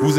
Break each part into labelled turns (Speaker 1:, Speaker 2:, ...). Speaker 1: Vous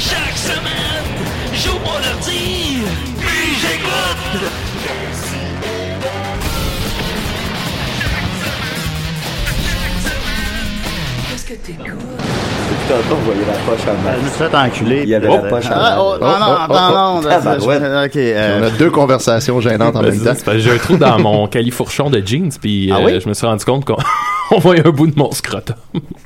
Speaker 2: Chaque semaine, j'ouvre mon ordi, puis j'écoute.
Speaker 3: Tantôt, vous voyez la poche à
Speaker 4: Euh, Je me suis fait enculer.
Speaker 3: Il y avait
Speaker 4: Oh,
Speaker 3: la poche à
Speaker 4: Ah, oh,
Speaker 3: Oh,
Speaker 4: ah, non,
Speaker 3: oh, oh,
Speaker 4: attends,
Speaker 3: oh,
Speaker 4: non,
Speaker 3: tabarouette.
Speaker 4: je- ok, euh,
Speaker 5: On a deux conversations gênantes en même temps.
Speaker 6: Ben, C'est parce que J'ai un trou dans mon califourchon de jeans, puis euh,
Speaker 4: Ah oui?
Speaker 6: je me suis rendu compte qu'on on voyait un bout de mon scrotum.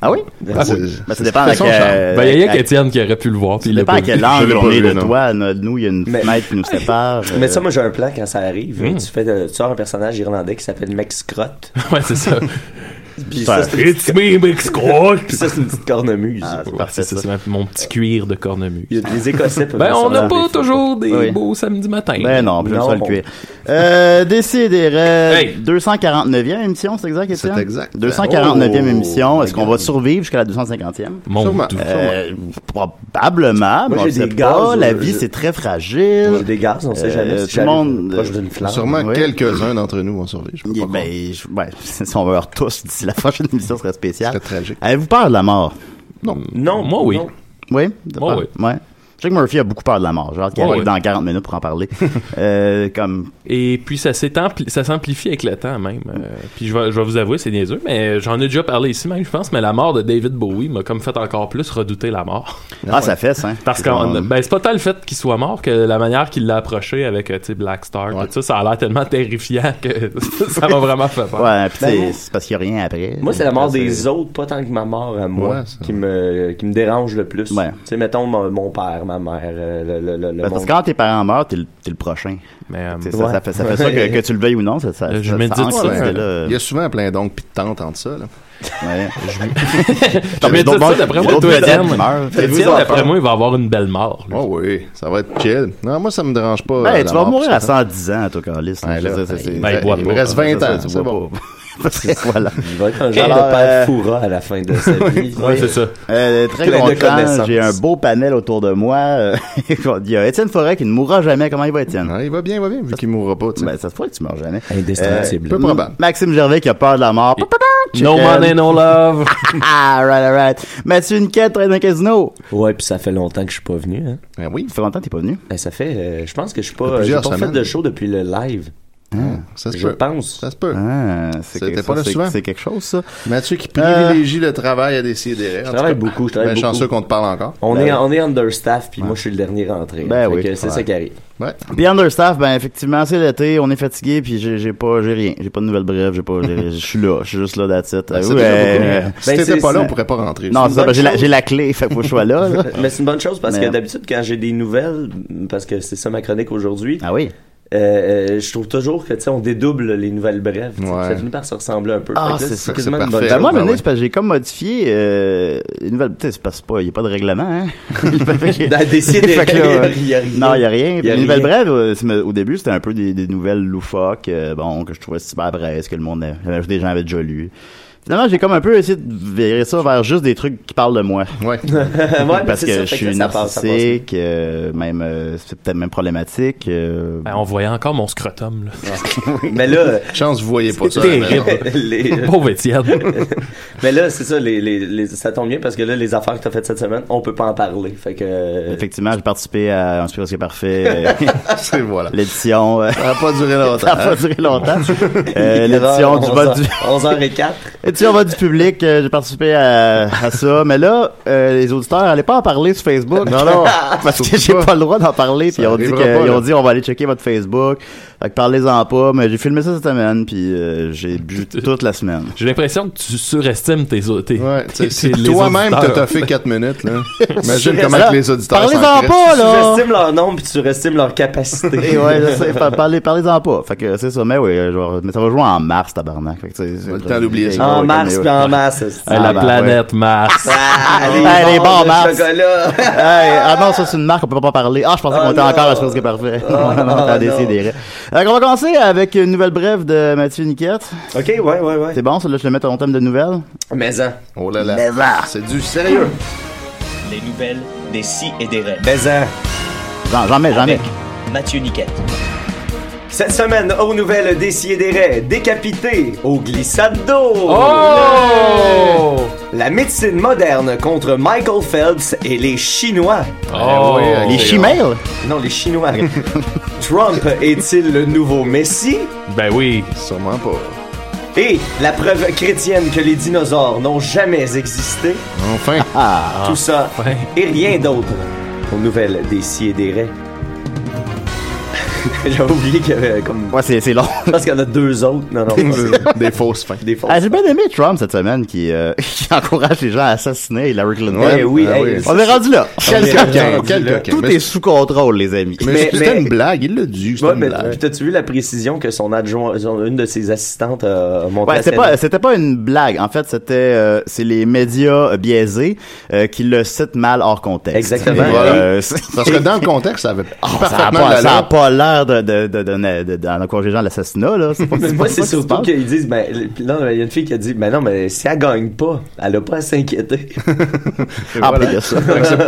Speaker 4: Ah oui?
Speaker 5: Ah, c'est-
Speaker 4: Ben, ça dépend à
Speaker 5: c'est son
Speaker 4: quel-
Speaker 5: charme.
Speaker 6: ben, il y a
Speaker 4: à-
Speaker 6: qu'Étienne qui aurait pu le voir, puis
Speaker 4: Ça
Speaker 6: il l'a
Speaker 4: dépend
Speaker 6: pas
Speaker 4: à
Speaker 6: vu.
Speaker 4: quel
Speaker 5: Je
Speaker 4: angle
Speaker 5: l'ai
Speaker 4: on
Speaker 5: pas
Speaker 4: est
Speaker 5: vu,
Speaker 4: de
Speaker 5: non.
Speaker 4: toi. no- Nous, il y a une
Speaker 3: Mais-
Speaker 4: fenêtre qui nous sépare.
Speaker 3: Mais
Speaker 4: euh,
Speaker 3: ça, moi, j'ai un plan quand ça arrive. Tu fais, de- tu sors un personnage irlandais qui s'appelle Max Scott.
Speaker 6: Ouais, c'est ça.
Speaker 3: Puis ça, c'est une petite-
Speaker 6: It's me, big scroll!
Speaker 3: puis ça, c'est une petite cornemuse.
Speaker 4: Ah, c'est
Speaker 6: Ouais,
Speaker 4: parfait,
Speaker 6: c'est
Speaker 4: ça.
Speaker 6: ça, c'est ma- mon petit cuir de cornemuse.
Speaker 3: Il y a- Les Écossais peuvent
Speaker 6: Ben,
Speaker 3: faire
Speaker 6: on
Speaker 3: ça.
Speaker 6: n'a pas toujours des
Speaker 4: Oui.
Speaker 6: beaux samedis matins.
Speaker 4: Ben non, j'aime
Speaker 3: Non,
Speaker 4: ça le
Speaker 3: bon.
Speaker 4: cuir. Euh, décidez,
Speaker 6: Hey!
Speaker 4: 249e émission, c'est exact, Étienne?
Speaker 5: C'est exact.
Speaker 4: 249e
Speaker 5: Oh,
Speaker 4: émission. Est-ce qu'on va
Speaker 5: regarde.
Speaker 4: survivre jusqu'à la 250e?
Speaker 6: Mon
Speaker 5: Sûrement.
Speaker 6: Dieu.
Speaker 4: Euh, probablement, mais
Speaker 3: j'ai
Speaker 4: on le
Speaker 3: des
Speaker 4: sait
Speaker 3: gaz,
Speaker 4: pas. La
Speaker 3: euh,
Speaker 4: vie,
Speaker 3: je-
Speaker 4: c'est très fragile.
Speaker 3: J'ai des gaz, on sait
Speaker 4: Euh,
Speaker 3: jamais si
Speaker 4: tout le
Speaker 3: j'arrive
Speaker 4: monde,
Speaker 3: proche
Speaker 4: euh,
Speaker 3: d'une flamme.
Speaker 5: Sûrement
Speaker 4: Oui.
Speaker 5: quelques-uns d'entre nous vont survivre. Je peux
Speaker 4: Yeah,
Speaker 5: pas croire.
Speaker 4: ben, je- ouais, si on veut avoir tous d'ici la prochaine émission serait spéciale.
Speaker 5: Ce serait tragique.
Speaker 4: Avez-vous peur de la mort?
Speaker 3: Non,
Speaker 6: Moi, oui.
Speaker 3: non.
Speaker 4: Oui?
Speaker 6: Moi, oui.
Speaker 4: Ouais. Jake Murphy a beaucoup peur de la mort. Genre, qu'il
Speaker 6: Ouais,
Speaker 4: arrive
Speaker 6: ouais.
Speaker 4: dans 40 minutes pour en parler. euh, comme,
Speaker 6: Et puis ça s'est ampli- ça s'amplifie avec le temps même. Euh, puis je vais, je vais vous avouer, c'est niaiseux, mais j'en ai déjà parlé ici même, je pense, mais la mort de David Bowie m'a comme fait encore plus redouter la mort.
Speaker 4: ah, ça fesse, hein?
Speaker 6: Parce que ben, c'est pas tant le fait qu'il soit mort que la manière qu'il l'a approché avec euh, tu sais, Black Star.
Speaker 5: Ouais.
Speaker 6: tout Ça, ça a l'air tellement terrifiant que ça m'a vraiment fait peur.
Speaker 4: Ouais, pis
Speaker 3: Ben,
Speaker 4: c'est-
Speaker 3: moi-
Speaker 4: c'est parce qu'il n'y a rien après.
Speaker 3: Moi, c'est la mort
Speaker 4: Ça,
Speaker 3: des autres, pas tant que ma mort à moi,
Speaker 5: Ouais, ça.
Speaker 3: qui, me, qui me dérange le plus.
Speaker 4: Ouais.
Speaker 3: Tu sais, mettons mon, mon père, ma mère, euh, le, le, le, le
Speaker 4: Ben, parce
Speaker 3: monde.
Speaker 4: que quand tes parents meurent, t'es le, t'es le prochain.
Speaker 6: Mais, euh,
Speaker 4: C'est Ça,
Speaker 3: Ouais.
Speaker 4: ça fait ça, fait ça que, que tu le veuilles ou non. Ça, ça,
Speaker 6: Euh, je
Speaker 4: ça,
Speaker 6: médite
Speaker 4: ça, ancre
Speaker 6: ça,
Speaker 4: cette
Speaker 6: ouais.
Speaker 4: idée-là, euh,
Speaker 5: Il y a souvent plein d'oncles pis de tantes entre ça. Là.
Speaker 4: ouais.
Speaker 6: T'as bien dit
Speaker 4: d'autres
Speaker 6: ça,
Speaker 4: morts-
Speaker 6: d'après
Speaker 4: il y a
Speaker 6: moi,
Speaker 4: d'autres
Speaker 6: toi,
Speaker 4: vedettes
Speaker 6: Dan.
Speaker 4: qui meurent.
Speaker 3: T'as dit
Speaker 6: Étienne,
Speaker 3: ça,
Speaker 6: d'après
Speaker 3: enfant?
Speaker 6: moi, il va avoir une belle mort. lui.
Speaker 5: Oh oui, ça va être chill. Non, moi, ça me dérange pas. euh,
Speaker 4: Ben,
Speaker 5: la
Speaker 4: tu vas
Speaker 5: mort,
Speaker 4: mourir
Speaker 5: pis
Speaker 4: à
Speaker 5: ça.
Speaker 4: 110 ans, toi, Carlis.
Speaker 5: Ouais, là,
Speaker 4: Je sais, c'est-
Speaker 5: il,
Speaker 6: Ben, il boit
Speaker 5: il
Speaker 6: pas.
Speaker 5: me reste 20
Speaker 4: ça,
Speaker 5: ans,
Speaker 4: tu
Speaker 5: c'est
Speaker 4: vois
Speaker 5: bon.
Speaker 4: pas. Parce
Speaker 3: ben,
Speaker 4: que, voilà.
Speaker 3: Il va être un genre
Speaker 4: euh,
Speaker 3: de père Foura à la fin de sa vie.
Speaker 6: Ouais, c'est ça.
Speaker 4: Euh, très
Speaker 3: Plein de
Speaker 4: content,
Speaker 3: connaissances.
Speaker 4: j'ai un beau panel autour de moi. euh, il y a Étienne Forêt qui ne mourra jamais. Comment il va, Étienne?
Speaker 5: Ouais, il va bien, il va bien, vu qu'il mourra pas. tu sais.
Speaker 4: Ben, ça se pourrait que tu meurs jamais. Euh,
Speaker 3: Indestructible.
Speaker 5: Peu probable.
Speaker 4: Maxime Gervais qui a peur de la mort.
Speaker 6: No
Speaker 4: Chicken.
Speaker 6: money, no love.
Speaker 4: Ah, right, right, right. Mathieu Niquette, train d'un casino.
Speaker 3: Ouais, puis ça fait longtemps que je suis pas venu. Hein.
Speaker 5: Ben oui,
Speaker 4: Ça fait longtemps que t'es pas venu.
Speaker 3: Eh, ça fait, euh, je pense que je suis
Speaker 5: Il y a
Speaker 3: pas, j'ai
Speaker 5: plusieurs
Speaker 3: pas fait
Speaker 5: semaines.
Speaker 3: de show depuis le live.
Speaker 5: ça se
Speaker 3: Je
Speaker 5: peut.
Speaker 3: pense.
Speaker 5: Ça se peut.
Speaker 4: Ah, c'est
Speaker 5: C'était
Speaker 4: quelque-
Speaker 5: pas
Speaker 4: ça,
Speaker 5: là
Speaker 4: c'est-
Speaker 5: souvent.
Speaker 4: C'est quelque chose, ça.
Speaker 5: Mathieu qui privilégie le travail à décider.
Speaker 3: Je travaille beaucoup, je travaille
Speaker 5: Ben, chanceux
Speaker 3: beaucoup.
Speaker 5: qu'on te parle encore.
Speaker 3: On est, on est understaff, puis moi je suis le dernier rentré.
Speaker 4: Ben
Speaker 3: Fait
Speaker 4: oui.
Speaker 3: que C'est ça qui arrive.
Speaker 5: Ouais.
Speaker 4: Puis understaff, ben effectivement, c'est l'été, on est fatigué, puis j'ai j'ai pas, j'ai rien, j'ai pas de nouvelles brèves, j'ai pas, j'ai- je suis là, je suis juste là, that's it.
Speaker 5: Ben, C'est
Speaker 4: Euh,
Speaker 5: déjà beaucoup
Speaker 4: euh,
Speaker 5: mieux. Si
Speaker 3: ben, c'est-
Speaker 5: t'étais pas là,
Speaker 3: c'est-
Speaker 5: on pourrait pas rentrer.
Speaker 4: non,
Speaker 3: une
Speaker 4: c'est ça,
Speaker 3: bonne
Speaker 4: ben, j'ai la,
Speaker 3: chose.
Speaker 4: j'ai la clé, fait que faut que je sois là. là.
Speaker 3: Mais c'est une bonne chose parce
Speaker 4: Mais-
Speaker 3: que d'habitude, quand j'ai des nouvelles, parce que c'est ça ma chronique aujourd'hui,
Speaker 4: Ah oui.
Speaker 3: euh, euh, je trouve toujours que tu sais, on dédouble les nouvelles brèves. tu sais,
Speaker 5: Ouais.
Speaker 3: Ça finit par se ressembler un peu.
Speaker 4: Ah,
Speaker 3: Fait que là,
Speaker 4: c'est
Speaker 5: ça,
Speaker 3: quasiment
Speaker 5: c'est
Speaker 3: une bonne
Speaker 5: parfait.
Speaker 4: Ben
Speaker 3: chose.
Speaker 4: moi, à un moment
Speaker 5: ben
Speaker 4: donné,
Speaker 5: ouais.
Speaker 4: c'est parce que j'ai comme modifié euh, une nouvelle. Tu sais, c'est parce que c'est pas- il n'y a pas de règlement, hein. Fait que-
Speaker 3: Dans des sites,
Speaker 4: Fait que là,
Speaker 3: il y a rien.
Speaker 4: Non, il n'y a rien.
Speaker 3: Il y a
Speaker 4: Puis les nouvelles
Speaker 3: rien.
Speaker 4: brèves, euh, c'est- au début, c'était un peu des, des nouvelles loufoques, euh, bon, que je trouvais super brèves, que le monde, a- la majorité des gens avaient déjà lu. Finalement, j'ai comme un peu essayé de virer ça vers juste des trucs qui parlent de moi.
Speaker 5: Ouais.
Speaker 3: Ouais, mais
Speaker 4: parce
Speaker 3: c'est
Speaker 4: que
Speaker 3: ça,
Speaker 4: je
Speaker 3: fait
Speaker 4: suis
Speaker 3: là, ça passe, ça passe.
Speaker 4: narcissique, euh, même euh, c'est peut-être même problématique. euh,
Speaker 6: Ben, on voyait encore mon scrotum. Là.
Speaker 3: Mais là,
Speaker 5: Chance, vous voyez pas ça.
Speaker 6: terrible.
Speaker 5: mais non.
Speaker 3: les- euh,
Speaker 6: Pauvre Étienne.
Speaker 3: Mais là, c'est ça, les, les, les- ça tombe bien parce que là, les affaires que t'as faites cette semaine, on peut pas en parler. Fait que.
Speaker 4: Effectivement, j'ai participé à Un Super Oscar Parfait, euh,
Speaker 5: C'est voilà.
Speaker 4: l'édition. euh,
Speaker 5: Ça a pas duré longtemps.
Speaker 4: ça n'a pas
Speaker 5: hein.
Speaker 4: duré longtemps. Euh, l'édition du vote du.
Speaker 3: 11h04.
Speaker 4: L'édition vote du public, euh, j'ai participé à, à ça. Mais là, euh, les auditeurs, allez pas en parler sur Facebook. Non, non. Parce que j'ai
Speaker 5: Surtout pas.
Speaker 4: pas le droit d'en parler. Puis
Speaker 5: Ça
Speaker 4: on dit
Speaker 5: arrivera
Speaker 4: que-
Speaker 5: pas,
Speaker 4: ils
Speaker 5: là.
Speaker 4: ont dit on va aller checker votre Facebook. Fait Fait que parlez-en pas, mais j'ai filmé ça cette semaine, puis euh, j'ai bu toute la semaine.
Speaker 6: J'ai l'impression que tu surestimes tes tes-
Speaker 5: Ouais, tu
Speaker 6: tes-
Speaker 5: sais, si
Speaker 6: tes- les
Speaker 5: toi-même t'as
Speaker 6: auditeurs.
Speaker 5: toffé 4 minutes, là. Imagine
Speaker 3: C'est
Speaker 5: comment
Speaker 4: ça.
Speaker 5: que les auditeurs
Speaker 4: Parlez-en
Speaker 5: s'en
Speaker 4: pas,
Speaker 3: Tu
Speaker 4: là!
Speaker 3: surestimes leur nombre puis tu surestimes leur capacité.
Speaker 4: Et ouais, je sais, par- parlez, parlez-en pas. Fait que c'est ça, mais oui, euh, je vais- mais ça va jouer en mars, tabarnak. Fait que, tu sais, c'est-
Speaker 5: Pas le temps d'oublier ça.
Speaker 4: Ouais,
Speaker 3: en
Speaker 4: ouais,
Speaker 3: mars
Speaker 4: ouais.
Speaker 3: puis en masse. c'est-
Speaker 6: Ah, la
Speaker 4: Ah, ben,
Speaker 6: planète Mars.
Speaker 3: Ah,
Speaker 4: Ah, les bons
Speaker 3: de
Speaker 4: mars.
Speaker 3: chocolat.
Speaker 4: Hey, ah non, ça c'est une marque, on peut pas parler. Ah, je pensais
Speaker 3: Oh
Speaker 4: qu'on était
Speaker 3: non. Ah
Speaker 4: encore à chose qui est parfait. on
Speaker 3: non,
Speaker 4: a
Speaker 3: non.
Speaker 4: décidé. Donc, Euh, on va commencer avec une nouvelle brève de Mathieu Niquette.
Speaker 3: ok, ouais, ouais, ouais.
Speaker 4: C'est bon, ça là, je le mets ton thème de nouvelles. hein.
Speaker 3: Maison.
Speaker 5: Oh là là. C'est du sérieux.
Speaker 7: Les nouvelles des si et des rêves.
Speaker 3: Maison.
Speaker 4: J'en j'en mets, j'en mets.
Speaker 7: Avec Mathieu Niquette.
Speaker 3: Cette semaine, aux nouvelles décidérées, décapité au glissade d'eau.
Speaker 6: Oh!
Speaker 3: La médecine moderne contre Michael Phelps et les Chinois.
Speaker 6: Oh!
Speaker 5: Eh oui,
Speaker 4: Les
Speaker 5: ok.
Speaker 4: chimères?
Speaker 3: Non, les Chinois. Trump est-il le nouveau Messie?
Speaker 6: Ben oui.
Speaker 5: Sûrement pas.
Speaker 3: Et la preuve chrétienne que les dinosaures n'ont jamais existé.
Speaker 5: Enfin.
Speaker 4: Ah,
Speaker 3: Tout ça
Speaker 6: ouais.
Speaker 3: et rien d'autre. Aux nouvelles des si et des raies. J'avais oublié qu'il y avait comme...
Speaker 4: Ouais, c'est c'est long.
Speaker 3: Je pense qu'il y en a deux autres. Non, non.
Speaker 5: Des fausses fins.
Speaker 3: des fausses.
Speaker 4: Ah, J'ai bien aimé Trump cette semaine qui, euh, qui encourage les gens à assassiner Hillary Clinton.
Speaker 3: Ouais, oui,
Speaker 5: Ah
Speaker 3: hey,
Speaker 5: oui.
Speaker 3: ça,
Speaker 4: On est rendu là.
Speaker 5: Quel
Speaker 3: Quelqu'un,
Speaker 5: coquin,
Speaker 3: rendu
Speaker 5: quel
Speaker 3: là.
Speaker 5: coquin.
Speaker 4: Tout
Speaker 5: Mais-
Speaker 4: est sous contrôle, les amis.
Speaker 5: Mais
Speaker 3: Mais-
Speaker 5: c'était
Speaker 3: mais-
Speaker 5: une blague, il l'a dit, c'était
Speaker 3: Ouais,
Speaker 5: une
Speaker 3: mais
Speaker 5: blague.
Speaker 3: t'as-tu vu la précision que son adjoint, son- une de ses assistantes a montré
Speaker 4: Ouais,
Speaker 3: à
Speaker 4: c'était
Speaker 3: sa-
Speaker 4: pas, c'était pas une blague. En fait, c'était, euh, c'est les médias euh, biaisés euh, qui le citent mal hors contexte.
Speaker 3: Exactement.
Speaker 4: Et, euh, c'est-
Speaker 5: Parce que dans le contexte, ça avait
Speaker 4: ça a
Speaker 5: parfaitement
Speaker 4: pas,
Speaker 5: de
Speaker 4: ça a
Speaker 5: la
Speaker 4: pas l'air de, de, de, de- de- d'encourager les gens à l'assassinat, là. C'est pas,
Speaker 3: Mais moi, c'est
Speaker 4: pas ce qui se
Speaker 3: surtout
Speaker 4: passe.
Speaker 3: qu'ils disent, ben, le- puis non, il y a une fille qui a dit, ben non, mais si elle gagne pas, elle a pas à s'inquiéter.
Speaker 4: Ah, ben, il y a ça.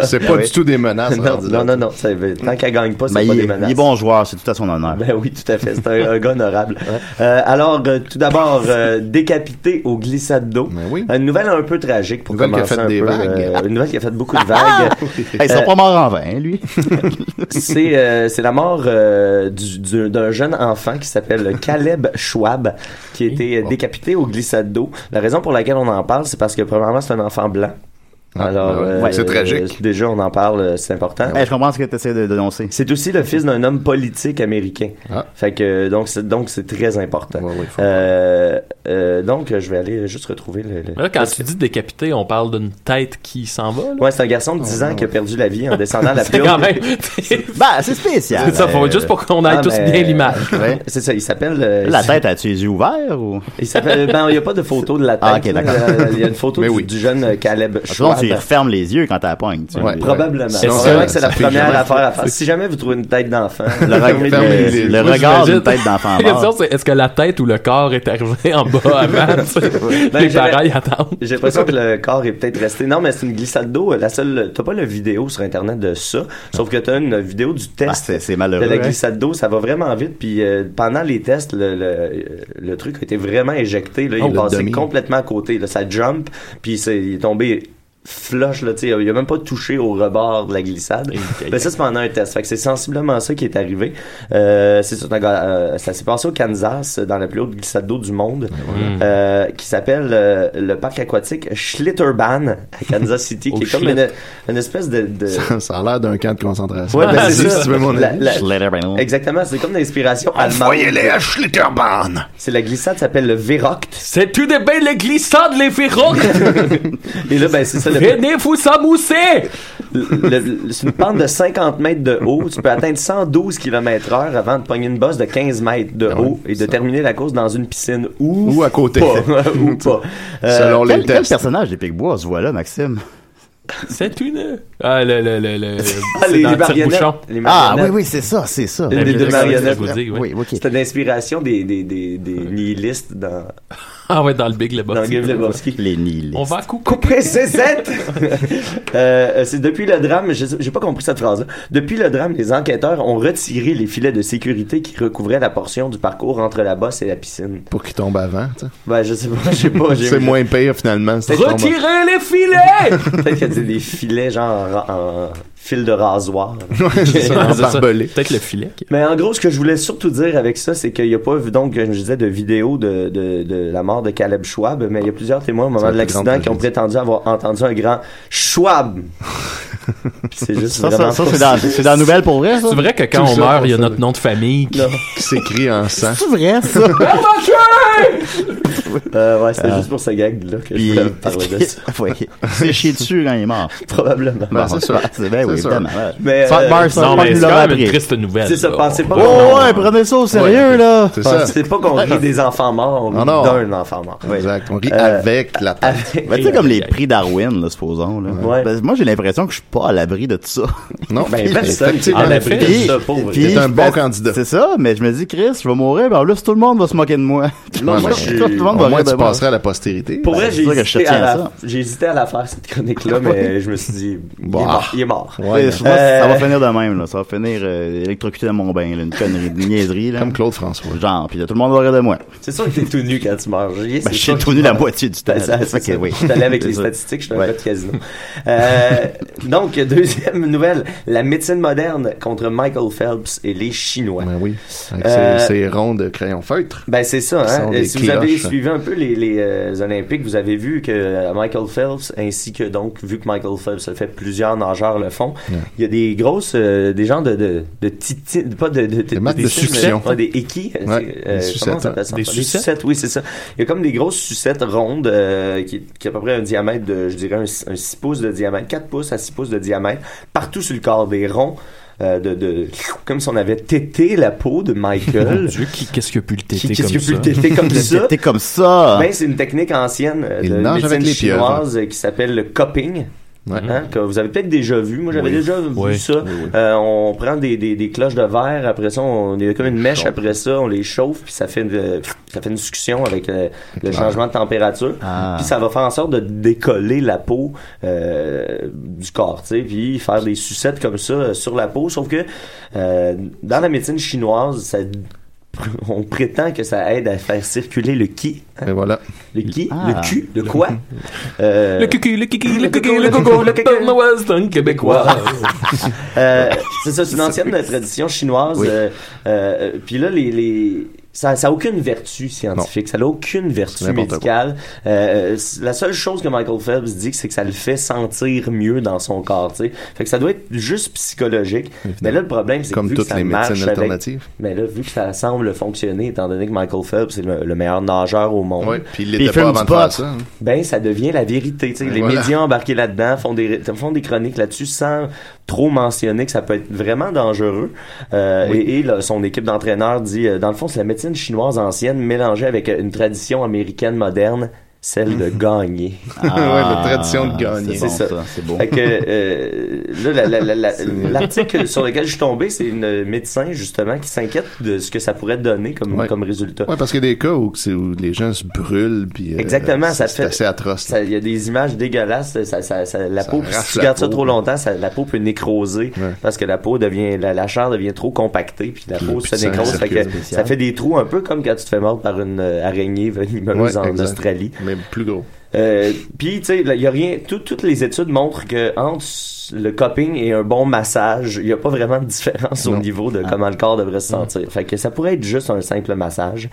Speaker 5: C'est pas
Speaker 4: oui.
Speaker 5: du tout des menaces.
Speaker 3: non,
Speaker 5: rendu là.
Speaker 3: non, non, non, ça veut- tant qu'elle gagne pas, c'est
Speaker 4: Ben,
Speaker 3: pas
Speaker 4: il,
Speaker 3: des
Speaker 4: est-
Speaker 3: menaces.
Speaker 4: il est bon joueur, c'est tout à son honneur.
Speaker 3: Ben oui, tout à fait, c'est un, un gars honorable. Euh, alors, euh, tout d'abord, euh, décapité au glissade d'eau.
Speaker 5: Ben oui.
Speaker 3: Une nouvelle un peu tragique pour
Speaker 5: Une nouvelle
Speaker 3: commencer
Speaker 5: qui a fait
Speaker 3: un
Speaker 5: des
Speaker 3: peu.
Speaker 5: vagues. Ah!
Speaker 3: euh, une nouvelle qui a fait beaucoup de vagues.
Speaker 4: Hey, ils sont
Speaker 3: Euh,
Speaker 4: pas morts en vain, hein, lui.
Speaker 3: c'est euh, c'est la mort euh, du- du- d'un jeune enfant qui s'appelle Caleb Schwab qui a été euh, décapité au glissade d'eau. La raison pour laquelle on en parle, c'est parce que premièrement c'est un enfant blanc.
Speaker 5: Ah,
Speaker 3: Alors
Speaker 5: ben ouais.
Speaker 3: euh,
Speaker 5: Ouais, c'est tragique. Ben
Speaker 3: euh, déjà on en parle, euh, c'est important.
Speaker 4: Hey, je comprends ce que tu essaies de dénoncer.
Speaker 3: C'est aussi le fils d'un homme politique américain.
Speaker 5: Ah.
Speaker 3: Fait que donc c'est donc c'est très important.
Speaker 5: Ouais, ouais, faut
Speaker 3: Euh, euh, donc je vais aller juste retrouver le. le-
Speaker 6: Mais là, quand tu dis décapité, on parle d'une tête qui s'en va, là.
Speaker 3: Ouais, c'est un garçon de 10 ans qui a perdu la vie en descendant la
Speaker 6: C'est
Speaker 3: plume.
Speaker 6: quand même. C'est
Speaker 4: Bah, c'est spécial.
Speaker 6: ça, faut
Speaker 4: Euh,
Speaker 6: juste pour qu'on aille
Speaker 3: Ah,
Speaker 6: tous
Speaker 3: mais-
Speaker 6: bien l'image.
Speaker 4: ouais.
Speaker 3: C'est ça, il s'appelle. euh,
Speaker 4: La
Speaker 3: il-
Speaker 4: tête, as-tu les yeux ouverts ou?
Speaker 3: Il s'appelle. Ben, il n'y a pas de photo de la tête.
Speaker 4: Ah, ok, d'accord.
Speaker 3: Euh, Il y a une photo
Speaker 5: Mais
Speaker 3: du,
Speaker 5: oui.
Speaker 3: du jeune euh, Caleb
Speaker 4: Souvent,
Speaker 3: Schwab.
Speaker 4: tu y refermes les yeux quand t'appoignes. tu sais.
Speaker 5: Ouais.
Speaker 3: Probablement. C'est
Speaker 5: Sinon,
Speaker 3: vrai
Speaker 5: ça-
Speaker 3: que c'est
Speaker 5: ça
Speaker 3: la
Speaker 5: fait
Speaker 3: première
Speaker 5: jamais.
Speaker 3: affaire à faire. Si jamais vous trouvez une tête d'enfant,
Speaker 4: Le, reg-
Speaker 3: fermez
Speaker 5: fermez
Speaker 4: le-
Speaker 5: les yeux.
Speaker 4: Euh, le
Speaker 6: Moi,
Speaker 4: regard d'une
Speaker 6: j'imagine-
Speaker 4: tête d'enfant
Speaker 6: La question,
Speaker 4: mort.
Speaker 6: c'est est-ce que la tête ou le corps est arrivé en bas avant? tu sais? Les
Speaker 3: j'avais-
Speaker 6: parents y attendent.
Speaker 3: J'ai l'impression que le corps est peut-être resté. Non, mais c'est une glissade d'eau. La seule, t'as pas la vidéo sur internet de ça, sauf que t'as une vidéo du test.
Speaker 4: Ah, c'est- c'est
Speaker 3: de
Speaker 4: malheureux.
Speaker 3: la
Speaker 4: hein.
Speaker 3: glissade d'eau, ça va vraiment vite. Puis euh, pendant les tests, le, le, le truc a été vraiment éjecté. Là, il
Speaker 5: Oh,
Speaker 3: est
Speaker 5: le
Speaker 3: passé
Speaker 5: dummy.
Speaker 3: complètement à côté. Là, ça jump, puis c'est- il est tombé flush. Là, tu sais, il a même pas touché au rebord de la glissade. Mais ça, c'est pendant un test. Fait que c'est sensiblement ça qui est arrivé. Euh, c'est sur un gars- euh, ça s'est passé au Kansas, dans la plus haute glissade d'eau du monde, euh, qui s'appelle euh, le parc aquatique Schlitterbahn à Kansas City,
Speaker 6: Au
Speaker 3: qui est comme
Speaker 6: Schlitt.
Speaker 3: une, une espèce de... de-
Speaker 5: Ça a l'air d'un camp de concentration.
Speaker 3: Ouais, ben, c'est
Speaker 5: Vas-y,
Speaker 3: ça.
Speaker 5: si tu veux mon
Speaker 3: La-
Speaker 5: avis.
Speaker 3: la-
Speaker 4: Schlitterbahn.
Speaker 3: Exactement, c'est comme l'inspiration allemande.
Speaker 5: Envoyez-les à Schlitterbahn!
Speaker 3: C'est la glissade s'appelle le Véroct.
Speaker 6: C'est tout de bien les glissades, les férocs!
Speaker 3: Et là, ben, c'est ça. Le,
Speaker 6: Venez vous s'amousser!
Speaker 3: le- le- c'est une pente de 50 mètres de haut. Tu peux atteindre 112 km heure avant de pogner une bosse de 15 mètres de haut et de terminer la course dans une piscine ou,
Speaker 5: Ou à côté.
Speaker 3: pas. ou pas. Euh,
Speaker 5: Selon
Speaker 4: Quel,
Speaker 5: les
Speaker 4: quel
Speaker 5: tests.
Speaker 4: personnage des Picbois se voit là, Maxime?
Speaker 6: C'est une. Ah, le. le, le, le
Speaker 3: ah,
Speaker 6: c'est
Speaker 3: les,
Speaker 6: dans
Speaker 3: les
Speaker 6: le
Speaker 3: marionnettes.
Speaker 6: tire-bouchon.
Speaker 3: Les
Speaker 4: Ah,
Speaker 3: marionnettes.
Speaker 4: oui, oui, c'est ça, c'est ça.
Speaker 3: Une
Speaker 6: Ouais,
Speaker 3: des
Speaker 6: je
Speaker 3: deux
Speaker 6: sais pas
Speaker 3: marionnettes.
Speaker 6: ce que vous dites, ouais.
Speaker 4: Oui, ok.
Speaker 3: C'était l'inspiration des, des, des, des nihilistes dans,
Speaker 6: Ah, ouais, dans le Big
Speaker 3: dans
Speaker 6: Lebowski.
Speaker 3: Game Lebowski.
Speaker 4: Les Nils.
Speaker 6: On va couper.
Speaker 3: Couper ses ailes. Euh, c'est depuis le drame, je sais- j'ai pas compris cette phrase. Depuis le drame, les enquêteurs ont retiré les filets de sécurité qui recouvraient la portion du parcours entre la bosse et la piscine.
Speaker 5: Pour qu'il tombe avant, tu sais.
Speaker 3: Ben je sais pas, j'ai pas, j'ai
Speaker 5: C'est moins pire, finalement. si tu tombes-
Speaker 6: Retirez les filets!
Speaker 3: peut-être qu'il y a des filets genre en, en fil de rasoir.
Speaker 5: Ouais, c'est ça,
Speaker 6: Ah,
Speaker 5: en
Speaker 6: c'est ça.
Speaker 5: barbelé.
Speaker 6: Peut-être le filet. qui-
Speaker 3: Mais en gros, ce que je voulais surtout dire avec ça, c'est qu'il n'y a pas, donc, comme je disais, de vidéo de, de, de la mort de Caleb Schwab, mais il y a plusieurs témoins au moment
Speaker 5: la
Speaker 3: de
Speaker 5: plus grande
Speaker 3: l'accident qui ont
Speaker 5: tragédie.
Speaker 3: prétendu avoir entendu un grand Schwab Puis c'est juste
Speaker 4: Ça, ça,
Speaker 3: vraiment
Speaker 4: ça
Speaker 3: pas
Speaker 4: c'est dans,
Speaker 3: si-
Speaker 4: c'est dans la nouvelle pour vrai, ça?
Speaker 6: C'est vrai que quand
Speaker 5: Tout
Speaker 6: on
Speaker 5: ça,
Speaker 6: meurt, il y a
Speaker 5: ça,
Speaker 6: notre
Speaker 5: oui.
Speaker 6: nom de famille.
Speaker 3: Non.
Speaker 5: Qui s'écrit en sang.
Speaker 4: C'est vrai, ça?
Speaker 3: Euh, ouais, c'était
Speaker 4: Ah.
Speaker 3: juste pour ce gag-là que
Speaker 4: Puis,
Speaker 3: je voulais parler de ça.
Speaker 4: Ouais. C'est chier dessus quand il est mort.
Speaker 3: Probablement.
Speaker 5: Ben, c'est sûr.
Speaker 4: c'est ben oui,
Speaker 5: C'est sûr.
Speaker 4: évidemment. ouais.
Speaker 3: Mais,
Speaker 4: Fuck
Speaker 3: euh,
Speaker 4: Mars,
Speaker 6: Non,
Speaker 4: fuck
Speaker 6: mais
Speaker 4: nous
Speaker 6: c'est
Speaker 4: l'avons
Speaker 6: quand même
Speaker 4: appris.
Speaker 6: une triste nouvelle.
Speaker 3: C'est ça,
Speaker 6: là.
Speaker 3: pensez pas
Speaker 6: On-
Speaker 3: qu'on-
Speaker 4: Oh ouais, prenez ça au sérieux, là!
Speaker 5: C'est ça.
Speaker 3: Pense- C'est pas qu'on rit des enfants morts, on
Speaker 5: Non, non.
Speaker 3: rit d'un enfant mort.
Speaker 5: Exact. On rit
Speaker 3: Euh,
Speaker 5: avec la tête.
Speaker 3: Avec-
Speaker 4: Ben, tu sais, comme les prix Darwin, là, supposons. Là.
Speaker 3: Ouais.
Speaker 4: Ben, moi, j'ai l'impression que je suis pas à l'abri de tout ça.
Speaker 5: Non,
Speaker 3: Ben, personne qui est
Speaker 5: effectivement.
Speaker 3: en ben,
Speaker 6: effectivement.
Speaker 3: abri de ça, pauvre.
Speaker 4: Puis,
Speaker 5: T'es un
Speaker 4: je
Speaker 5: bon
Speaker 4: fais-
Speaker 5: candidat.
Speaker 4: C'est ça, mais je me dis, Chris, je vais mourir, ben en plus, tout le monde va se moquer de moi. Tout le
Speaker 5: Ouais,
Speaker 4: monde-
Speaker 5: mais
Speaker 4: tout le monde va
Speaker 5: Au moins,
Speaker 4: rire de
Speaker 5: tu
Speaker 4: moi.
Speaker 5: passerais à la postérité.
Speaker 3: Pour vrai,
Speaker 4: c'est
Speaker 3: j'ai
Speaker 4: sûr que je
Speaker 3: hésité,
Speaker 4: tiens
Speaker 3: à
Speaker 4: à
Speaker 3: la...
Speaker 4: ça.
Speaker 3: j'ai hésité à la faire, cette chronique-là, mais je me suis dit, il est
Speaker 5: Bah.
Speaker 3: mort. Il est mort.
Speaker 5: Ouais,
Speaker 4: Ouais,
Speaker 5: non.
Speaker 4: je pense que
Speaker 3: Euh,
Speaker 4: ça va finir de même, là. Ça va finir euh, électrocuté dans mon bain, là. Une connerie, une niaiserie, là.
Speaker 5: Comme Claude François.
Speaker 4: Genre, puis là, tout le monde va rire de moi.
Speaker 3: C'est sûr que t'es tout nu quand tu meurs. J'ai-
Speaker 4: Ben,
Speaker 3: c'est
Speaker 4: je
Speaker 3: sûr
Speaker 4: suis
Speaker 3: que
Speaker 4: tourné
Speaker 3: tu
Speaker 4: la
Speaker 3: meurs.
Speaker 4: moitié du temps.
Speaker 3: Ben, ça,
Speaker 4: là.
Speaker 3: c'est
Speaker 4: Fait que
Speaker 3: ça.
Speaker 4: oui.
Speaker 3: Je suis allé avec
Speaker 4: C'est
Speaker 3: les
Speaker 4: ça.
Speaker 3: statistiques, je suis un
Speaker 4: Ouais.
Speaker 3: gars de casino. Euh, donc, deuxième nouvelle, la médecine moderne contre Michael Phelps et les Chinois.
Speaker 5: Ben oui. Avec
Speaker 3: Euh,
Speaker 5: ses, ses ronds de crayon feutre.
Speaker 3: Ben c'est ça.
Speaker 5: Qui
Speaker 3: Hein?
Speaker 5: sont
Speaker 3: Euh,
Speaker 5: des
Speaker 3: Si vous avez
Speaker 5: cloches.
Speaker 3: suivi un peu les, les, euh, les Olympiques, vous avez vu que euh, Michael Phelps, ainsi que donc vu que Michael Phelps le fait, plusieurs nageurs le font.
Speaker 5: Ouais.
Speaker 3: Il y a des grosses, euh, des gens de de, de titi- pas de de,
Speaker 5: Des marques de
Speaker 3: sucettes,
Speaker 5: succion.
Speaker 3: pas des équis. euh,
Speaker 5: Ouais,
Speaker 3: c'est,
Speaker 5: des
Speaker 3: euh,
Speaker 5: sucettes,
Speaker 3: comment on
Speaker 5: hein.
Speaker 3: appelle ça
Speaker 6: Des
Speaker 3: encore?
Speaker 6: sucettes?
Speaker 3: oui c'est ça. Il y a comme des grosses sucettes rondes euh, qui, qui a à peu près un diamètre de, je dirais un, s- un 6 pouces de diamètre, 4 pouces à 6 pouces de diamètre, partout sur le corps des ronds. euh, de, de comme si on avait tété la peau de
Speaker 6: Mon
Speaker 3: Michael
Speaker 6: Dieu, qui- qu'est-ce qu'il a pu le
Speaker 3: qui-
Speaker 6: téter
Speaker 3: Qu'est-ce que
Speaker 6: comme
Speaker 3: pu le
Speaker 6: ça?
Speaker 3: tester comme ça?
Speaker 4: T'es comme ça!
Speaker 3: Ben, c'est une technique ancienne euh,
Speaker 5: Ah. Il
Speaker 3: de
Speaker 5: nage
Speaker 3: médecine
Speaker 5: avec les pieuvres.
Speaker 3: chinoise euh, qui s'appelle le cupping.
Speaker 5: Ouais.
Speaker 3: hein, que vous avez peut-être déjà vu. Moi, j'avais
Speaker 5: Oui.
Speaker 3: déjà vu
Speaker 6: Oui.
Speaker 3: ça. Euh, on prend des, des, des cloches de verre, après ça, on il y a comme une mèche, après ça, on les chauffe, puis ça fait une, euh, ça fait une succion avec euh, le
Speaker 5: Clair.
Speaker 3: changement de température.
Speaker 4: Ah.
Speaker 3: Puis ça va faire en sorte de décoller la peau euh, du corps, tu sais, puis faire des sucettes comme ça euh, sur la peau. Sauf que euh, dans la médecine chinoise, ça- on prétend que ça aide à faire circuler le ki.
Speaker 5: Et voilà.
Speaker 3: Le qui
Speaker 4: Ah.
Speaker 3: Le cul Le quoi Euh,
Speaker 6: Le cucu, le kiki, le cucu,
Speaker 3: coco,
Speaker 6: le
Speaker 3: le
Speaker 6: coco,
Speaker 3: coco,
Speaker 6: le
Speaker 3: le coco.
Speaker 6: Père Noël, c'est un Québécois.
Speaker 3: euh, C'est ça, c'est une ancienne tradition chinoise.
Speaker 4: Oui.
Speaker 3: euh, euh, Puis là, les. les- Ça n'a aucune vertu scientifique, ça n'a aucune vertu
Speaker 5: C'est n'importe
Speaker 3: médicale. Euh, c'est- la seule chose que Michael Phelps dit, c'est que ça le fait sentir mieux dans son corps. tu sais. Fait que ça doit être juste psychologique. Mais là, le problème, c'est que
Speaker 5: Comme
Speaker 3: vu
Speaker 5: toutes
Speaker 3: que ça
Speaker 5: les
Speaker 3: marche
Speaker 5: médecines
Speaker 3: avec
Speaker 5: alternatives.
Speaker 3: Mais là, vu que ça semble fonctionner, étant donné que Michael Phelps est le, le meilleur nageur au monde,
Speaker 5: Ouais. Puis il
Speaker 4: il
Speaker 5: l'était
Speaker 4: fume
Speaker 5: pas avant
Speaker 4: du
Speaker 5: de faire
Speaker 4: pot.
Speaker 5: ça. hein.
Speaker 3: ben ça devient la vérité. tu sais. Les
Speaker 5: Ben Voilà.
Speaker 3: médias embarqués là-dedans font des font des chroniques là-dessus sans trop mentionner que ça peut être vraiment dangereux. Euh, Et, et là, son équipe d'entraîneurs dit, euh, dans le fond, c'est la médecine chinoise ancienne mélangée avec euh, une tradition américaine moderne, celle de gagner.
Speaker 5: Ouais, la tradition de gagner.
Speaker 4: Ah, C'est bon,
Speaker 3: Ah, C'est
Speaker 4: ça.
Speaker 3: ça.
Speaker 4: C'est beau.
Speaker 3: Fait que, euh, là, la- la- la- la- l'article sur lequel je suis tombé, c'est une médecin justement qui s'inquiète de ce que ça pourrait donner comme
Speaker 5: Ouais.
Speaker 3: comme résultat.
Speaker 5: Ouais, parce qu'il y a des cas où, c'est- où les gens se brûlent. Puis, euh,
Speaker 3: Exactement, ça
Speaker 5: C'est
Speaker 3: fait-
Speaker 5: assez atroce.
Speaker 3: Ça- Il y a des images dégueulasses. Ça, ça- ça- la
Speaker 5: Ça
Speaker 3: peau, si
Speaker 5: arrache
Speaker 3: tu
Speaker 5: la
Speaker 3: gardes ça
Speaker 5: peau.
Speaker 3: trop longtemps, ça- la peau peut nécroser
Speaker 5: Ouais.
Speaker 3: parce que la peau devient, la, la chair devient trop compactée puis la
Speaker 5: Puis-
Speaker 3: peau
Speaker 5: puis
Speaker 3: se
Speaker 5: ça
Speaker 3: nécrose. Fait
Speaker 5: circule.
Speaker 3: que
Speaker 4: Spécial.
Speaker 3: ça fait des trous un peu comme quand tu te fais mordre par une euh, araignée venimeuse
Speaker 5: Ouais,
Speaker 3: en
Speaker 5: exact.
Speaker 3: Australie.
Speaker 5: Mais plus gros.
Speaker 3: Euh, puis tu sais, là, il y a rien. tout- toutes les études montrent que entre le cupping et un bon massage, il n'y a pas vraiment de différence au
Speaker 5: Non. Ah.
Speaker 3: niveau de comment le corps devrait se sentir. Fait que ça pourrait être juste un simple massage.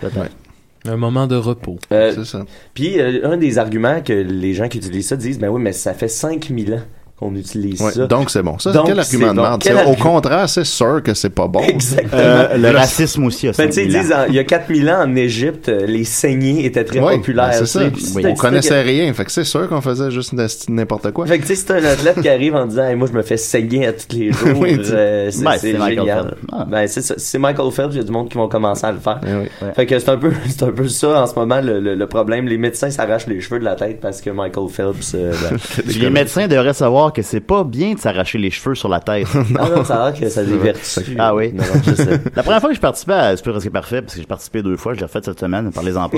Speaker 6: Un moment de repos.
Speaker 3: Euh,
Speaker 5: C'est ça.
Speaker 3: puis euh, un des arguments que les gens qui utilisent ça disent, ben oui, mais ça fait 5000 ans qu'on utilise
Speaker 5: Ouais,
Speaker 3: ça.
Speaker 5: donc c'est bon. Ça,
Speaker 3: Donc,
Speaker 5: quel
Speaker 3: c'est
Speaker 5: argument de
Speaker 3: bon.
Speaker 5: merde.
Speaker 3: Quel
Speaker 5: C'est- Au
Speaker 3: argu-
Speaker 5: contraire, c'est sûr que c'est pas bon.
Speaker 3: Exactement.
Speaker 4: Euh, le racisme aussi, a
Speaker 3: Ben, tu sais, ils
Speaker 4: 5000 ans.
Speaker 3: disent, en- il y a 4000 ans en Égypte, euh, les saignées étaient très
Speaker 5: Ouais,
Speaker 3: populaires.
Speaker 5: ben, c'est
Speaker 3: tu sais,
Speaker 5: ça.
Speaker 3: puis si
Speaker 4: Oui.
Speaker 3: t'as-
Speaker 5: On
Speaker 3: si t'as-
Speaker 5: connaissait rien. Fait que c'est sûr qu'on faisait juste n'asti- n'importe quoi.
Speaker 3: Fait que, tu sais, c'est un athlète qui arrive en disant, Hey, moi, je me fais saigner à tous les jours.
Speaker 5: Oui, tu-
Speaker 3: euh, c'est
Speaker 4: Ben,
Speaker 3: c'est
Speaker 4: c'est Michael
Speaker 3: génial.
Speaker 4: Phelps. Ah.
Speaker 3: Ben, c'est ça. Si c'est Michael Phelps, il y a du monde qui vont commencer à le faire.
Speaker 5: Eh oui.
Speaker 3: Fait que c'est un peu, c'est un peu ça, en ce moment, le, le- le problème. Les médecins s'arrachent les cheveux de la tête parce que Michael Phelps, euh, ben,
Speaker 4: Puis les médecins devraient savoir que c'est pas bien de s'arracher les cheveux sur la tête.
Speaker 3: ah non, ça a l'air que ça dévertue.
Speaker 4: Ah oui.
Speaker 3: Non, non, je sais.
Speaker 4: La première fois que je participais à Esprit Risque Parfait, parce que j'ai participé deux fois, je l'ai refait cette semaine, parlez-en pas.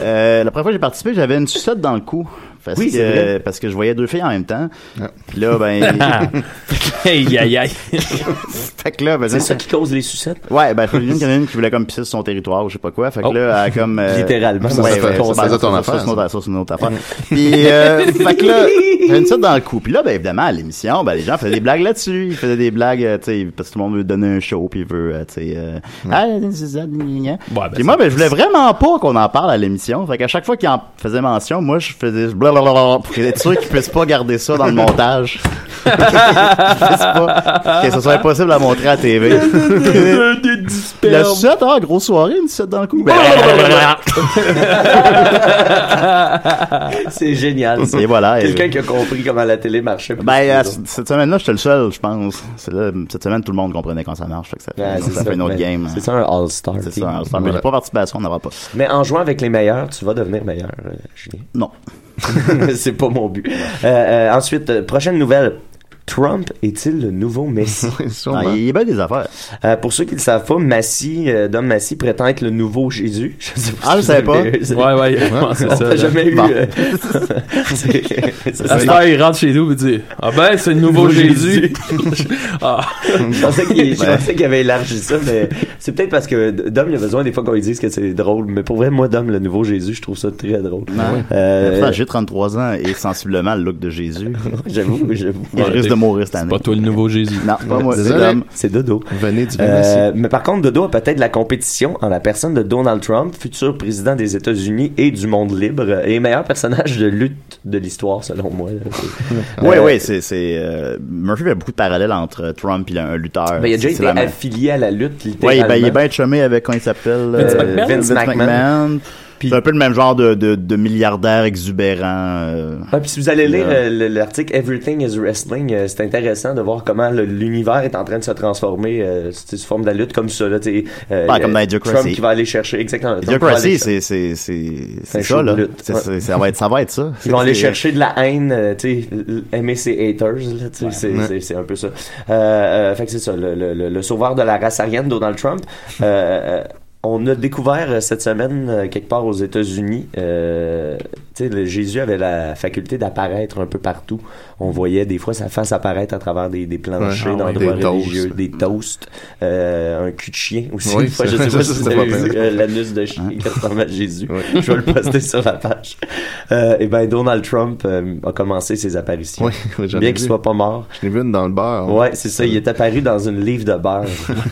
Speaker 4: Euh, la première fois que j'ai participé, j'avais une sucette dans le cou. Parce,
Speaker 3: Oui,
Speaker 4: que,
Speaker 3: c'est vrai.
Speaker 4: euh, parce que je voyais deux filles en même temps. Puis là, ben.
Speaker 6: Ah. Aïe, aïe, aïe.
Speaker 4: fait que là, ben,
Speaker 3: C'est ça qui cause les sucettes?
Speaker 4: Ouais, ben, il y en a une qui voulait comme pisser sur son territoire ou je sais pas quoi. Fait que
Speaker 6: Oh.
Speaker 4: là, elle a comme. euh,
Speaker 3: Littéralement, ça,
Speaker 4: ouais,
Speaker 3: ça fait
Speaker 4: ouais,
Speaker 5: ton-
Speaker 4: ben,
Speaker 5: ça, c'est ton
Speaker 4: Ça,
Speaker 5: affaire,
Speaker 4: c'est une autre- ça, c'est une autre affaire. Puis, euh, fait que là, J'avais une ça dans le coup. Puis là, ben, évidemment, à l'émission, ben, les gens faisaient des blagues là-dessus. Ils faisaient des blagues, euh, tu sais, parce que tout le monde veut donner un show, puis il veut, euh, tu sais, euh, ah, c'est ça, gna, gna, gna.
Speaker 6: Ouais, ben,
Speaker 4: Puis moi, ben, je voulais vraiment pas qu'on en parle à l'émission. Fait qu'à chaque fois qu'ils en faisaient mention, moi, je faisais blablabla pour être sûr qu'ils puissent pas garder ça dans le montage. Qu'ils puissent pas- que ce soit impossible à montrer à TV. La sucette, ah, grosse soirée, une sucette dans le coup.
Speaker 3: C'est génial. ça.
Speaker 4: Et voilà. et-
Speaker 3: Quelqu'un qui a compris comment la télé marchait. plus que nous
Speaker 4: Ben, euh,
Speaker 3: autres.
Speaker 4: c- cette semaine-là, j'étais le seul, je pense. C'est là, cette semaine, tout le monde comprenait quand ça marche. Fait que ça, fait-
Speaker 3: Ouais,
Speaker 4: ça
Speaker 3: c'est
Speaker 4: fait une autre
Speaker 3: Ben,
Speaker 4: game. hein.
Speaker 3: C'est ça un All-Star.
Speaker 4: C'est
Speaker 3: team.
Speaker 4: ça. hein. Alors, ça, mais j'ai pas participation, on n'en aura pas.
Speaker 3: Mais en jouant avec les meilleurs, tu vas devenir meilleur, euh, Julien.
Speaker 4: Non.
Speaker 3: c'est pas mon but. Euh, euh, ensuite, euh, prochaine nouvelle. Trump est-il le nouveau Messi?
Speaker 4: Ah,
Speaker 5: Sûrement.
Speaker 4: il y a bien des affaires.
Speaker 3: Euh, pour ceux qui le savent pas, Massy, euh, Dom Massy prétend être le nouveau Jésus. Je sais pas
Speaker 4: Ah, je savais pas.
Speaker 3: vous avez- euh,
Speaker 6: Ouais, ouais, je pense que
Speaker 3: On
Speaker 6: c'est ça.
Speaker 3: n'a jamais eu.
Speaker 4: Bon.
Speaker 3: euh, c'est- c'est-
Speaker 6: À cette heure, il rentre chez nous et dit Ah ben, c'est le nouveau Jésus. ah,
Speaker 3: Je pensais qu'il je pensais qu'il avait élargi ça, mais c'est peut-être parce que Dom, il a besoin des fois qu'on lui dise que c'est drôle. Mais pour vrai, moi, Dom, le nouveau Jésus, je trouve ça très drôle.
Speaker 4: Ouais.
Speaker 3: Euh,
Speaker 4: Enfin, j'ai 33 ans et sensiblement le look de Jésus.
Speaker 3: j'avoue, j'avoue.
Speaker 4: Il risque de mourir cette
Speaker 6: c'est
Speaker 4: année.
Speaker 6: pas toi le nouveau Jésus.
Speaker 4: Non, pas moi, c'est
Speaker 5: Désolé.
Speaker 4: l'homme.
Speaker 3: C'est Dodo.
Speaker 5: Venez du
Speaker 3: Euh,
Speaker 5: Messi.
Speaker 3: mais par contre, Dodo a peut-être la compétition en la personne de Donald Trump, futur président des États-Unis et du monde libre, et meilleur personnage de lutte de l'histoire, selon moi. là. C'est-
Speaker 4: Oui,
Speaker 3: Euh,
Speaker 4: oui, c'est. c'est, euh, Murphy fait beaucoup de parallèles entre Trump et un lutteur.
Speaker 3: ben, il a déjà
Speaker 4: C'est
Speaker 3: été
Speaker 4: la même-
Speaker 3: affilié à la lutte,
Speaker 4: Oui, ben,
Speaker 3: littéralement.
Speaker 4: il est bien chumé avec, comment il s'appelle
Speaker 6: Vince
Speaker 4: euh,
Speaker 6: McMahon?
Speaker 4: Vince
Speaker 3: Vince McMahon.
Speaker 4: McMahon.
Speaker 3: Puis-
Speaker 4: C'est un peu le même genre de, de, de milliardaire exubérant. euh,
Speaker 3: Ah, puis si vous allez lire
Speaker 4: Yeah.
Speaker 3: euh, le- l'article Everything is Wrestling, euh, c'est intéressant de voir comment le- l'univers est en train de se transformer euh, c'est- sous forme de la lutte comme ça. Là, tu sais, euh,
Speaker 4: Ouais, Ben, comme
Speaker 3: euh,
Speaker 4: dans Idiocracy.
Speaker 3: Trump qui va aller chercher, exactement. Trump qui va aller
Speaker 4: Idiocracy,
Speaker 3: chercher-
Speaker 4: c'est c'est c'est
Speaker 3: C'est un
Speaker 4: c'est
Speaker 3: show
Speaker 4: ça là.
Speaker 3: de lutte.
Speaker 4: C'est-
Speaker 3: Ouais.
Speaker 4: c'est- Ça va être ça va être ça.
Speaker 3: Ils vont aller
Speaker 4: C'est-
Speaker 3: chercher de la haine, euh, tu sais, l- aimer ses haters, là, tu sais, c'est- c'est- c'est un peu ça. Euh, euh, fait que c'est ça, le, le- le- le sauveur de la race arienne, Donald Trump. Euh, euh, on a découvert euh, cette semaine, euh, quelque part aux États-Unis, euh, tu sais, le- Jésus avait la faculté d'apparaître un peu partout. On voyait des fois sa face apparaître à travers des, des planchers
Speaker 5: Ouais. Ah ouais.
Speaker 3: d'endroits
Speaker 5: Des
Speaker 3: religieux,
Speaker 5: toasts.
Speaker 3: des toasts, euh, un cul de chien aussi.
Speaker 5: Oui,
Speaker 3: Une fois, je
Speaker 5: ça-
Speaker 3: sais pas
Speaker 5: ça,
Speaker 3: si
Speaker 5: c'était
Speaker 3: vous avez
Speaker 5: pas
Speaker 3: vu,
Speaker 5: pire.
Speaker 3: euh, l'anus de chien
Speaker 5: Hein?
Speaker 3: qui ressemble à Jésus. Je vais le poster sur la page. Euh, et ben Donald Trump euh, a commencé ses apparitions.
Speaker 5: Oui, oui, j'en ai
Speaker 3: Bien qu'il
Speaker 5: vu. Ah.
Speaker 3: soit pas mort.
Speaker 5: Je l'ai vu une dans le bar.
Speaker 3: Ouais, c'est ça. Il est apparu dans une livre de beurre.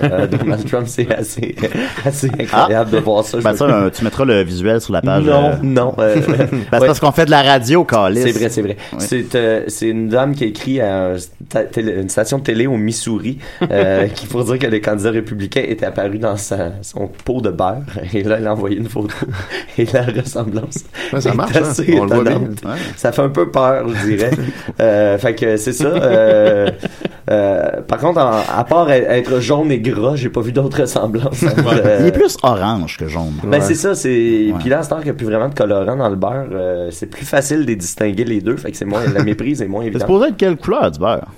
Speaker 3: Euh, Donald Trump, c'est assez, assez
Speaker 5: Ah!
Speaker 3: incroyable de voir ça. Je
Speaker 4: Ben
Speaker 3: me-
Speaker 4: ça, euh, tu mettras le visuel sur la page.
Speaker 3: non,
Speaker 4: euh,
Speaker 3: non. euh,
Speaker 4: ben, c'est
Speaker 3: ouais.
Speaker 4: parce qu'on fait de la radio, Calis.
Speaker 3: C'est vrai, c'est vrai.
Speaker 4: Ouais.
Speaker 3: C'est euh, c'est une dame qui a écrit à un sta- télé- une station de télé au Missouri euh, qui pour dire que le candidat républicain était apparu dans sa- son pot de beurre. Et là, elle a envoyé une photo. Et la ressemblance.
Speaker 5: Ouais, ça
Speaker 3: est
Speaker 5: marche, hein.
Speaker 3: assez
Speaker 5: On le voit bien.
Speaker 3: étonnante.
Speaker 4: Ouais.
Speaker 3: Ça fait un peu peur, je dirais. euh, fait que c'est ça. euh, euh, par contre, en- à part être- être jaune et gras, j'ai pas vu d'autres ressemblances. Euh,
Speaker 4: Il est plus orange que jaune.
Speaker 3: ben c'est ça, c'est
Speaker 4: Ouais.
Speaker 3: puis là, à cette heure qu'il n'y a plus vraiment de colorant dans le beurre, euh, c'est plus facile de les distinguer les deux, fait que c'est moins la méprise est moins
Speaker 4: C'est
Speaker 3: évidente.
Speaker 4: supposé être quelle couleur du beurre?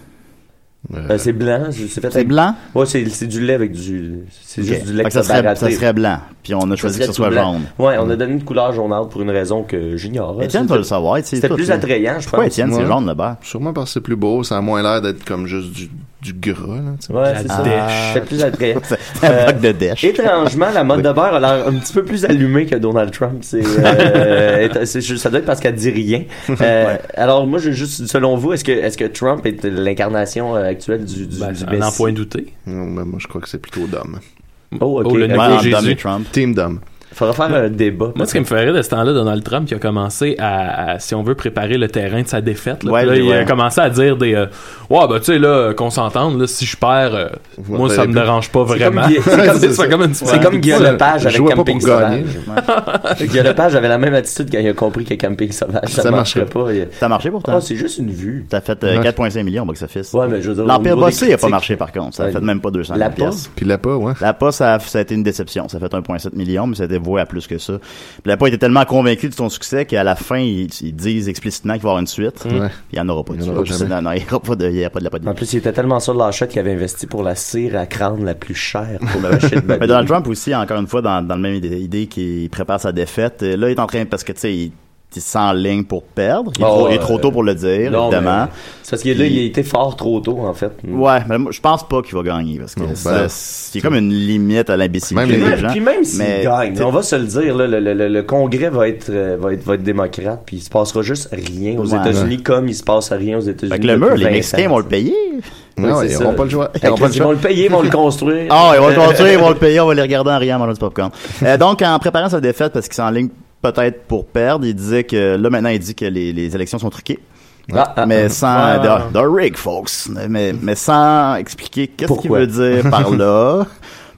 Speaker 3: Euh, c'est blanc, je- c'est fait
Speaker 4: C'est
Speaker 3: avec-
Speaker 4: blanc?
Speaker 3: Ouais, c'est c'est du lait avec du c'est
Speaker 4: Ok.
Speaker 3: juste du lait
Speaker 4: Fait que ça, serait, ça serait blanc. Puis on a choisi que ce soit jaune.
Speaker 3: Ouais, on a donné une couleur jaunâtre pour une raison que j'ignore.
Speaker 4: Étienne
Speaker 3: C'était-
Speaker 4: va le savoir. tu sais,
Speaker 3: C'était
Speaker 4: toi,
Speaker 3: plus
Speaker 4: tu-
Speaker 3: attrayant, je
Speaker 4: Pourquoi
Speaker 3: pense.
Speaker 4: Étienne, c'est
Speaker 5: Ouais.
Speaker 4: jaune le beurre?
Speaker 5: Sûrement parce que c'est plus beau, ça a moins l'air d'être comme juste du, du gras. Là, tu sais.
Speaker 3: Ouais, c'est
Speaker 6: La
Speaker 3: ça.
Speaker 6: dèche.
Speaker 3: C'était plus attrayant.
Speaker 4: C'est c'est un
Speaker 3: Euh,
Speaker 4: bloc de dèche.
Speaker 3: Étrangement, la mode de beurre a l'air un petit peu plus allumée que Donald Trump. C'est, euh, est- c'est juste- ça doit être parce qu'elle dit rien. Euh, Alors moi, je juste, selon vous, est-ce que est-ce que Trump est l'incarnation euh, actuelle du du,
Speaker 6: Ben,
Speaker 3: du
Speaker 6: on en
Speaker 3: Messie?
Speaker 6: point douté.
Speaker 5: Non, mais moi, je crois que c'est plutôt d'homme.
Speaker 3: Oh, ok.
Speaker 6: Oh, le
Speaker 3: Ok.
Speaker 4: Ouais,
Speaker 6: nouveau
Speaker 4: entre
Speaker 6: Jésus.
Speaker 4: Donald Trump.
Speaker 5: Team d'homme.
Speaker 3: Faudra faire un débat.
Speaker 6: Moi, ce qui me ferait de ce temps-là, Donald Trump, qui a commencé à, à- si on veut, préparer le terrain de sa défaite, là,
Speaker 4: Ouais,
Speaker 6: Puis là,
Speaker 4: j'ai-
Speaker 6: il a
Speaker 4: ouais.
Speaker 6: commencé à dire des, euh, ouais, ben, tu sais, là, euh, qu'on s'entende, là, si je perds, euh,
Speaker 5: Vous
Speaker 6: moi, ça me
Speaker 5: m'entendez
Speaker 6: dérange pas
Speaker 3: C'est comme
Speaker 6: vraiment.
Speaker 3: Guy- c'est comme-
Speaker 6: C'est ça, comme une
Speaker 3: C'est comme Guillaume Lepage avec
Speaker 5: Jouez pas
Speaker 3: Camping
Speaker 5: pour gagner.
Speaker 3: Sauvage. Guillaume Lepage avait la même attitude quand il a compris que Camping Sauvage, ça,
Speaker 5: Ça
Speaker 3: marcherait
Speaker 5: marcherait
Speaker 3: pas. Il-
Speaker 4: Ça a marché
Speaker 3: Ah,
Speaker 4: pourtant.
Speaker 3: c'est juste une vue.
Speaker 4: Ça a fait euh,
Speaker 5: Ouais.
Speaker 4: 4,5 millions au box-office.
Speaker 3: Ouais, mais je veux dire, au
Speaker 4: L'Empire
Speaker 3: niveau des
Speaker 4: Bossé n'a pas
Speaker 3: critiques-
Speaker 4: marché par contre. Ça a
Speaker 3: Ouais.
Speaker 4: fait même pas 200
Speaker 3: La
Speaker 4: mille piastres.
Speaker 3: poste?
Speaker 5: Puis hein. là, pas, ouais.
Speaker 4: La pas, ça, a- ça a été une déception. Ça a fait 1,7 million, mais c'était voué à plus que ça. Puis la pas était tellement convaincu de son succès qu'à la fin, ils, ils disent explicitement qu'il va y avoir une suite.
Speaker 3: Mm.
Speaker 5: Ouais.
Speaker 4: Puis Il n'y en aura pas de
Speaker 5: Il y en
Speaker 4: suite.
Speaker 5: aura
Speaker 4: C'est-
Speaker 5: jamais.
Speaker 4: non, non, il n'y aura pas de, il y aura pas de la pas de-
Speaker 3: En plus, il était tellement sûr de l'achète qu'il avait investi pour la cire à crâne la plus chère pour la machine
Speaker 4: Mais Donald Trump aussi, encore une fois, dans, dans le même idée, idée qu'il prépare sa défaite. Euh, Là, il est en train, parce que, tu sais, il- il s'enligne pour perdre. Il, est
Speaker 3: Oh,
Speaker 4: trop- il est
Speaker 3: euh,
Speaker 4: trop tôt pour le dire,
Speaker 3: Non,
Speaker 4: évidemment.
Speaker 3: mais C'est parce que là,
Speaker 4: Puis-
Speaker 3: il a été fort trop tôt, en fait.
Speaker 4: Ouais, mais moi, je pense pas qu'il va gagner parce que
Speaker 5: Mm. Non,
Speaker 4: ça-
Speaker 5: ben-
Speaker 4: c'est comme une limite à l'imbécilité
Speaker 5: Même les-
Speaker 4: des
Speaker 3: Puis
Speaker 4: gens.
Speaker 3: puis même s'il
Speaker 4: mais-
Speaker 3: gagne,
Speaker 4: t'sais-
Speaker 3: on va se le dire, là, le, le- le- le Congrès va être, euh, va, être, va être démocrate, puis il se passera juste rien aux
Speaker 4: Ouais.
Speaker 3: États-Unis, comme il se passe rien aux États-Unis.
Speaker 4: Fait que le mur,
Speaker 3: depuis
Speaker 4: les
Speaker 3: 20
Speaker 4: Mexicains
Speaker 3: ans,
Speaker 4: vont le
Speaker 3: t'sais.
Speaker 4: payer.
Speaker 3: Ouais,
Speaker 5: Non,
Speaker 3: c'est
Speaker 5: ils
Speaker 3: ça.
Speaker 5: n'auront pas le choix. Ils
Speaker 3: Fait
Speaker 5: n'auront
Speaker 3: que
Speaker 5: pas le
Speaker 3: Ils vont
Speaker 5: choix.
Speaker 3: le payer, ils vont le construire.
Speaker 4: Ah, ils vont le construire, ils vont le payer, on va les regarder en riant dans notre popcorn. Euh, donc, en préparant sa défaite, parce qu'il s'enligne peut-être pour perdre, il disait que là maintenant, il dit que les, les élections sont truquées.
Speaker 3: Ah, ah,
Speaker 4: mais
Speaker 3: ah.
Speaker 4: sans
Speaker 6: Ah.
Speaker 4: de, de rig, folks. Mais, mais sans expliquer qu'est-ce qu'il
Speaker 3: Pourquoi?
Speaker 4: veut dire par là.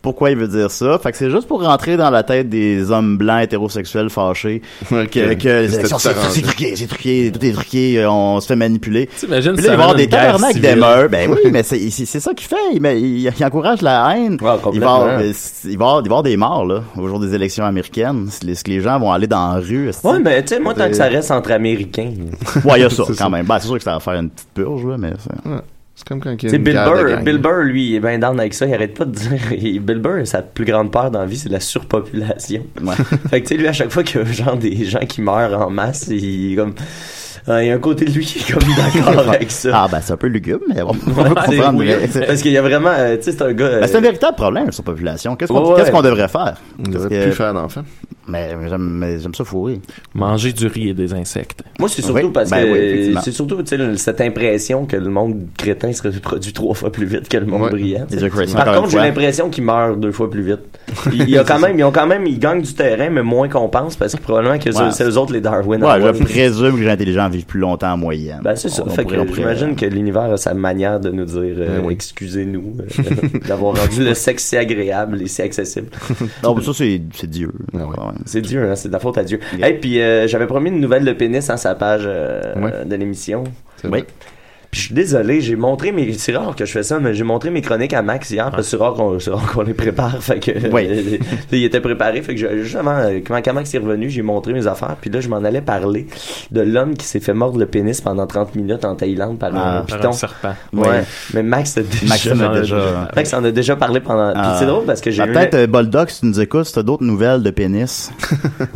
Speaker 4: Pourquoi il veut dire ça? Fait que c'est juste pour rentrer dans la tête des hommes blancs hétérosexuels fâchés
Speaker 5: Ouais,
Speaker 4: que, que les
Speaker 3: euh,
Speaker 5: c'était
Speaker 4: élections,
Speaker 5: tout
Speaker 4: c'est
Speaker 5: arrangé.
Speaker 4: c'est truqué, c'est truqué, tout est truqué, euh, on se fait manipuler.
Speaker 6: T'imagines
Speaker 4: Puis
Speaker 6: si
Speaker 4: là, il va y
Speaker 6: ça
Speaker 4: avoir
Speaker 6: mène
Speaker 4: des
Speaker 6: une guerre
Speaker 4: tabarnak
Speaker 6: civile.
Speaker 4: d'humeur. Ben oui, mais c'est c'est- c'est ça qu'il fait. Il, met- il- il encourage la haine.
Speaker 3: Ouais, complètement.
Speaker 4: il, va, avoir- euh, il, va, avoir- il va avoir des morts, là, au jour des élections américaines. C'est- Les, les gens vont aller dans la rue. est-ce que-
Speaker 3: Ouais, mais tu sais, moi, tant que ça reste entre Américains.
Speaker 4: Ouais, il y a ça,
Speaker 5: C'est ça.
Speaker 4: quand même. Ben, c'est sûr que ça va faire une petite purge, là, mais ça-
Speaker 5: C'est comme quand il y
Speaker 3: Tu
Speaker 5: a
Speaker 3: sais,
Speaker 5: une
Speaker 3: Bill
Speaker 5: guerre de
Speaker 3: Burr,
Speaker 5: gang.
Speaker 3: Bill Burr, lui, il est bien down avec ça. Il arrête pas de dire. il- Bill Burr, sa plus grande peur dans la vie, c'est la surpopulation.
Speaker 4: Ouais.
Speaker 3: fait que, tu sais, lui, à chaque fois qu'il y a genre, des gens qui meurent en masse, il, est comme, euh, il y a un côté de lui qui est comme d'accord avec ça.
Speaker 4: Ah, ben, c'est un peu lugubre, mais bon, on
Speaker 3: Ouais,
Speaker 4: peut
Speaker 3: c'est
Speaker 4: comprendre.
Speaker 3: weird.
Speaker 4: mais c'est-
Speaker 3: Parce qu'il y a vraiment. euh, tu sais, c'est un gars. euh,
Speaker 4: ben, c'est un véritable problème, la surpopulation. Qu'est-ce qu'on
Speaker 3: Ouais, ouais.
Speaker 4: qu'est-ce qu'on devrait faire?
Speaker 5: On ne devrait
Speaker 4: Parce que-
Speaker 5: plus faire d'enfants.
Speaker 4: Mais mais j'aime mais j'aime ça fourrer.
Speaker 6: Manger du riz et des insectes.
Speaker 3: Moi, c'est surtout
Speaker 4: Oui,
Speaker 3: parce
Speaker 4: ben
Speaker 3: que
Speaker 4: oui, effectivement.
Speaker 3: c'est surtout tu sais, cette impression que le monde crétin se reproduit trois fois plus vite que le monde
Speaker 5: Ouais.
Speaker 3: brillant. tu sais.
Speaker 4: Les Ukrainiens,
Speaker 3: Par
Speaker 4: encore
Speaker 3: contre,
Speaker 4: une
Speaker 3: j'ai
Speaker 4: fois.
Speaker 3: l'impression qu'ils meurent deux fois plus vite. Il, il y a quand même, ils ont quand même, ils gagnent du terrain, mais moins qu'on pense parce que probablement que
Speaker 4: Ouais.
Speaker 3: c'est- c'est eux autres les Darwin.
Speaker 4: Ouais,
Speaker 3: Awards.
Speaker 4: je présume que les gens intelligents vivent plus longtemps en moyenne.
Speaker 3: Ben, c'est ça.
Speaker 4: On- on
Speaker 3: Fait que
Speaker 4: pourrait- on pourrait- euh,
Speaker 3: j'imagine que l'univers a sa manière de nous dire euh,
Speaker 5: Ben oui.
Speaker 3: excusez-nous euh, d'avoir rendu le sexe si agréable et si accessible.
Speaker 4: Non, mais ça, c'est c'est Dieu.
Speaker 5: Ah ouais.
Speaker 4: Ouais.
Speaker 3: C'est Dieu, hein, c'est de la faute à Dieu. Et
Speaker 4: Yeah.
Speaker 3: puis euh, j'avais promis une nouvelle de pénis en sa page euh,
Speaker 5: Ouais.
Speaker 3: de l'émission.
Speaker 5: C'est
Speaker 4: Oui.
Speaker 5: vrai.
Speaker 3: Puis je suis désolé, j'ai montré mes. C'est rare que je fais ça, mais j'ai montré mes chroniques à Max hier, parce que c'est rare qu'on c'est rare qu'on les prépare. Fait que.
Speaker 4: Oui.
Speaker 3: là, il était préparé. Fait que je- juste avant, euh, quand, quand Max est revenu, j'ai montré mes affaires. Puis là, je m'en allais parler de l'homme qui s'est fait mordre le pénis pendant 30 minutes en Thaïlande par
Speaker 4: Ah,
Speaker 3: un
Speaker 6: Par
Speaker 3: python.
Speaker 6: un serpent.
Speaker 4: Oui.
Speaker 3: Ouais. Mais Max a déjà.
Speaker 4: Max en a déjà-
Speaker 3: Max en a déjà parlé pendant. Puis
Speaker 4: Ah.
Speaker 3: c'est drôle parce que j'ai.
Speaker 4: Ben,
Speaker 3: eu-
Speaker 4: Peut-être, euh, Boldoc, si tu nous écoutes, si t'as d'autres nouvelles de pénis.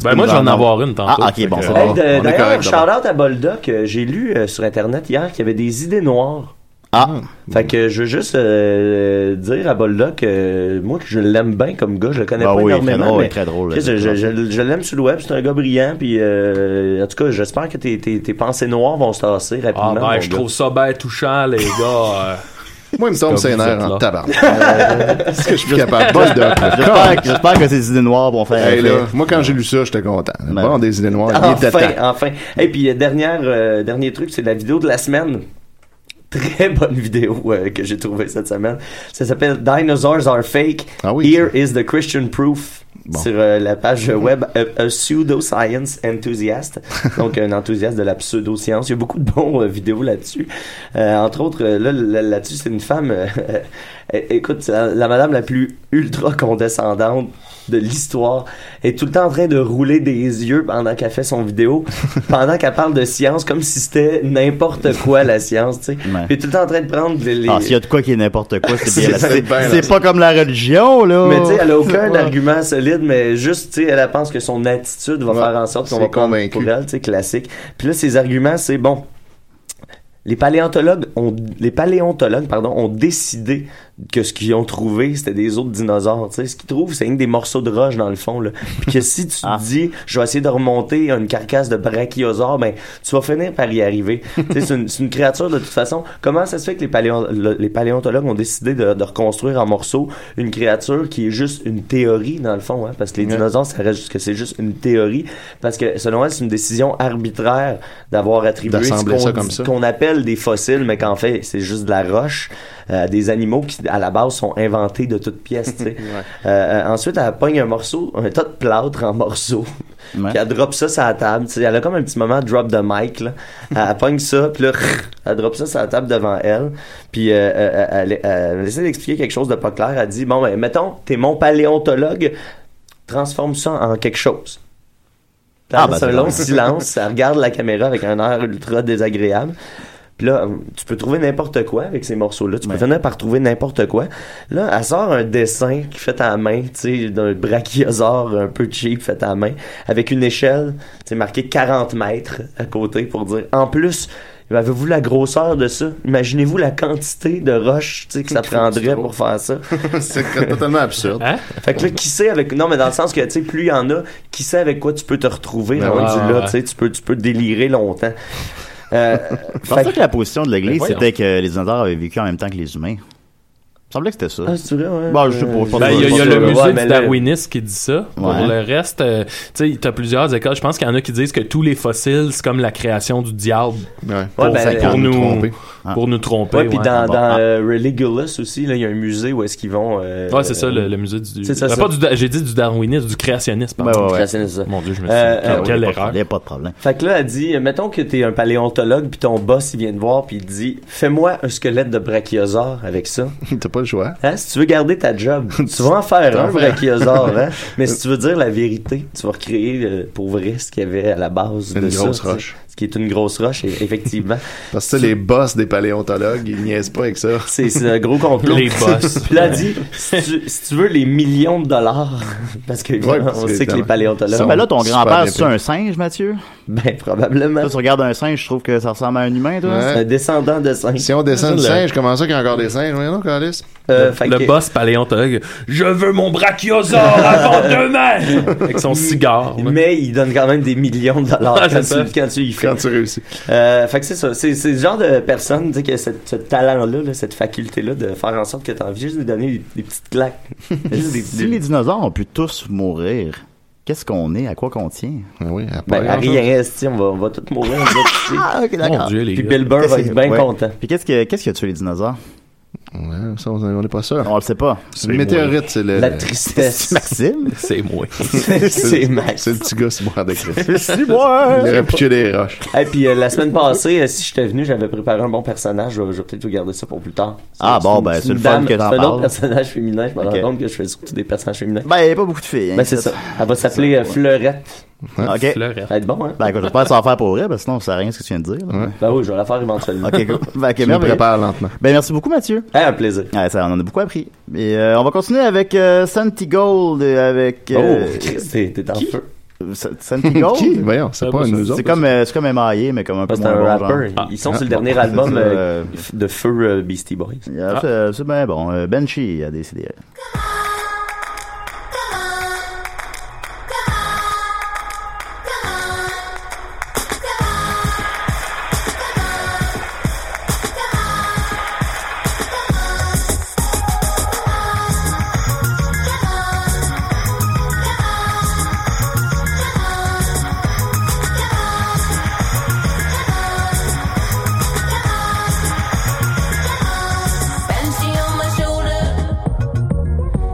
Speaker 6: Ben, moi, je vais en
Speaker 4: Non.
Speaker 6: avoir une tantôt.
Speaker 4: Ah, ok,
Speaker 6: oh, Fait
Speaker 4: bon,
Speaker 6: que-
Speaker 4: ça va.
Speaker 3: Hey,
Speaker 5: on
Speaker 3: de-
Speaker 5: est
Speaker 3: euh, D'ailleurs,
Speaker 5: correct,
Speaker 3: shout out à Boldoc. euh, J'ai lu euh, sur internet hier qu'il y avait des idées noires.
Speaker 4: Ah,
Speaker 3: Fait que je veux juste euh, dire à Boldoc que moi que je l'aime bien comme gars, je le connais
Speaker 4: Bah
Speaker 3: pas
Speaker 4: oui,
Speaker 3: énormément.
Speaker 4: très drôle,
Speaker 3: mais
Speaker 4: très drôle.
Speaker 3: Chris, je, je- je- je l'aime sur le web, c'est un gars brillant, puis euh, en tout cas, j'espère que tes, tes, tes pensées noires vont se tasser rapidement.
Speaker 6: Ah,
Speaker 3: mon
Speaker 6: ben, je
Speaker 3: gars.
Speaker 6: trouve ça bien touchant, les gars. euh.
Speaker 5: Moi, il me tombe
Speaker 6: Comme
Speaker 5: ses
Speaker 6: vous
Speaker 5: nerfs
Speaker 6: êtes là.
Speaker 5: en tabarnak. Est-ce que je suis capable? Bol de
Speaker 4: J'espère que- j'espère que ces idées noires vont faire.
Speaker 5: Hey, là,
Speaker 4: effet.
Speaker 5: moi, quand j'ai lu ça, j'étais content.
Speaker 4: Ben.
Speaker 5: Bon, des idées noires, il était
Speaker 3: Enfin,
Speaker 5: temps.
Speaker 3: enfin. Et puis, euh, dernière, euh, dernier truc, c'est la vidéo de la semaine. Très bonne vidéo euh, que j'ai trouvée cette semaine. Ça s'appelle Dinosaurs are fake.
Speaker 5: Ah oui.
Speaker 3: Here is the Christian proof. Sur euh, la page web a, a pseudo-science enthusiast, donc un enthousiaste de la pseudo-science. Il y a beaucoup de bons euh, vidéos là-dessus. Euh, entre autres, euh, là, là- là-dessus, c'est une femme. euh, euh, écoute, c'est la, la madame la plus ultra condescendante de l'histoire est tout le temps en train de rouler des yeux pendant qu'elle fait son vidéo, pendant qu'elle parle de science, comme si c'était n'importe quoi la science, tu sais.
Speaker 4: Ouais.
Speaker 3: Puis tout le temps en train de prendre les. les-
Speaker 4: Ah, s'il y a de quoi qui est n'importe quoi, c'est bien.
Speaker 3: C'est
Speaker 4: là.
Speaker 3: ça,
Speaker 4: C'est
Speaker 5: ben, là.
Speaker 4: c'est pas comme la religion, là.
Speaker 3: Mais tu sais, elle a aucun
Speaker 4: Ouais.
Speaker 3: argument solide, mais juste, tu sais, elle elle pense que son attitude va
Speaker 5: Ouais,
Speaker 3: faire en sorte qu'on
Speaker 5: c'est
Speaker 3: va prendre
Speaker 5: convaincu.
Speaker 3: pour elle, tu sais, classique. Puis là, ses arguments, c'est bon. Les paléontologues ont, les paléontologues, pardon, ont décidé que ce qu'ils ont trouvé, c'était des autres dinosaures, tu sais. Ce qu'ils trouvent, c'est une des morceaux de roche dans le fond, là. Puis que si tu te
Speaker 4: Ah.
Speaker 3: dis, je vais essayer de remonter à une carcasse de brachiosaure, ben, tu vas finir par y arriver. Tu sais, c'est une, c'est une créature de toute façon. Comment ça se fait que les, paléon- le- les paléontologues ont décidé de, de reconstruire en morceaux une créature qui est juste une théorie dans le fond, hein, parce que les dinosaures, ça reste juste que c'est juste une théorie, parce que selon elle, c'est une décision arbitraire d'avoir attribué ce
Speaker 5: D'assembler
Speaker 3: qu'on
Speaker 5: ça comme
Speaker 3: dit-
Speaker 5: ça.
Speaker 3: qu'on appelle des fossiles, mais qu'en fait, c'est juste de la roche, euh, des animaux qui à la base sont inventés de toutes pièces. tu sais. Euh, euh, ensuite, elle pogne un morceau, un tas de plâtre en morceaux.
Speaker 4: Ouais.
Speaker 3: Puis elle drop ça sur la table. Tu sais, elle a comme un petit moment drop de mic. Là. Elle, elle pogne ça, puis là, elle drop ça sur la table devant elle. Puis euh, euh, elle, elle- elle essaie d'expliquer quelque chose de pas clair. Elle dit, bon, ben, mettons, t'es mon paléontologue, transforme ça en quelque chose. Puis
Speaker 4: Ah,
Speaker 3: elle
Speaker 4: ben,
Speaker 3: laisse un
Speaker 4: c'est
Speaker 3: long
Speaker 4: bon.
Speaker 3: silence, elle regarde la caméra avec un air ultra désagréable. Puis là, hum, tu peux trouver n'importe quoi avec ces morceaux-là. Tu peux finir par trouver n'importe quoi. Là, elle sort un dessin qui fait à la main, tu sais, d'un brachiosaure un peu cheap fait à la main, avec une échelle, tu sais, marquée 40 mètres à côté pour dire. En plus, avez-vous la grosseur de ça? Imaginez-vous la quantité de roches, tu sais, que ça prendrait pour faire ça.
Speaker 5: c'est totalement absurde.
Speaker 6: Hein?
Speaker 3: Fait que là, qui sait avec. Non, mais dans le sens que, tu sais, plus il y en a, qui sait avec quoi tu peux te retrouver
Speaker 6: Ben
Speaker 3: rendu
Speaker 6: ouais,
Speaker 3: là,
Speaker 6: ouais.
Speaker 3: tu sais, tu peux, tu peux délirer longtemps. Euh,
Speaker 4: Je pensais
Speaker 3: fait
Speaker 4: que la position de l'Église,
Speaker 6: Ben, voyons.
Speaker 4: c'était que les dinosaures avaient vécu en même temps que les humains. Il me semblait que c'était ça.
Speaker 3: Ah, c'est vrai, ouais.
Speaker 4: Bon, je sais pas,
Speaker 3: Euh,
Speaker 4: je pense
Speaker 6: Ben, il y a, il y a
Speaker 3: Ouais,
Speaker 6: le musée
Speaker 3: mais
Speaker 6: du
Speaker 3: là-
Speaker 6: darwinisme qui dit ça. Pour
Speaker 4: Ouais.
Speaker 6: le reste, euh, tu sais, t'as plusieurs écoles. Je pense qu'il y en a qui disent que tous les fossiles, c'est comme la création du diable
Speaker 5: Ouais.
Speaker 3: Ouais,
Speaker 6: pour,
Speaker 3: ben,
Speaker 6: pour
Speaker 5: pour
Speaker 6: nous,
Speaker 5: nous tromper.
Speaker 4: Ah.
Speaker 6: pour nous tromper.
Speaker 3: Ouais, puis
Speaker 6: ouais.
Speaker 3: dans,
Speaker 4: bon,
Speaker 3: dans
Speaker 4: ah.
Speaker 3: euh, Religulous aussi, là, il y a un musée où est-ce qu'ils vont. euh,
Speaker 6: Ouais, c'est ça, le, le musée du.
Speaker 3: C'est ça,
Speaker 6: Ah,
Speaker 3: ça.
Speaker 6: pas du da- J'ai dit du darwinisme, du créationnisme.
Speaker 4: Ben, ouais,
Speaker 6: pardon.
Speaker 4: ouais.
Speaker 3: créationnisme, ça.
Speaker 6: Mon Dieu, je me suis.
Speaker 3: Euh,
Speaker 6: quelle-
Speaker 3: euh,
Speaker 4: Il Ah y a
Speaker 6: quelle
Speaker 4: pas de
Speaker 6: erreur.
Speaker 4: problème, Il n'y a pas de problème.
Speaker 3: Fait que là, elle dit, euh, mettons que t'es un paléontologue, puis ton boss, il vient te voir, puis il te dit, fais-moi un squelette de brachiosaure avec ça.
Speaker 5: T'as pas le choix.
Speaker 3: Hein, si tu veux garder ta job, tu vas en faire un brachiosaure, hein? mais si tu veux dire la vérité, tu vas recréer euh, pour vrai ce qu'il y avait à la base
Speaker 5: Une
Speaker 3: de ça,
Speaker 5: grosse
Speaker 3: tu sais.
Speaker 5: roche.
Speaker 3: Ce qui est une grosse roche, e- effectivement.
Speaker 5: Parce que tu sais, les boss des paléontologues, ils niaisent pas avec ça.
Speaker 3: c'est c'est un gros complot.
Speaker 6: Les boss.
Speaker 3: Puis là, elle dit, si tu, si tu veux les millions de dollars, parce que
Speaker 5: Ouais, parce
Speaker 3: on
Speaker 5: que
Speaker 3: sait que les
Speaker 5: évidemment.
Speaker 3: paléontologues,
Speaker 5: Ça,
Speaker 4: Ben là, ton
Speaker 5: Super
Speaker 4: grand-père,
Speaker 5: bien
Speaker 4: c'est un singe, Mathieu?
Speaker 3: ben probablement,
Speaker 4: Toi, tu regardes un singe, je trouve que ça ressemble à un humain, toi?
Speaker 5: Ouais.
Speaker 3: c'est un descendant de singe.
Speaker 5: Si on descend du
Speaker 6: Le-
Speaker 5: singe, comment ça qu'il y a encore des singes? Voyons donc, Calis.
Speaker 3: Euh, fait
Speaker 6: Le
Speaker 3: que-
Speaker 6: boss paléontologue, je veux mon brachiosaure avant demain! Avec son cigare. là.
Speaker 3: Mais il donne quand même des millions de dollars
Speaker 6: Ah,
Speaker 3: quand,
Speaker 6: c'est
Speaker 3: tu, quand tu y fais.
Speaker 5: Quand tu réussis.
Speaker 3: Euh, fait que c'est ça. C'est, c'est le genre de personne tu sais, qui a cette- ce talent-là, là, cette faculté-là de faire en sorte que tu as envie juste de lui donner des, des petites claques. Juste des-
Speaker 4: Si les dinosaures ont pu tous mourir, qu'est-ce qu'on est? À quoi qu'on tient?
Speaker 5: Ah Oui, à
Speaker 3: Ben, à
Speaker 5: part-
Speaker 3: rien, esti, on va, on va tous mourir. nous autres, tu sais.
Speaker 4: Ah, ok,
Speaker 6: Mon Dieu, les
Speaker 3: Puis
Speaker 6: gars.
Speaker 3: Bill Burr va
Speaker 4: Qu'est-ce
Speaker 3: être
Speaker 4: que-
Speaker 3: bien
Speaker 4: ouais.
Speaker 3: content.
Speaker 4: Puis qu'est-ce qui, qu'est-ce qui a tué les dinosaures?
Speaker 5: Ouais, ça, on on n'est pas sûr.
Speaker 4: On le sait pas.
Speaker 5: C'est une météorite, c'est
Speaker 4: Euh,
Speaker 5: le.
Speaker 3: La tristesse.
Speaker 4: Maxime?
Speaker 6: C'est moi.
Speaker 3: c'est Max.
Speaker 5: C'est le petit gars sur boire de Christ.
Speaker 4: C'est moi!
Speaker 5: Il aurait pitché des roches.
Speaker 3: Et puis euh, la semaine passée, euh, si j'étais venu, j'avais préparé un bon personnage. Je vais, je vais peut-être vous garder ça pour plus tard. C'est-
Speaker 4: Ah, bon, ben,
Speaker 3: une-
Speaker 4: c'est le
Speaker 3: une
Speaker 4: fun
Speaker 3: dame,
Speaker 4: que t'en
Speaker 3: C'est un autre
Speaker 4: parles.
Speaker 3: personnage féminin. Je me
Speaker 4: Ok.
Speaker 3: rends compte que je fais surtout des personnages féminins.
Speaker 4: Ben, il n'y a pas beaucoup de filles. hein,
Speaker 3: Ben, c'est ça. Elle va s'appeler euh, Fleurette.
Speaker 4: Ok.
Speaker 6: Fleurette.
Speaker 3: Ça va être bon, hein?
Speaker 4: Ben, écoute, je pense s'en faire pour vrai, parce que sinon, ça sert à rien ce que tu viens de dire. là.
Speaker 3: Ben oui, je vais la faire éventuellement.
Speaker 4: Ok, cool. Ben, ok,
Speaker 5: Je me
Speaker 4: merveilleux.
Speaker 5: prépare lentement.
Speaker 4: Ben, merci beaucoup, Mathieu.
Speaker 3: Ah, un plaisir.
Speaker 4: Ouais, ça, on en a beaucoup appris. Et euh, on va continuer avec euh, Santi Gold, et avec... euh,
Speaker 3: oh, Chris, t'es, t'es en feu.
Speaker 4: Sa- Santi Gold?
Speaker 5: Qui? Voyons, c'est
Speaker 6: Ah,
Speaker 5: pas
Speaker 6: bah,
Speaker 5: un de nous
Speaker 4: C'est
Speaker 5: autres.
Speaker 4: comme, euh, c'est comme MIA, mais comme un peu
Speaker 3: c'est un
Speaker 4: moins bon, genre.
Speaker 3: rapper. Ils sont sur le dernier album euh,
Speaker 4: Euh,
Speaker 3: de Feu euh, Beastie Boys.
Speaker 4: yeah, c'est- C'est bien bon. Euh, Benchy a décidé.
Speaker 8: Fancy on my shoulder.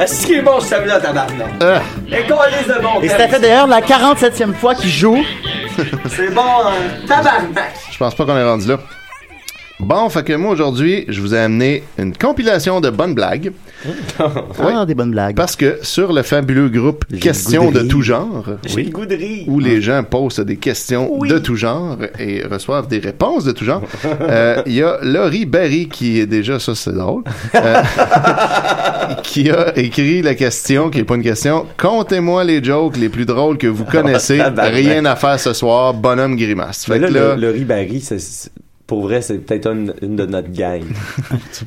Speaker 3: Est-ce qu'il est bon, ce là tabarnak?
Speaker 4: Euh.
Speaker 3: Les colis de mon
Speaker 4: Et
Speaker 3: père,
Speaker 4: ça fait d'ailleurs la 47e fois qu'il joue.
Speaker 3: C'est bon, hein? tabarnak!
Speaker 5: Je pense pas qu'on est rendu là. Bon, fait que moi aujourd'hui, je vous ai amené une compilation de bonnes blagues.
Speaker 4: Ah, des bonnes blagues.
Speaker 5: Parce que sur le fabuleux groupe Questions de tout genre,
Speaker 3: J'ai le goût de rire.
Speaker 5: où les gens postent des questions de tout genre et reçoivent des réponses de tout genre. Euh, Il y a Laurie Barry qui est déjà, ça c'est drôle, euh, qui a écrit la question, qui est pas une question. Comptez-moi les jokes les plus drôles que vous connaissez.
Speaker 3: tabarnak.
Speaker 5: Rien à faire ce soir. Bonhomme grimace. Fait
Speaker 3: Ah, Mais
Speaker 5: que
Speaker 3: là,
Speaker 5: là,
Speaker 3: le, le ribari, c'est- c'est- pour vrai, c'est peut-être une, une de notre gang.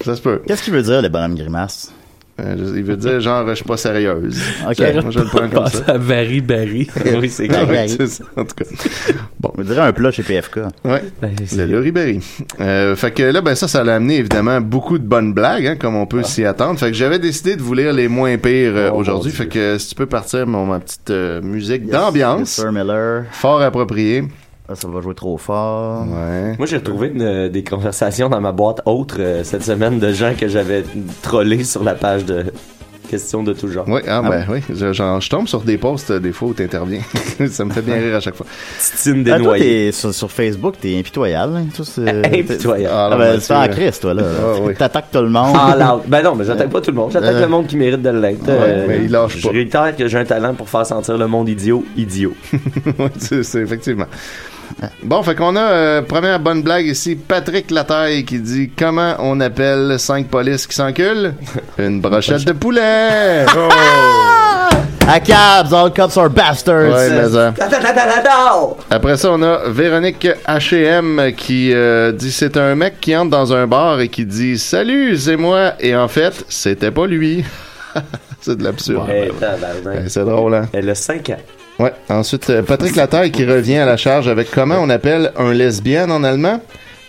Speaker 5: ça se peut.
Speaker 4: Qu'est-ce qu'il veut dire, le bonhomme grimace?
Speaker 5: Euh, je- il veut dire genre je suis pas sérieuse.
Speaker 4: Ok.
Speaker 5: Moi je le prends comme ça.
Speaker 6: Passe à Barry Barry.
Speaker 3: oui, c'est
Speaker 4: Ouais.
Speaker 5: Ouais, c'est ça, en tout cas.
Speaker 4: On dirait un plat chez PFK.
Speaker 5: Ouais.
Speaker 6: Ben,
Speaker 5: Le Laurie Berry. Euh, fait que là, ben ça, ça l'a amené évidemment beaucoup de bonnes blagues, hein, comme on peut s'y attendre. Fait que j'avais décidé de vous lire les moins pires euh,
Speaker 3: Oh, mon
Speaker 5: aujourd'hui.
Speaker 3: Dieu.
Speaker 5: Fait que si tu peux partir mon, ma petite euh, musique
Speaker 4: Yes, yes,
Speaker 5: d'ambiance,
Speaker 4: sir, Miller.
Speaker 5: fort appropriée.
Speaker 4: Ah, ça va jouer trop fort.
Speaker 5: Ouais.
Speaker 3: Moi, j'ai retrouvé une, euh, des conversations dans ma boîte autre euh, cette semaine de gens que j'avais trollés sur la page de questions de tout genre.
Speaker 5: Ouais, ah, ben oui, je, genre, je tombe sur des posts euh, des fois où t'interviens. ça me fait bien rire à chaque fois.
Speaker 3: Titine
Speaker 4: Ah, toi,
Speaker 3: dénoyée.
Speaker 4: t'es sur, sur Facebook, t'es impitoyable. hein. Toi, c'est-
Speaker 3: Impitoyable.
Speaker 4: Ah,
Speaker 5: Alors,
Speaker 4: ben,
Speaker 5: Mathieu,
Speaker 4: c'est en crise, toi, là.
Speaker 5: Ah, oui.
Speaker 4: T'attaques tout le monde.
Speaker 3: All out. Ben non, mais j'attaque pas tout le monde. J'attaque
Speaker 4: Euh.
Speaker 3: le monde qui mérite de l'être. Euh,
Speaker 5: mais il lâche
Speaker 3: Je
Speaker 5: pas.
Speaker 3: réitère que j'ai un talent pour faire sentir le monde idiot, idiot.
Speaker 5: Ouais, c'est c'est effectivement. Bon, fait qu'on a euh, première bonne blague ici, Patrick Lataille qui dit comment on appelle cinq polices qui s'enculent Une brochette de poulet.
Speaker 4: À cabs, all cops are bastards.
Speaker 5: Ouais, mais, euh,
Speaker 3: Da, da, da, da, da, da!
Speaker 5: après ça, on a Véronique H&M qui euh, dit c'est un mec qui entre dans un bar et qui dit salut, c'est moi et en fait c'était pas lui. c'est de l'absurde.
Speaker 3: Eh, tabarnak.
Speaker 5: Ah, ben Ouais, C'est drôle, hein?
Speaker 3: Elle a 5 ans.
Speaker 5: Ouais. Ensuite, euh, Patrick Lataille qui revient à la charge avec comment on appelle un lesbienne en allemand?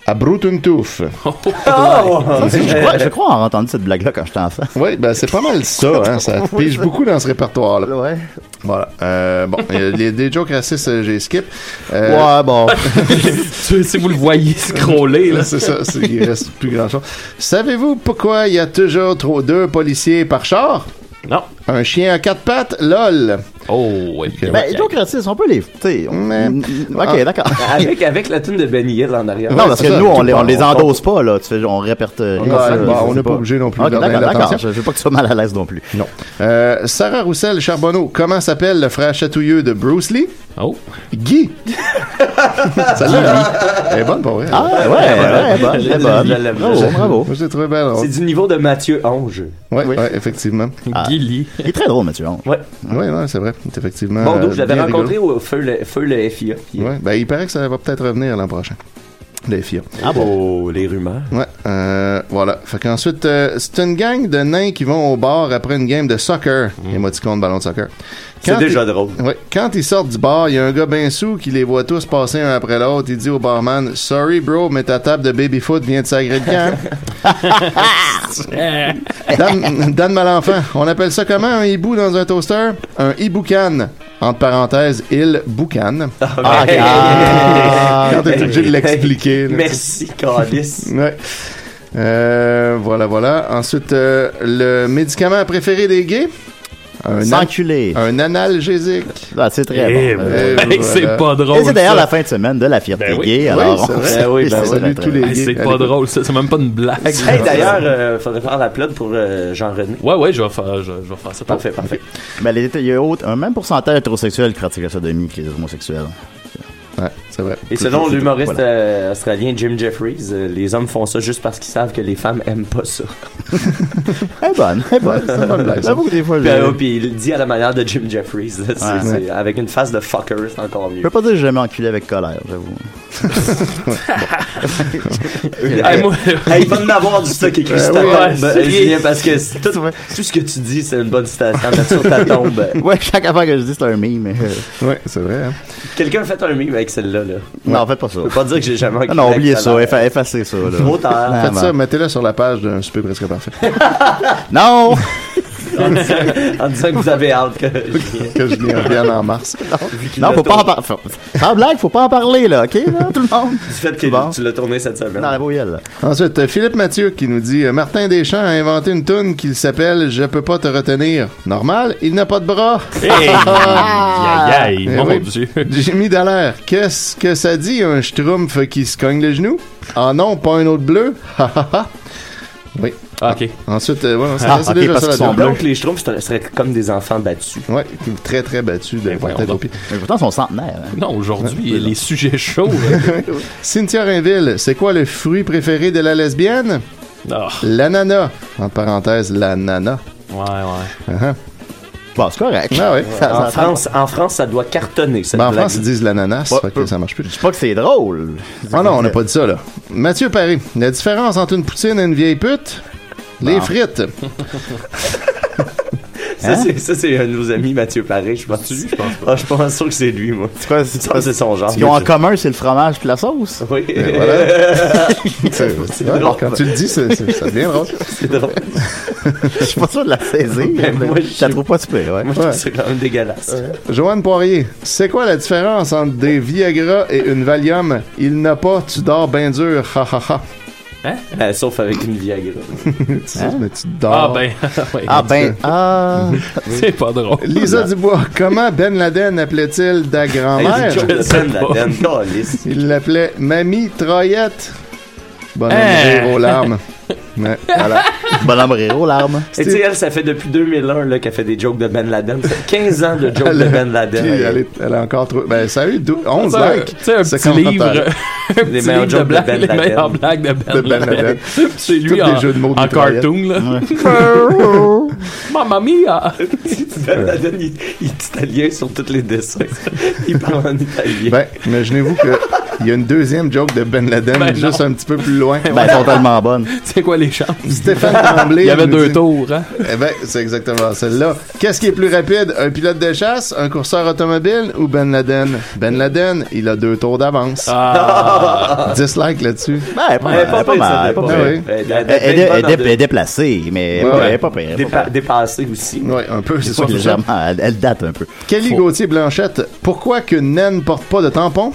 Speaker 5: Abrutuntuff. Oh!
Speaker 4: Ça, Ah, c'est- je,
Speaker 3: Euh,
Speaker 4: crois, je crois avoir entendu cette blague-là quand j'étais enfant.
Speaker 5: Oui, ben c'est pas mal ça, hein, ça pige beaucoup dans ce répertoire-là.
Speaker 4: Ouais.
Speaker 5: Voilà. Euh, bon, euh, les, des jokes racistes, euh, j'ai skip. Euh,
Speaker 4: Ouais, bon.
Speaker 6: Tu- si vous le voyez scroller, là.
Speaker 5: là, c'est ça, c'est- il reste plus grand-chose. Savez-vous pourquoi il y a toujours trop deux policiers par char?
Speaker 6: Non.
Speaker 5: Un chien à quatre pattes, lol.
Speaker 6: Oh, ouais.
Speaker 4: ben, les jokes racistes, on peut les. Tu sais. on- euh,
Speaker 5: Mais-
Speaker 4: Ok, d'accord.
Speaker 3: Avec, avec la tune de Benny Hill en arrière.
Speaker 4: Ah. Non, parce
Speaker 5: c'est
Speaker 4: que
Speaker 5: ça,
Speaker 4: nous, on
Speaker 5: tout
Speaker 4: les, on
Speaker 5: part.
Speaker 4: les endosse pas, là. Tu fais, on répertorie.
Speaker 5: Ouais,
Speaker 4: ça,
Speaker 5: bon,
Speaker 4: je sais
Speaker 5: on n'est pas obligé non plus de
Speaker 4: Ok,
Speaker 5: leur donner
Speaker 4: d'accord, d'accord.
Speaker 5: l'attention.
Speaker 4: Je je veux pas que tu sois mal à l'aise non plus.
Speaker 5: Non. Euh, Sarah Roussel Charbonneau, comment s'appelle le frère chatouilleux de Bruce Lee?
Speaker 6: Oh.
Speaker 5: Guy. Celle-là, elle est bonne pour vrai.
Speaker 4: Ah, ouais, ouais, bonne,
Speaker 3: Je-
Speaker 4: très bonne.
Speaker 3: je l'aime.
Speaker 4: Bravo, bravo.
Speaker 5: Moi, je l'ai trouvé belle.
Speaker 3: C'est du niveau de Mathieu Ange.
Speaker 5: Ouais, ouais, effectivement.
Speaker 6: Guilly.
Speaker 4: Il est très drôle, Mathieu. Ange.
Speaker 3: Ouais.
Speaker 5: Oui, ouais, c'est vrai. C'est effectivement.
Speaker 3: Bon, d'où
Speaker 5: euh,
Speaker 3: je l'avais
Speaker 5: bien
Speaker 3: rencontré au feu le, feu le FIA. puis-
Speaker 5: rigolo. Ouais, ben, il paraît que ça va peut-être revenir l'an prochain. Les filles.
Speaker 4: Ah bon.
Speaker 3: Oh, les rumeurs.
Speaker 5: Ouais, euh, voilà. Fait qu'ensuite, euh, c'est une gang de nains qui vont au bar après une game de soccer. Émoticône de ballon de soccer.
Speaker 3: Mm. C'est
Speaker 5: Quand
Speaker 3: déjà drôle.
Speaker 5: ils- Ouais, quand ils sortent du bar, il y a un gars ben sous qui les voit tous passer un après l'autre. Il dit au barman Sorry, bro, mais ta table de baby-foot vient de hein?" sacrer le camp.
Speaker 6: Eh,
Speaker 5: Dan, Dan Malenfant, on appelle ça comment un hibou dans un toaster Un hiboucan. Entre parenthèses, il boucan.
Speaker 4: Ah, ok. Ah.
Speaker 5: Quand t'es obligé de l'expliquer. là,
Speaker 3: Merci, Calis.
Speaker 5: Ouais. Euh, voilà, voilà. Ensuite, euh, le médicament préféré des gays? Un, an-
Speaker 4: S'enculer.
Speaker 5: un analgésique.
Speaker 4: Ah, c'est très
Speaker 6: Eh,
Speaker 4: bon.
Speaker 6: ben,
Speaker 4: Euh,
Speaker 5: Eh,
Speaker 6: hey, c'est
Speaker 5: voilà.
Speaker 6: pas drôle.
Speaker 4: Et c'est d'ailleurs
Speaker 6: ça.
Speaker 4: la fin de semaine de la fierté
Speaker 6: Ben oui.
Speaker 4: gay.
Speaker 5: Oui,
Speaker 4: Alors,
Speaker 5: c'est
Speaker 4: on-
Speaker 5: vrai.
Speaker 4: c'est-
Speaker 3: Ben oui, ben
Speaker 4: c'est
Speaker 5: oui.
Speaker 4: très,
Speaker 5: Salut
Speaker 4: très
Speaker 5: tous
Speaker 4: bien.
Speaker 5: les-
Speaker 6: Hey, c'est
Speaker 5: Allez,
Speaker 6: pas
Speaker 5: écoute.
Speaker 6: drôle, ça. C'est même pas une blague.
Speaker 3: Hey, d'ailleurs, euh, faudrait faire la plug pour euh, Jean-René.
Speaker 6: Ouais, ouais, je vais faire, je, je vais faire ça.
Speaker 3: Parfait, parfait.
Speaker 4: Ben, les- il y a autre- un même pourcentage d'hétérosexuels qui pratiquent la sodomie que les homosexuels.
Speaker 5: Ouais, c'est vrai.
Speaker 3: Et selon l'humoriste euh, australien Jim Jeffries, euh, les hommes font ça juste parce qu'ils savent que les femmes aiment pas ça.
Speaker 4: Eh bonne, eh bonne.
Speaker 5: C'est une bonne blague, ça.
Speaker 4: J'avoue que des fois, je...
Speaker 3: Puis, euh, puis il le dit à la manière de Jim Jeffries. là, c'est-
Speaker 4: Ouais.
Speaker 3: c'est- Avec une face de fucker, c'est encore
Speaker 4: je
Speaker 3: mieux.
Speaker 4: peux pas dire que j'ai jamais enculé avec colère, j'avoue.
Speaker 6: Hey, moi,
Speaker 3: Hey, il va en avoir du stock écrit
Speaker 4: Ben
Speaker 3: sur ta
Speaker 5: oui,
Speaker 3: tombe,
Speaker 6: ouais, c'est-
Speaker 3: Julien, parce que c'est tout, tout ce que tu dis, c'est une bonne citation mettre sur ta tombe.
Speaker 4: Ouais, chaque affaire que je dis, c'est un meme. mais, euh,
Speaker 5: Ouais, c'est vrai. hein.
Speaker 3: Quelqu'un a fait un meme avec celle-là. Là.
Speaker 4: Non, faites pas ça.
Speaker 3: Je peux pas dire que j'ai jamais
Speaker 4: Ah Non, non, oubliez ça,
Speaker 3: enculé avec
Speaker 4: effa- effacez ça. Là.
Speaker 3: Trop tard.
Speaker 4: Ah,
Speaker 5: Faites
Speaker 4: ben.
Speaker 5: ça, mettez-le sur la page d'un souper presque parfait.
Speaker 4: Non!
Speaker 3: en, disant, en disant que vous avez hâte que je vienne.
Speaker 5: que je n'y revienne en mars.
Speaker 4: Non, faut pas en parler. Sans blague, faut pas en parler, là, OK, là, tout le monde?
Speaker 3: Du fait que
Speaker 4: Bon.
Speaker 3: tu l'as tourné cette semaine.
Speaker 4: Dans la bouille, là.
Speaker 5: Ensuite, euh, Philippe Mathieu qui nous dit euh, Martin Deschamps a inventé une toune qui s'appelle Je peux pas te retenir. Normal, il n'a pas de bras.
Speaker 4: Eh.
Speaker 6: Hey! Aïe, aïe,
Speaker 5: Eh
Speaker 6: mon
Speaker 5: oui.
Speaker 6: Dieu.
Speaker 5: Jimmy Dallaire, qu'est-ce que ça dit un schtroumpf qui se cogne le genou Ah non, pas un autre bleu. Ha, ha, ha. oui.
Speaker 6: Ah, ok.
Speaker 5: Ensuite, euh, ouais, c'est
Speaker 4: Ah,
Speaker 5: c'est
Speaker 4: ok,
Speaker 5: déjà
Speaker 4: parce
Speaker 5: ça la
Speaker 4: qu'ils sont
Speaker 5: toune.
Speaker 4: bleus.
Speaker 3: Donc, les Schtroumpfs seraient- seraient comme des enfants battus.
Speaker 5: Ouais, qui est très très battu
Speaker 4: Eh,
Speaker 5: de la
Speaker 6: voyons
Speaker 5: tête aux
Speaker 6: donc.
Speaker 5: pieds.
Speaker 4: Mais pourtant, ils sont centenaires. hein.
Speaker 6: Non, aujourd'hui, les sujets chauds. hein.
Speaker 5: Cynthia Rainville, c'est quoi le fruit préféré de la lesbienne
Speaker 6: Ah,
Speaker 5: L'ananas. En parenthèse, l'ananas.
Speaker 6: ouais, ouais.
Speaker 4: Bon, c'est correct.
Speaker 5: Ah ouais.
Speaker 4: Ça-
Speaker 3: En
Speaker 4: ça-
Speaker 3: France, en France, ça doit cartonner, cette
Speaker 5: Ben, en
Speaker 3: blague.
Speaker 5: France, ils disent l'ananas,
Speaker 4: Ouais,
Speaker 5: fait que
Speaker 4: peu-
Speaker 5: ça marche plus.
Speaker 4: Je sais pas que c'est drôle.
Speaker 5: Ah non, on n'a pas dit ça, là. Mathieu Paris, la différence entre une poutine et une vieille pute Les
Speaker 4: Bon.
Speaker 5: frites.
Speaker 3: Ça, c'est- ça, c'est un de nos amis, Mathieu Paré, je pense.
Speaker 6: Tu, je pense
Speaker 3: Ah, je suis pas sûr que c'est lui, moi.
Speaker 4: C'est quoi, c'est-
Speaker 3: Ça, c'est son genre.
Speaker 4: Ce qu'ils ont en commun, c'est le fromage puis la sauce.
Speaker 3: Oui.
Speaker 5: Ben, voilà. C'est- ouais,
Speaker 3: drôle.
Speaker 5: Quand tu le dis, c'est- c'est- ça devient drôle.
Speaker 3: c'est drôle.
Speaker 4: Je suis pas sûr de la saisir.
Speaker 3: Ben,
Speaker 4: mais
Speaker 3: moi,
Speaker 4: je la trouve pas super, ouais. Ah,
Speaker 3: Moi, je trouve que c'est quand même dégueulasse.
Speaker 5: Joanne Poirier, c'est quoi la différence entre des Viagra et une Valium Il n'a pas, tu dors bien dur. Ha ha ha.
Speaker 3: Euh, sauf avec une Viagra.
Speaker 5: Tu sais, mais tu dors.
Speaker 6: Ah, ben, ouais.
Speaker 4: Ah ben, ah,
Speaker 6: c'est pas drôle.
Speaker 5: Lisa Dubois, comment Ben Laden appelait-il ta
Speaker 3: Hey,
Speaker 5: grand-mère
Speaker 3: c'est une joke de
Speaker 6: sais
Speaker 3: scène, la
Speaker 6: pas.
Speaker 3: dame. Calisse.
Speaker 5: Il l'appelait Mamie Troyette. Bonhomme
Speaker 6: Hein?
Speaker 5: rire aux larmes. Ouais, voilà.
Speaker 4: bonhomme rire aux larmes.
Speaker 3: Et tu sais, elle, ça fait depuis 2001 là, qu'elle fait des jokes de Ben Laden. Ça fait 15 ans de jokes de Ben Laden.
Speaker 5: Puis elle, est- elle a encore trop. Ben, ça a eu dou- 11
Speaker 6: Ça,
Speaker 5: likes.
Speaker 6: Tu sais, un
Speaker 5: C'est
Speaker 6: petit
Speaker 5: commentaire
Speaker 6: livre. un petit
Speaker 3: Les meilleurs
Speaker 6: livre de
Speaker 3: jokes de
Speaker 6: blagues,
Speaker 3: Ben
Speaker 6: les
Speaker 3: Laden.
Speaker 6: meilleures blagues de
Speaker 5: de
Speaker 6: Ben
Speaker 5: Ben Laden.
Speaker 6: Laden. C'est
Speaker 5: Tous
Speaker 6: lui
Speaker 5: des
Speaker 6: en,
Speaker 5: jeux de mots de
Speaker 6: en
Speaker 5: mitraillette.
Speaker 6: cartoon, là. Mamma mia!
Speaker 3: Ben Laden, il, il est italien sur tous les dessins. Il parle en italien.
Speaker 5: Ben, imaginez-vous qu'il y a une deuxième joke de Ben Laden
Speaker 6: Ben non.
Speaker 5: juste un petit peu plus loin.
Speaker 4: Ben, elles sont tellement bonnes.
Speaker 6: C'est quoi les chances?
Speaker 5: Stéphane Tremblay.
Speaker 6: Il y avait
Speaker 5: nous
Speaker 6: deux
Speaker 5: dit-
Speaker 6: tours, hein?
Speaker 5: Eh ben, c'est exactement celle-là. Qu'est-ce qui est plus rapide, un pilote de chasse, un courseur automobile ou Ben Laden? Ben Laden, il a deux tours d'avance.
Speaker 6: Ah,
Speaker 5: 10 likes là-dessus.
Speaker 4: Ben, pas,
Speaker 3: Ouais,
Speaker 4: mal, pas
Speaker 3: pire, ça,
Speaker 4: mal, pas
Speaker 3: pire.
Speaker 5: pire.
Speaker 4: mal.
Speaker 5: oui.
Speaker 3: Ouais, Ben, elle- elle-
Speaker 4: Elle elle-
Speaker 3: elle-
Speaker 4: elle-
Speaker 3: elle-
Speaker 4: elle est déplacée, mais
Speaker 5: Ouais,
Speaker 4: pas-
Speaker 5: ouais.
Speaker 4: elle est pas pire.
Speaker 3: dépa- dépassée aussi.
Speaker 5: Ouais, un peu, c'est
Speaker 4: C'est sûr
Speaker 5: sûr.
Speaker 4: que légèrement, elle, elle date un peu.
Speaker 5: Kelly Gauthier-Blanchette, pourquoi que naine porte pas de tampon?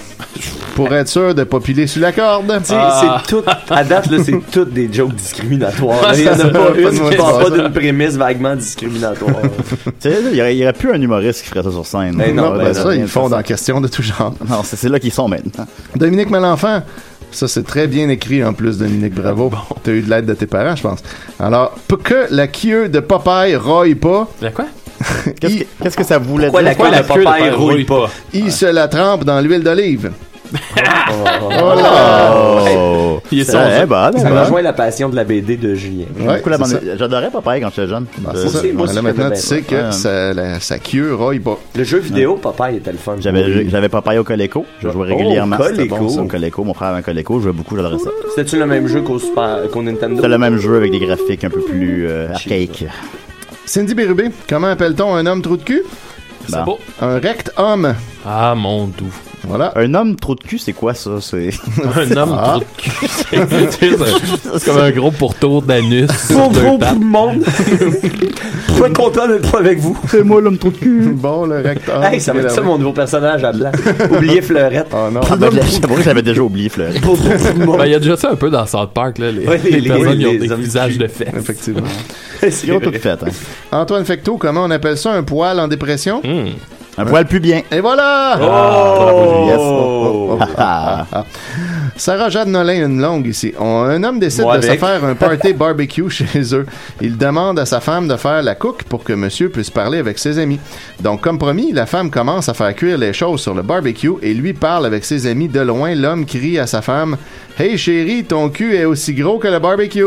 Speaker 5: Pour être sûr de pas piler sur la corde.
Speaker 3: Tu sais,
Speaker 5: Ah.
Speaker 3: c'est tout, à date, là, c'est toutes des jokes discriminatoires. là. Il n'y en
Speaker 5: ça,
Speaker 3: a pas
Speaker 5: pas de
Speaker 3: une qui
Speaker 5: mauvaise
Speaker 3: part pas
Speaker 5: raison.
Speaker 3: d'une prémisse vaguement discriminatoire.
Speaker 4: Tu sais, il y aurait, il y aurait plus un humoriste qui ferait ça sur scène.
Speaker 3: Ben
Speaker 5: Non,
Speaker 3: Non,
Speaker 5: ben
Speaker 3: ben
Speaker 5: ça, ils le font dans question de tout genre.
Speaker 4: Non, c'est c'est là qu'ils sont maintenant.
Speaker 5: Dominique Malenfant, ça c'est très bien écrit en plus, Dominique, bravo. T'as eu de l'aide de tes parents, je pense. Alors, pour que la queue de Popeye roille pas,
Speaker 6: la quoi?
Speaker 4: Qu'est-ce que,
Speaker 5: Il-
Speaker 4: qu'est-ce que ça voulait
Speaker 3: Pourquoi
Speaker 4: dire?
Speaker 3: la, la
Speaker 6: queue de
Speaker 3: papaye
Speaker 6: papaye
Speaker 3: rouille
Speaker 6: rouille
Speaker 3: pas?
Speaker 5: il se la trempe dans l'huile d'olive.
Speaker 3: Oh.
Speaker 5: Oh là!
Speaker 4: Oh!
Speaker 6: Il est
Speaker 4: Ça,
Speaker 6: sans-
Speaker 4: elle est bonne, elle est
Speaker 3: Ça
Speaker 4: bonne.
Speaker 3: rejoint la passion de la BD de Julien.
Speaker 4: J'aime
Speaker 5: Ouais,
Speaker 4: beaucoup la
Speaker 5: c'est ça.
Speaker 4: bande- J'adorais Popeye quand j'étais jeune.
Speaker 5: Ah,
Speaker 4: Euh,
Speaker 5: c'est ça.
Speaker 3: moi aussi,
Speaker 5: Là,
Speaker 3: je
Speaker 5: maintenant,
Speaker 3: connais
Speaker 5: tu sais
Speaker 3: bien,
Speaker 5: que
Speaker 4: ouais.
Speaker 5: sa, la- sa queue roille pas.
Speaker 3: Le jeu vidéo, papaye était le fun.
Speaker 4: J'avais, j'avais Popeye au Coleco. Je jouais
Speaker 5: Oh,
Speaker 4: régulièrement. C'était
Speaker 3: Coleco.
Speaker 4: bon, ça, au Coleco. Mon frère avait un Coleco. Je jouais beaucoup, j'adorais ça.
Speaker 3: C'était-tu le même jeu qu'au Super- qu'au Nintendo?
Speaker 4: C'était le même jeu avec des graphiques un peu plus euh, archaïques.
Speaker 5: Cindy Bérubé, comment appelle-t-on un homme trou de cul?
Speaker 6: C'est
Speaker 4: Bon.
Speaker 6: beau.
Speaker 5: Un recte homme.
Speaker 6: Ah, mon doux.
Speaker 5: Voilà.
Speaker 4: Un homme trop de cul, c'est quoi ça? C'est...
Speaker 6: Un homme
Speaker 5: Ah.
Speaker 6: trop de cul. C'est c'est comme un gros pourtour d'anus. sur deux
Speaker 3: Pauvre
Speaker 6: pattes.
Speaker 3: tout le monde! Je suis content d'être avec vous.
Speaker 4: C'est moi l'homme trop de cul.
Speaker 5: Bon, le recte homme.
Speaker 3: Hey, ça va être ça mon nouveau personnage à blanc. Oubliez Fleurette.
Speaker 5: Oh non.
Speaker 4: Ah, ben, je l'ai- c'est pour ça que j'avais déjà oublié, Fleur.
Speaker 3: Pauvre tout le monde.
Speaker 6: Ben, il y a déjà ça un peu dans South Park, là. Les,
Speaker 3: Ouais, les-
Speaker 6: les
Speaker 3: les-
Speaker 6: personnes qui ont
Speaker 3: les
Speaker 6: des
Speaker 3: hommes de
Speaker 6: visages
Speaker 3: cul.
Speaker 6: de fesses.
Speaker 5: Effectivement.
Speaker 3: C'est
Speaker 4: Ils ont tout
Speaker 3: vrai.
Speaker 4: fait. hein.
Speaker 5: Antoine Fecteau, comment on appelle ça un poil en dépression?
Speaker 6: Hmm.
Speaker 4: Un poil plus bien.
Speaker 5: Et voilà!
Speaker 6: Ah,
Speaker 3: Oh!
Speaker 5: Yes. Oh, oh, oh.
Speaker 4: Ah,
Speaker 5: Sarah Jade Nolin, une longue ici. On- un homme décide
Speaker 3: Moi
Speaker 5: de se
Speaker 3: avec.
Speaker 5: faire un party barbecue chez eux. Il demande à sa femme de faire la cook pour que monsieur puisse parler avec ses amis. Donc, comme promis, la femme commence à faire cuire les choses sur le barbecue et lui parle avec ses amis. De loin, l'homme crie à sa femme Hey chérie, ton cul est aussi gros que le barbecue.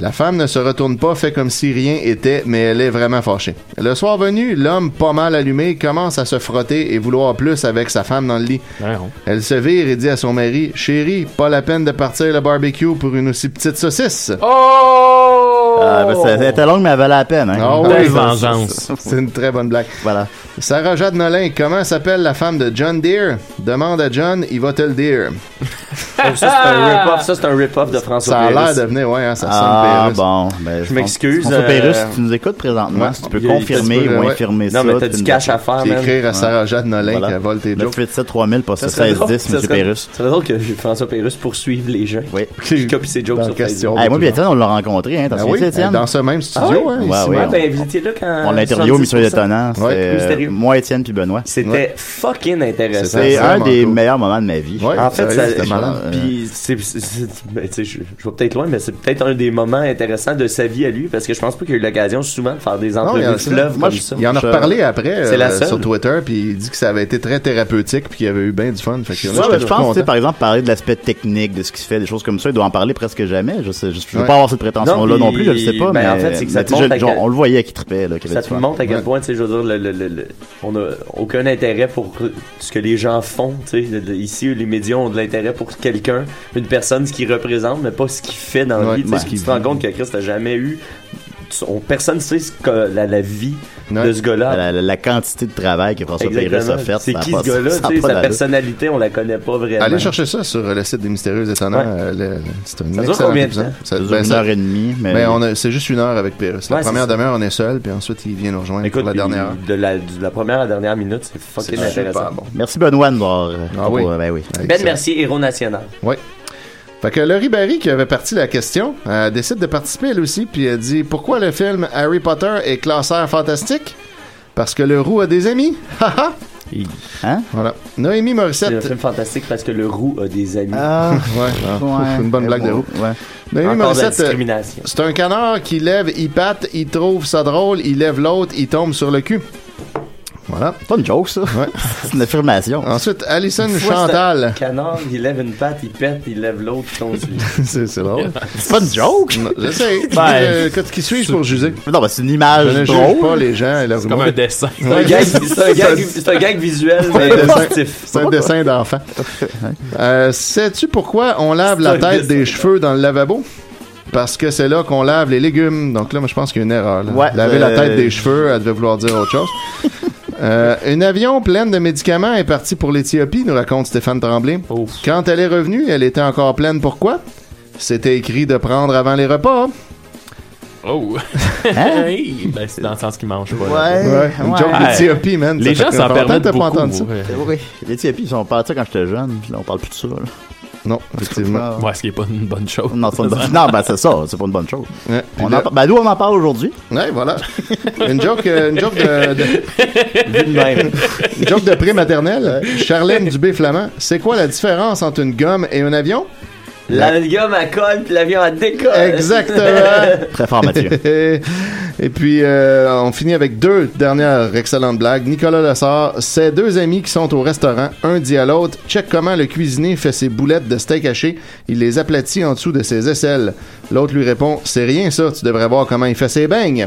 Speaker 5: La femme ne se retourne pas, fait comme si rien était, mais elle est vraiment fâchée. Le soir venu, l'homme, pas mal allumé, commence à se frotter et vouloir plus avec sa femme dans le lit.
Speaker 6: Non.
Speaker 5: Elle se vire et dit à son mari Chérie, pas la peine de partir le barbecue pour une aussi petite saucisse.
Speaker 6: Oh!
Speaker 4: Ah, ben, c'est- elle était longue, mais elle valait la peine. Hein.
Speaker 5: Ah
Speaker 6: Belle
Speaker 5: oui, ça,
Speaker 3: Oh.
Speaker 6: vengeance.
Speaker 5: C'est une très bonne blague.
Speaker 4: Voilà.
Speaker 5: Sarah Jade Nolin, comment s'appelle la femme de John Deere Demande à John, il va te le dire.
Speaker 3: Ça, c'est un rip-off. Ça, c'est un rip-off de François
Speaker 5: Ça a l'air
Speaker 3: Pérus.
Speaker 5: de venir, ouais, hein, ça
Speaker 4: Ah
Speaker 5: sonne bien.
Speaker 4: bon, ben,
Speaker 3: Je m'excuse,
Speaker 4: François Pérus,
Speaker 3: euh,
Speaker 4: si tu nous écoutes présentement,
Speaker 5: ouais,
Speaker 4: si tu peux
Speaker 5: il y a-
Speaker 4: confirmer
Speaker 5: il y a-
Speaker 4: ou
Speaker 5: ouais.
Speaker 4: infirmer ça.
Speaker 3: Non, mais t'as
Speaker 4: tu
Speaker 3: du
Speaker 4: nous
Speaker 3: cash à faire,
Speaker 5: Puis
Speaker 3: man.
Speaker 5: écrire à Sarah Jade Nolin
Speaker 4: Voilà.
Speaker 5: qu'elle vole tes
Speaker 4: Le
Speaker 5: jokes.
Speaker 4: 887 3000 pour
Speaker 3: Ça serait
Speaker 4: 16
Speaker 3: drôle,
Speaker 4: 10
Speaker 3: ça
Speaker 4: M.
Speaker 3: serait-
Speaker 4: Pérus.
Speaker 3: Ça serait drôle que François Pérus poursuive les gens.
Speaker 4: Oui.
Speaker 3: Qui copie ses jokes
Speaker 5: Dans
Speaker 3: sur
Speaker 5: question.
Speaker 4: Hey, moi, puis Étienne, on l'a rencontré, hein. T'as
Speaker 5: Ah
Speaker 4: souviens,
Speaker 5: oui,
Speaker 4: Étienne?
Speaker 5: dans ce même studio,
Speaker 3: Ah
Speaker 5: hein,
Speaker 4: ouais?
Speaker 5: ici
Speaker 4: Ouais,
Speaker 3: Ouais,
Speaker 5: même.
Speaker 3: ben, invitez-le quand.
Speaker 4: On l'a interviewé au Mission
Speaker 3: 70%.
Speaker 4: Étonnant.
Speaker 5: Ouais,
Speaker 4: C'était
Speaker 3: mystérieux.
Speaker 4: euh, moi, Étienne, puis Benoît.
Speaker 3: C'était
Speaker 5: Ouais.
Speaker 3: fucking intéressant.
Speaker 5: C'était
Speaker 4: C'est Ah, un
Speaker 5: vraiment
Speaker 4: des
Speaker 5: cool.
Speaker 4: meilleurs moments de ma vie.
Speaker 5: Ouais,
Speaker 3: En fait,
Speaker 5: sérieux,
Speaker 3: ça,
Speaker 5: c'était
Speaker 3: je-
Speaker 5: malade.
Speaker 3: puis c'est- c'est- c'est- ben, tu sais, je, je vais peut-être loin, mais c'est peut-être un des moments intéressants de sa vie à lui, parce que je pense pas qu'il a eu l'occasion souvent de faire des
Speaker 5: il y
Speaker 3: entrevues
Speaker 5: en a-
Speaker 3: fleuves
Speaker 5: moi,
Speaker 3: comme
Speaker 5: je-
Speaker 3: ça.
Speaker 5: Il en a
Speaker 4: Je-
Speaker 5: reparlé après
Speaker 3: C'est
Speaker 5: euh,
Speaker 3: la seule.
Speaker 5: sur Twitter, puis il dit que ça avait été très thérapeutique, puis qu'il avait eu bien du fun. Fait que là,
Speaker 4: Ouais,
Speaker 5: j'étais
Speaker 4: mais je pense, tu sais,
Speaker 5: content.
Speaker 4: par exemple, parler de l'aspect technique, de ce qui se fait, des choses comme ça, il doit en parler presque jamais. Je sais, je, je veux
Speaker 5: Ouais.
Speaker 4: pas avoir cette prétention-là
Speaker 3: Non,
Speaker 4: non, plus, je le
Speaker 3: puis-
Speaker 4: sais pas,
Speaker 3: ben,
Speaker 4: mais,
Speaker 3: en fait, c'est que ça
Speaker 4: mais tu sais,
Speaker 3: te montre
Speaker 4: je-
Speaker 3: à
Speaker 4: genre,
Speaker 3: quel-
Speaker 4: on le voyait qui tripait, là, qu'il y
Speaker 3: Ça
Speaker 4: avait du
Speaker 3: te
Speaker 4: fun.
Speaker 3: montre à quel
Speaker 5: Ouais.
Speaker 3: point, tu sais, je veux dire, le- le- le- le- on a aucun intérêt pour ce que les gens font. tu sais. Le- le- Ici, les médias ont de l'intérêt pour quelqu'un, une personne, ce qu'il représente, mais pas ce qu'il fait dans la
Speaker 5: Ouais,
Speaker 3: vie. tu
Speaker 5: ben,
Speaker 3: sais. Si tu te rends compte que Chris n'a jamais eu. son- Personne ne sait ce que la, la vie
Speaker 5: Ouais.
Speaker 3: de ce gars-là.
Speaker 4: La, la- la quantité de travail que François Pérus a
Speaker 3: Exactement.
Speaker 4: fait.
Speaker 3: C'est
Speaker 4: ça a
Speaker 3: qui
Speaker 4: pas-
Speaker 3: ce gars-là?
Speaker 4: ça a
Speaker 3: tu sais,
Speaker 4: pas
Speaker 3: Sa
Speaker 4: d'allure.
Speaker 3: personnalité, on la connaît pas vraiment.
Speaker 5: Allez chercher ça sur euh, le site des Mystérieux Étonnants.
Speaker 3: Ouais.
Speaker 5: euh, le- le- C'est un
Speaker 3: Ça dure
Speaker 5: excellent
Speaker 3: combien de
Speaker 5: épisode.
Speaker 3: temps?
Speaker 5: Ça-
Speaker 4: Ça dure
Speaker 5: ben,
Speaker 4: une
Speaker 5: ça-
Speaker 4: heure et demie, mais.
Speaker 5: ben, on a- C'est juste une heure avec Pérus. La
Speaker 3: Ouais,
Speaker 5: première
Speaker 3: c'est ça.
Speaker 5: demi-heure, on est seul, puis ensuite, il vient nous rejoindre
Speaker 3: Écoute,
Speaker 5: pour la dernière heure.
Speaker 3: il- de, la, de la première à la dernière minute, c'est
Speaker 5: C'est
Speaker 3: fucking
Speaker 5: super
Speaker 3: intéressant.
Speaker 5: bon.
Speaker 4: Merci Benoît de nous avoir, euh,
Speaker 5: Ah oui.
Speaker 4: pour- Ben oui.
Speaker 3: Ben
Speaker 5: Excellent.
Speaker 3: Mercier, héros national.
Speaker 5: Fait que Laurie Barry, qui avait parti la question, euh, décide de participer elle aussi, puis elle dit Pourquoi le film Harry Potter est classeur fantastique Parce que le roux a des amis. Haha
Speaker 4: Hein?
Speaker 5: Voilà. Noémie
Speaker 3: C'est un
Speaker 5: Morissette.
Speaker 3: film fantastique parce que le roux a des amis.
Speaker 4: Ah, Ben,
Speaker 5: Ouais, ah, une bonne blague de roux.
Speaker 4: Ouais.
Speaker 5: Noémie
Speaker 3: Encore de la
Speaker 5: Morissette. euh,
Speaker 3: discrimination.
Speaker 5: C'est un canard qui lève, il patte, il trouve ça drôle, il lève l'autre, il tombe sur le cul. Voilà.
Speaker 4: C'est pas une joke, ça.
Speaker 5: Ouais. Ah.
Speaker 4: C'est une affirmation.
Speaker 5: Ensuite, Alison
Speaker 3: Une fois,
Speaker 5: Chantal.
Speaker 3: c'est un Canard, il lève une patte, il pète, il lève l'autre, il tombe sur lui.
Speaker 5: c'est c'est drôle.
Speaker 4: C'est pas une joke.
Speaker 5: Non, je sais.
Speaker 4: Ben,
Speaker 5: Euh, écoute, qui suis-je pour juger?
Speaker 4: Non, ben, c'est une
Speaker 5: Je
Speaker 4: image
Speaker 5: ne juge
Speaker 4: drôle.
Speaker 5: pas les gens et leur
Speaker 6: Comme
Speaker 5: humour.
Speaker 6: un dessin.
Speaker 3: C'est un gag- C'est un gag- c'est un gag visuel, mais
Speaker 5: C'est un dessin.
Speaker 3: positif.
Speaker 5: C'est un dessin d'enfant. Euh, Sais-tu pourquoi on lave
Speaker 3: C'est
Speaker 5: la
Speaker 3: un
Speaker 5: tête
Speaker 3: dessin
Speaker 5: des cheveux dans le lavabo? Parce que c'est là qu'on lave les légumes. Donc là, moi, je pense qu'il y a une erreur. là.
Speaker 4: Ouais,
Speaker 5: Laver la
Speaker 4: euh,
Speaker 5: tête des cheveux, elle devait vouloir dire autre chose. Euh, un avion plein de médicaments est parti pour l'Éthiopie, nous raconte Stéphane Tremblay.
Speaker 6: Ouf.
Speaker 5: Quand elle est revenue, elle était encore pleine. Pourquoi? C'était écrit de prendre avant les repas.
Speaker 6: Oh!
Speaker 4: Hein?
Speaker 6: Hey! Ben, c'est dans le sens qu'il mange,
Speaker 4: Ouais.
Speaker 6: pas.
Speaker 5: Une joke
Speaker 4: Euh, ouais.
Speaker 5: d'Éthiopie, man.
Speaker 6: Les
Speaker 5: Ça
Speaker 6: gens
Speaker 5: fait
Speaker 6: s'en
Speaker 5: longtemps que
Speaker 6: permettent
Speaker 5: t'as pas
Speaker 6: beaucoup.
Speaker 5: entendu ça.
Speaker 6: ouais.
Speaker 4: Oui. Les Éthiopies, ils sont parlés de ça quand j'étais jeune, puis là, on parle plus de ça, là.
Speaker 5: Non, effectivement.
Speaker 6: Ouais, ce qui est pas une bonne chose.
Speaker 4: Non, c'est pas une bonne- non, ben c'est ça, c'est pas une bonne chose.
Speaker 5: Ouais, puis
Speaker 4: On
Speaker 5: là-
Speaker 4: en par- Ben nous, on en parle aujourd'hui.
Speaker 5: Ouais, voilà. Une joke, euh, une joke de, de-
Speaker 3: Vu de même.
Speaker 5: une joke de pré-maternelle. Charlène Dubé Flamand. C'est quoi la différence entre une gomme et un avion?
Speaker 3: L'algame, elle colle, puis l'avion, elle décolle.
Speaker 5: Exactement.
Speaker 4: Très fort, Mathieu.
Speaker 5: Et puis, euh, on finit avec deux dernières excellentes blagues. Nicolas Lessard, ses deux amis qui sont au restaurant, un dit à l'autre, check comment le cuisinier fait ses boulettes de steak haché. Il les aplatit en dessous de ses aisselles. L'autre lui répond, c'est rien ça, tu devrais voir comment il fait ses beignes.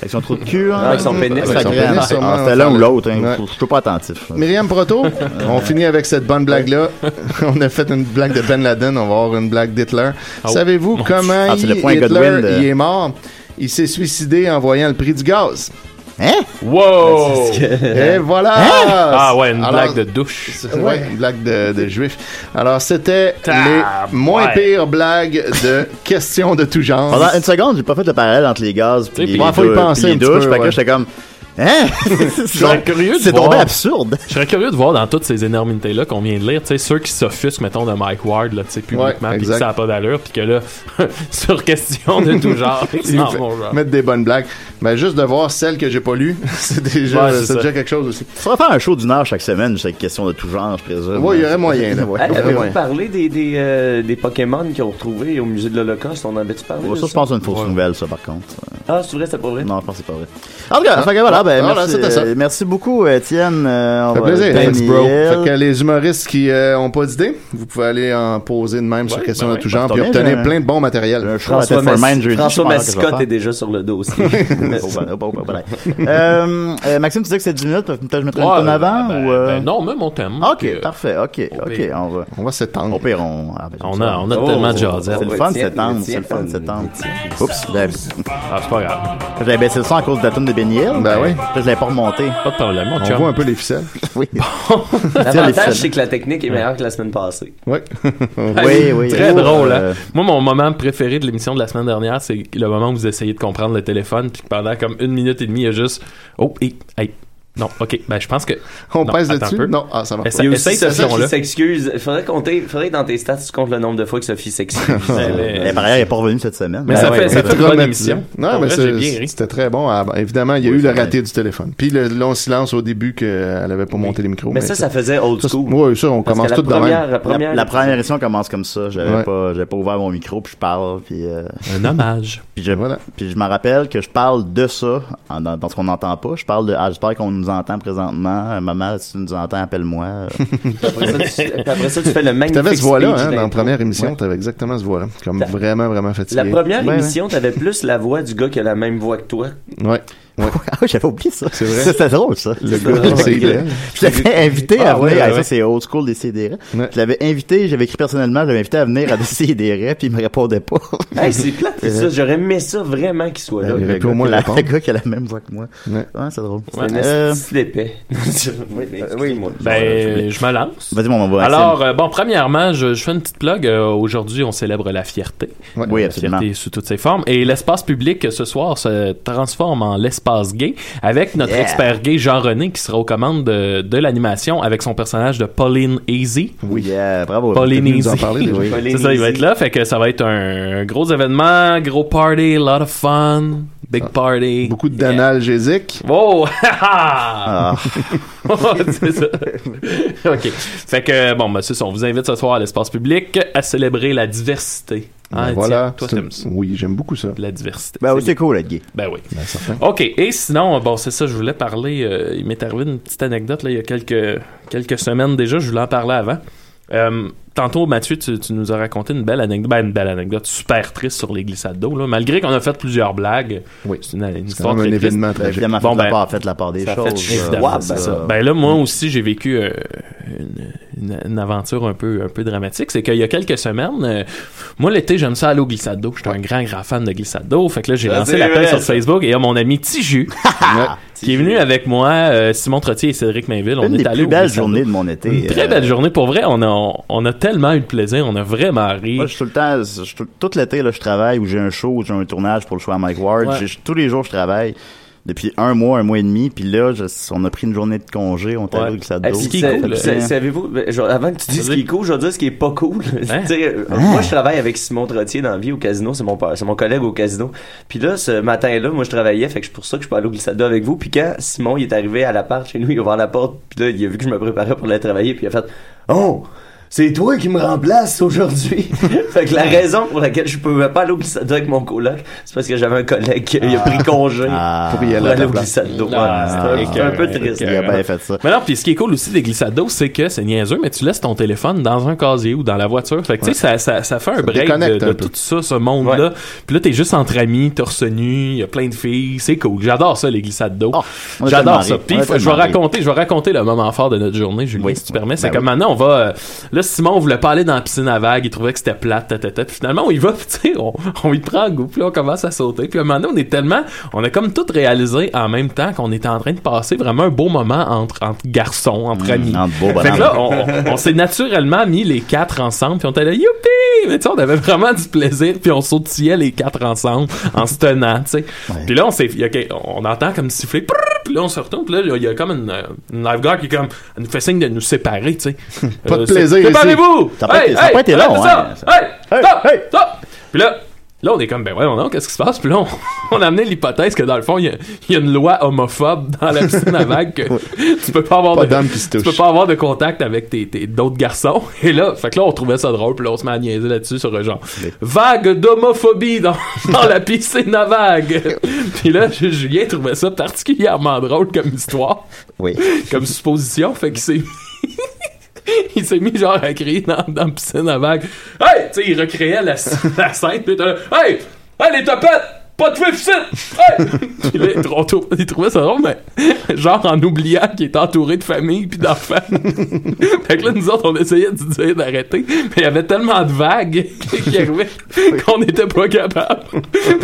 Speaker 4: Avec son trou de cul, hein.
Speaker 3: Non, avec son pénis.
Speaker 4: Avec son
Speaker 5: Avec son
Speaker 4: pénis,
Speaker 5: pénis,
Speaker 4: ah,
Speaker 5: sûrement,
Speaker 4: C'était l'un
Speaker 5: on va
Speaker 4: ou
Speaker 5: faire
Speaker 4: l'autre,
Speaker 5: le-
Speaker 4: hein. Je suis pas attentif. là.
Speaker 5: Myriam Proto, on finit avec cette bonne blague-là. on a fait une blague de Ben Laden, on va avoir une blague d'Hitler.
Speaker 6: Oh.
Speaker 5: Savez-vous comment
Speaker 4: Ah, c'est
Speaker 5: il,
Speaker 4: le point
Speaker 5: Hitler
Speaker 4: Godwin de-
Speaker 5: il est mort? Il s'est suicidé en voyant le prix du gaz.
Speaker 4: Hein?
Speaker 6: Wow!
Speaker 5: Et voilà!
Speaker 6: Ah ouais, une
Speaker 5: Alors,
Speaker 6: blague de douche.
Speaker 5: c'est- Ouais, une blague de, de juif. Alors, c'était
Speaker 6: Ah,
Speaker 5: les moins
Speaker 6: ouais.
Speaker 5: pires blagues de questions de tout genre.
Speaker 4: Pendant une seconde, j'ai pas fait le parallèle entre les gaz
Speaker 6: Tu sais,
Speaker 4: puis les,
Speaker 6: puis- Ouais,
Speaker 5: faut y
Speaker 4: deux-
Speaker 5: penser
Speaker 4: puis les
Speaker 5: un petit
Speaker 4: douches.
Speaker 5: peu,
Speaker 4: fait que
Speaker 5: ouais.
Speaker 4: là, j'étais comme. Hein?
Speaker 6: serais curieux de
Speaker 4: C'est tombé
Speaker 6: voir.
Speaker 4: absurde.
Speaker 6: Je serais curieux de voir dans toutes ces énormités-là qu'on vient de lire, tu sais, ceux qui s'offusquent, mettons, de Mike Ward, là, tu sais, publiquement,
Speaker 5: Ouais,
Speaker 6: pis que
Speaker 5: exact.
Speaker 6: ça n'a pas d'allure, pis que là, sur question de tout genre, ils
Speaker 5: Il
Speaker 6: s'en
Speaker 5: fait-
Speaker 6: vont, genre.
Speaker 5: mettre des bonnes blagues. Mais juste de voir celles que j'ai pas lues, c'est déjà,
Speaker 6: Ouais, c'est
Speaker 5: c'est
Speaker 6: ça.
Speaker 5: déjà quelque chose aussi.
Speaker 4: Faudrait faire un show d'une heure chaque semaine, juste avec question de tout genre, je présume.
Speaker 5: Oui, il y aurait moyen. là.
Speaker 4: Ouais.
Speaker 3: Hey,
Speaker 5: Il y aurait
Speaker 3: Avez-vous
Speaker 5: moyen.
Speaker 3: parlé des, des, euh, des Pokémon qu'ils ont retrouvés au musée de l'Holocauste? On en avait-tu parlé?
Speaker 4: Ouais,
Speaker 3: de
Speaker 4: ça, je pense que c'est une fausse
Speaker 6: Ouais.
Speaker 4: nouvelle, ça, par contre.
Speaker 3: Ah, c'est vrai, c'est pas vrai?
Speaker 4: Non, je pense que c'est pas vrai. En tout cas, fait que voilà, ben,
Speaker 5: Ah. Voilà,
Speaker 4: merci,
Speaker 5: c'était ça.
Speaker 4: euh, merci beaucoup, Étienne. Euh, on
Speaker 5: Ça fait
Speaker 4: va-
Speaker 5: plaisir, thanks, bro.
Speaker 4: Daniel.
Speaker 5: Fait que les humoristes qui euh, ont pas d'idée, vous pouvez aller en poser de même sur
Speaker 6: Ouais,
Speaker 5: question
Speaker 6: ben
Speaker 5: de
Speaker 6: ouais.
Speaker 5: tout genre
Speaker 4: Bah,
Speaker 5: puis
Speaker 4: c'est bien,
Speaker 5: obtenir
Speaker 4: j'ai-
Speaker 6: hein.
Speaker 5: plein de bons matériels.
Speaker 4: Un show à
Speaker 3: François,
Speaker 4: tête for
Speaker 3: Mas-
Speaker 4: mind jeudi,
Speaker 3: François
Speaker 4: je pense que je vais
Speaker 3: Mascotte est
Speaker 4: faire.
Speaker 3: déjà sur le dossier.
Speaker 4: Oh, ben, oh, ben, oh, ben, ben. euh, euh, Maxime, tu disais que c'était 10 minutes, peut-être je mettrais
Speaker 6: Ouais,
Speaker 4: une tonne avant
Speaker 6: ben,
Speaker 4: ou. euh,
Speaker 6: ben non, même on t'aime.
Speaker 4: Ok,
Speaker 6: Puis, euh,
Speaker 4: parfait, ok,
Speaker 6: au
Speaker 4: ok,
Speaker 6: pire.
Speaker 4: on va.
Speaker 5: On va
Speaker 4: Au
Speaker 5: s'étendre.
Speaker 4: pire, on. ah, ben,
Speaker 6: on a, on a
Speaker 3: Oh,
Speaker 6: tellement de hein.
Speaker 3: oh,
Speaker 6: jasette.
Speaker 4: C'est le
Speaker 3: oh,
Speaker 4: fun de
Speaker 3: Étienne,
Speaker 4: septembre, c'est le fun de
Speaker 3: Étienne,
Speaker 4: septembre.
Speaker 3: Étienne.
Speaker 4: Oups, ben, j'avais
Speaker 6: Ah, c'est pas grave.
Speaker 4: j'avais baissé le son à cause de la tune de Béniel.
Speaker 5: Ben oui.
Speaker 4: Là, je l'ai pas remonté.
Speaker 6: Pas de problème, mon
Speaker 5: On
Speaker 6: chum.
Speaker 5: voit un peu les ficelles.
Speaker 4: Oui.
Speaker 3: L'avantage, c'est que la technique est meilleure que la semaine passée.
Speaker 5: Oui.
Speaker 4: oui, oui.
Speaker 6: Très
Speaker 4: Oh,
Speaker 6: drôle, hein?
Speaker 4: euh,
Speaker 6: Moi, mon moment préféré de l'émission de la semaine dernière, c'est le moment où vous essayez de comprendre le téléphone, puis que pendant comme une minute et demie, il y a juste Oh, hey, hey. Non, ok, ben je pense que.
Speaker 5: On
Speaker 6: Non,
Speaker 5: pèse
Speaker 6: attends un peu.
Speaker 5: là-dessus? Non, ah, ça marche
Speaker 6: Ça-
Speaker 5: pas.
Speaker 3: Il y a
Speaker 6: essaye
Speaker 3: aussi
Speaker 6: cette
Speaker 3: Sophie
Speaker 6: option-là.
Speaker 3: qui s'excuse. Faudrait compter, faudrait que dans tes stats, tu comptes le nombre de fois que Sophie s'excuse.
Speaker 6: mais-
Speaker 4: mais par ailleurs, il Euh, est pas revenu cette semaine.
Speaker 6: Mais
Speaker 4: Ah,
Speaker 6: ça
Speaker 4: ouais.
Speaker 6: fait, ça fait une bonne
Speaker 5: Traumatisé.
Speaker 6: émission.
Speaker 5: Non,
Speaker 6: Pour
Speaker 5: mais
Speaker 6: vrai,
Speaker 5: c'est-
Speaker 6: j'ai bien ri.
Speaker 5: c'était très bon. Ah, ben, évidemment, il y a
Speaker 4: Oui,
Speaker 5: eu le
Speaker 4: c'est vrai.
Speaker 5: raté du téléphone. Puis le long silence au début qu'elle avait pas monté les micros.
Speaker 3: mais ça, ça faisait old school.
Speaker 5: Oui, ça, on
Speaker 3: Parce
Speaker 5: commence
Speaker 3: que
Speaker 5: tout
Speaker 3: la
Speaker 5: de même.
Speaker 3: première, la première,
Speaker 4: La, la première émission commence comme ça. J'avais
Speaker 5: Ouais.
Speaker 4: pas, j'avais pas ouvert mon micro, puis je parle, puis, euh,
Speaker 6: Un hommage.
Speaker 4: puis je,
Speaker 5: Voilà.
Speaker 4: puis je me rappelle que je parle de ça, en- dans, dans ce qu'on n'entend pas. Je parle de, ah, j'espère qu'on nous entend présentement. Euh, Maman, si tu nous entends, appelle-moi. Euh,
Speaker 3: Après ça, tu, puis après ça, tu fais le
Speaker 5: Puis
Speaker 3: magnifique.
Speaker 5: T'avais ce voix-là,
Speaker 3: speech
Speaker 5: hein, dans la
Speaker 3: d'intro.
Speaker 5: première émission, t'avais exactement ce voix-là. Comme
Speaker 3: La-
Speaker 5: vraiment, vraiment fatigué.
Speaker 3: La première
Speaker 4: Ouais,
Speaker 3: émission, t'avais plus la voix du gars qui a la même voix que toi.
Speaker 5: Ouais.
Speaker 4: ah oui, j'avais oublié ça.
Speaker 5: C'est vrai.
Speaker 4: C'était drôle, ça.
Speaker 5: Le
Speaker 3: Ça,
Speaker 5: gars,
Speaker 3: ouais.
Speaker 5: c'est idéal.
Speaker 4: Je l'avais invité à
Speaker 6: Ah, ouais,
Speaker 4: venir. Ah,
Speaker 6: ouais.
Speaker 4: Ça, c'est old school des CDR.
Speaker 5: Ouais.
Speaker 4: Je l'avais invité, j'avais écrit personnellement, je l'avais invité à venir à des CDR, puis il me répondait pas.
Speaker 3: Hey, c'est plate, c'est ça. J'aurais aimé ça vraiment qu'il soit là.
Speaker 5: Il aurait
Speaker 4: Le
Speaker 5: pu au
Speaker 4: gars
Speaker 5: moins
Speaker 4: qui a la-
Speaker 5: répondre.
Speaker 4: Le gars qui a la même voix que moi.
Speaker 5: Ouais.
Speaker 4: Ouais, c'est drôle.
Speaker 3: C'est une
Speaker 4: Euh,
Speaker 3: petite épée. oui, moi.
Speaker 6: Euh, Ben, je me lance.
Speaker 4: Vas-y, mon voix.
Speaker 6: Alors, euh, bon, premièrement, je, je fais une petite plug. Euh, Aujourd'hui, on célèbre la fierté.
Speaker 5: Ouais.
Speaker 4: Oui,
Speaker 6: La
Speaker 4: absolument.
Speaker 6: fierté sous toutes ses formes. Et l'espace public euh, ce soir se transforme en l'espace gay avec notre
Speaker 4: Yeah.
Speaker 6: expert gay Jean-René qui sera aux commandes de, de l'animation avec son personnage de Pauline Easy.
Speaker 4: Oui. Yeah, bravo.
Speaker 6: Pauline
Speaker 5: nous en
Speaker 6: Easy.
Speaker 5: parler déjà.
Speaker 4: Oui.
Speaker 6: C'est ça, il va être là. Fait que ça va être un gros événement, gros party, lot of fun, big party.
Speaker 5: Beaucoup d'analgésiques.
Speaker 6: Oh! ah.
Speaker 4: Ah,
Speaker 6: c'est ça. OK. Fait que, bon, ben, c'est ça. On vous invite ce soir à l'espace public à célébrer la diversité. Ah,
Speaker 5: Ben, voilà.
Speaker 6: tiens, toi,
Speaker 5: C'est une-
Speaker 6: t'aimes ça.
Speaker 5: Oui, j'aime beaucoup ça.
Speaker 6: La diversité.
Speaker 4: ben oui,
Speaker 6: C'est
Speaker 4: c'est cool, être gay.
Speaker 6: Ben oui.
Speaker 5: Ben, certain.
Speaker 6: OK. Et sinon, bon, c'est ça, je voulais parler. euh, il m'est arrivé une petite anecdote là, il y a quelques, quelques semaines déjà. Je voulais en parler avant. Euh, tantôt, Mathieu, tu, tu nous as raconté une belle anecdote, ben, une belle anecdote super triste sur les glissades d'eau. là. Malgré qu'on a fait plusieurs blagues,
Speaker 5: Oui.
Speaker 6: c'est une, une
Speaker 5: C'est
Speaker 6: histoire
Speaker 5: quand même
Speaker 6: très
Speaker 5: un
Speaker 6: triste.
Speaker 5: événement
Speaker 4: Ben,
Speaker 5: tragique.
Speaker 4: évidemment,
Speaker 6: Bon,
Speaker 4: faites, la
Speaker 6: ben,
Speaker 4: part, faites la part des
Speaker 3: ça fait
Speaker 4: choses.
Speaker 3: chier,
Speaker 4: euh,
Speaker 3: évidemment,
Speaker 4: ouais,
Speaker 3: c'est
Speaker 4: ben,
Speaker 3: ça.
Speaker 6: Ben là, moi aussi, j'ai vécu euh, une, une- une aventure un peu, un peu dramatique. C'est qu'il y a quelques semaines, euh, moi l'été, j'aime ça aller au glissade d'eau. J'étais un grand, grand fan de glissade d'eau. Fait que là, j'ai
Speaker 3: Ça,
Speaker 6: lancé
Speaker 3: c'est
Speaker 6: l'appel
Speaker 3: vrai,
Speaker 6: sur
Speaker 3: ça.
Speaker 6: Facebook et il y a mon ami Tiju qui est venu avec moi, euh, Simon Trottier et Cédric Mainville. On
Speaker 4: Une
Speaker 6: est
Speaker 4: des
Speaker 6: allé
Speaker 4: plus
Speaker 6: au
Speaker 4: belles
Speaker 6: glissade
Speaker 4: journées de
Speaker 6: d'eau.
Speaker 4: mon été.
Speaker 6: Une très
Speaker 4: euh,
Speaker 6: belle journée. Pour vrai, on a, on, a tellement eu de plaisir. On a vraiment ri.
Speaker 4: Moi, je suis tout le temps, je suis tout, tout l'été, là, je travaille ou j'ai un show ou j'ai un tournage pour le show à Mike Ward.
Speaker 6: Ouais.
Speaker 4: J'ai- je- tous les jours, je travaille. Depuis un mois, un mois et demi, puis là, je- on a pris une journée de congé, on t'a
Speaker 6: Ouais.
Speaker 4: dit que ça
Speaker 3: Eh,
Speaker 4: dose.
Speaker 3: puis
Speaker 6: Ce qui est
Speaker 3: c'est-
Speaker 6: cool,
Speaker 3: c'est-
Speaker 4: hein.
Speaker 3: Savez-vous, ben, je- avant que tu dises ce qui est cool, je vais dire ce qui est pas cool.
Speaker 6: Hein?
Speaker 3: Tu sais, euh, Moi, je travaille avec Simon Trottier dans la vie au casino, c'est mon père, c'est mon collègue au casino. Puis là, ce matin-là, moi, je travaillais, fait que c'est pour ça que je peux aller au glissade d'eau avec vous. Puis quand Simon il est arrivé à l'appart chez nous, il a ouvert la porte, puis là, il a vu que je me préparais pour aller travailler, puis il a fait Oh! C'est toi qui me remplace aujourd'hui. fait que la raison pour laquelle je pouvais pas aller au glissade d'eau avec mon coloc, c'est parce que j'avais un collègue qui a pris congé
Speaker 4: Ah.
Speaker 5: Pour y
Speaker 3: pour
Speaker 5: aller à
Speaker 3: aller
Speaker 5: la
Speaker 3: au
Speaker 5: place.
Speaker 3: glissade d'eau.
Speaker 6: Ah,
Speaker 3: Ouais, c'était un,
Speaker 6: écœurant,
Speaker 3: peu triste.
Speaker 4: Il a
Speaker 6: hein.
Speaker 4: bien fait ça.
Speaker 6: Mais non, puis ce qui est cool aussi des glissades d'eau, c'est que c'est niaiseux, mais tu laisses ton téléphone dans un casier ou dans la voiture. Fait que tu sais, ça, ça, ça fait un break de,
Speaker 5: déconnecte
Speaker 6: de
Speaker 5: un peu.
Speaker 6: tout ça, ce monde-là. Puis là, t'es juste entre amis, torse nu, il y a plein de filles, c'est cool. J'adore ça, les glissades d'eau.
Speaker 4: Oh, on a
Speaker 6: J'adore
Speaker 4: tellement
Speaker 6: ça.
Speaker 4: ri.
Speaker 6: Puis
Speaker 4: On a
Speaker 6: faut- je vais
Speaker 4: tellement ri.
Speaker 6: raconter, je vais raconter le moment fort de notre journée, Julien, si tu permets. C'est
Speaker 4: Ben
Speaker 6: comme
Speaker 4: oui.
Speaker 6: maintenant, on va. euh, là, Simon voulait pas aller dans la piscine à vagues, il trouvait que c'était plate, tatata. Puis finalement, on y va, puis tu sais, on, on y prend goût, puis là, on commence à sauter. Puis à un moment donné, on est tellement. On a comme tout réalisé en même temps qu'on était en train de passer vraiment un beau moment entre, entre garçons, entre amis.
Speaker 4: Mmh, entre beaux
Speaker 6: Fait que
Speaker 4: bonhommes.
Speaker 6: là, on, on- on s'est naturellement mis les quatre ensemble, puis on était là, youpi! Mais tu sais, on avait vraiment du plaisir, puis on sautillait les quatre ensemble en se tenant, tu sais. Puis là, on s'est, il y a que- on entend comme siffler, prrr, puis là, on se retourne, puis là, il y a comme une, euh, une lifeguard qui est comme, elle nous fait signe de nous séparer, tu sais. Euh,
Speaker 5: Pas de
Speaker 6: c'est-
Speaker 5: plaisir ici.
Speaker 6: Séparez-vous!
Speaker 4: Ça a pas été- ça a pas été
Speaker 6: arrêtez
Speaker 4: long,
Speaker 6: ça!
Speaker 4: hein.
Speaker 6: Hey!
Speaker 4: Hey,
Speaker 6: Stop!
Speaker 4: hey!
Speaker 6: Stop! Puis là, Là, on est comme, ben ouais, non, qu'est-ce qui se passe? Puis là, on, on a amené l'hypothèse que dans le fond, il y, a- il y a une loi homophobe dans la piscine à vagues que tu peux pas avoir
Speaker 5: Pas
Speaker 6: de-
Speaker 5: d'hommes qui se
Speaker 6: tu
Speaker 5: touchent.
Speaker 6: peux pas avoir de contact avec tes, tes- d'autres garçons. Et là, fait que là, on trouvait ça drôle, puis là, on se met à niaiser là-dessus sur euh, genre, vague d'homophobie dans, dans la piscine à vagues. puis là, Ju- Julien trouvait ça particulièrement drôle comme histoire,
Speaker 4: Oui.
Speaker 6: comme supposition, fait qu'il s'est mis- Il s'est mis genre à crier dans, dans la piscine à vagues. Hey! Tu sais, il recréait la, sc- la scène, puis il était là, Hey! Hey, les topettes! Pas de whip ici! Hey! Puis là, il trou- il trouvait ça drôle, mais genre en oubliant qu'il était entouré de famille puis d'enfants. fait que là, nous autres, on essayait de dire d'arrêter, mais il y avait tellement de vagues qui arrivaient qu'on n'était pas capable.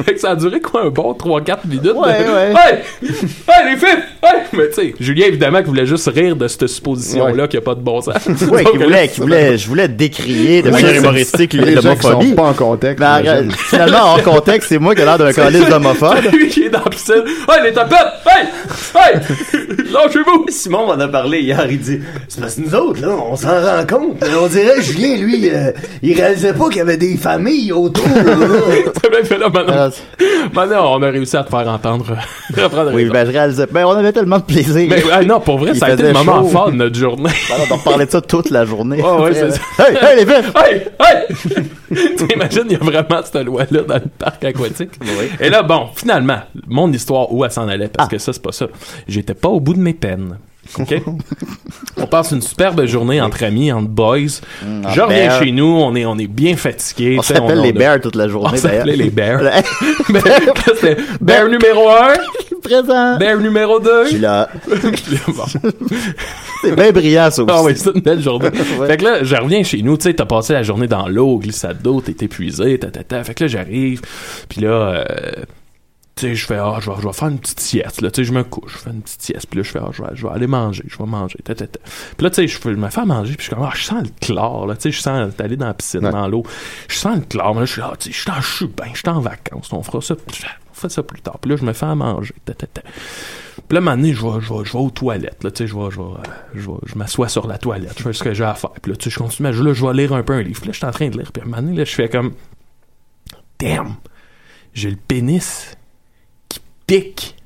Speaker 6: fait que ça a duré quoi, un bon 3-4 minutes?
Speaker 4: Ouais,
Speaker 6: de-
Speaker 4: ouais.
Speaker 6: Hey! Hey, les filles! Hey! Mais tu sais, Julien, évidemment, qui voulait juste rire de cette supposition-là qui a pas de bon sens.
Speaker 4: Ouais,
Speaker 6: Donc,
Speaker 4: qui
Speaker 6: là,
Speaker 4: voulait, qui voulait, je voulais décrier de
Speaker 5: Oui,
Speaker 4: manière
Speaker 5: c'est
Speaker 4: humoristique
Speaker 5: Les gens qui sont
Speaker 4: l'homophobie.
Speaker 5: pas en contexte.
Speaker 6: Ben,
Speaker 4: Mais en-
Speaker 5: j'imagine.
Speaker 4: finalement, hors contexte, c'est moi qui ai l'air d'un calice d'homophobe.
Speaker 6: Lui qui est dans la piscine. Hey, les tapettes! Hey! Hey! Lâchez-vous!
Speaker 3: Simon m'en a parlé hier, il dit C'est parce que nous autres, là, on s'en rend compte. On dirait Julien, lui, euh, il réalisait pas qu'il y avait des familles autour. là.
Speaker 6: C'est bien fait là, maintenant.
Speaker 4: Alors,
Speaker 6: Maintenant, on a réussi à te faire entendre. reprendre
Speaker 4: oui,
Speaker 6: raison.
Speaker 4: ben je réalisais. Ben on avait tellement de plaisir.
Speaker 6: Mais ah, non, pour vrai,
Speaker 4: Il
Speaker 6: ça a été
Speaker 4: faisait
Speaker 6: le moment
Speaker 4: chaud.
Speaker 6: fort de notre journée.
Speaker 4: Alors, on parlait de ça toute la journée.
Speaker 6: Ouais, ouais, c'est
Speaker 4: Hey, hey, les meufs!
Speaker 6: hey! Hey! T'imagines, il y a vraiment cette loi-là dans le parc aquatique. Et là, bon, finalement, mon histoire, où elle s'en allait,
Speaker 4: Ah.
Speaker 6: parce que ça, c'est pas ça. J'étais pas au bout de mes peines. OK? on passe une superbe journée entre amis, entre boys. Je reviens
Speaker 4: bear.
Speaker 6: chez nous, on est, on est bien fatigué.
Speaker 4: Mm, On
Speaker 6: tu sais,
Speaker 4: s'appelle les
Speaker 6: a-
Speaker 4: bears toute la
Speaker 6: On
Speaker 4: journée, d'ailleurs.
Speaker 6: s'appelait les bears.
Speaker 4: Là,
Speaker 6: Bear, c'était bear numéro 1,
Speaker 4: Présent!
Speaker 6: bear numéro
Speaker 4: Je suis
Speaker 6: 2.
Speaker 4: là.
Speaker 6: bon.
Speaker 4: C'est bien brillant, ça aussi.
Speaker 6: Ah oui, c'est une belle journée. Fait que là, je reviens chez nous, tu sais, t'as passé la journée dans l'eau, glissade d'eau, t'es épuisé, ta, ta, ta. Fait que là, j'arrive, puis là, euh, tu sais, je fais, ah, je vais je vais faire une petite sieste, là, tu sais, je me couche, je fais une petite sieste, puis là, je fais, ah, je vais, je vais aller manger, je vais manger, ta, ta, ta. Puis là, tu sais, je fais- je me fais à manger, puis je suis comme, ah, je sens le chlore, là, tu sais, je sens, t'es allé dans la piscine,
Speaker 5: Ouais.
Speaker 6: dans l'eau, je sens le chlore, mais là, je suis là, ah, tu sais, je suis en- je suis bien, je suis en vacances, on fera ça, on fait ça plus tard, puis là, je me fais à manger, ta, ta, ta. Puis là, un moment donné, je vais, je vais, je vais aux toilettes. Là, tu sais, je vais, je vais, euh, je vais- je m'assois sur la toilette. Je fais ce que j'ai à faire. Puis là, tu sais, je continue. mais Là, je vais lire un peu un livre. Puis là, je suis en train de lire. Puis à un moment donné, là, je fais comme... Damn! J'ai le pénis qui pique.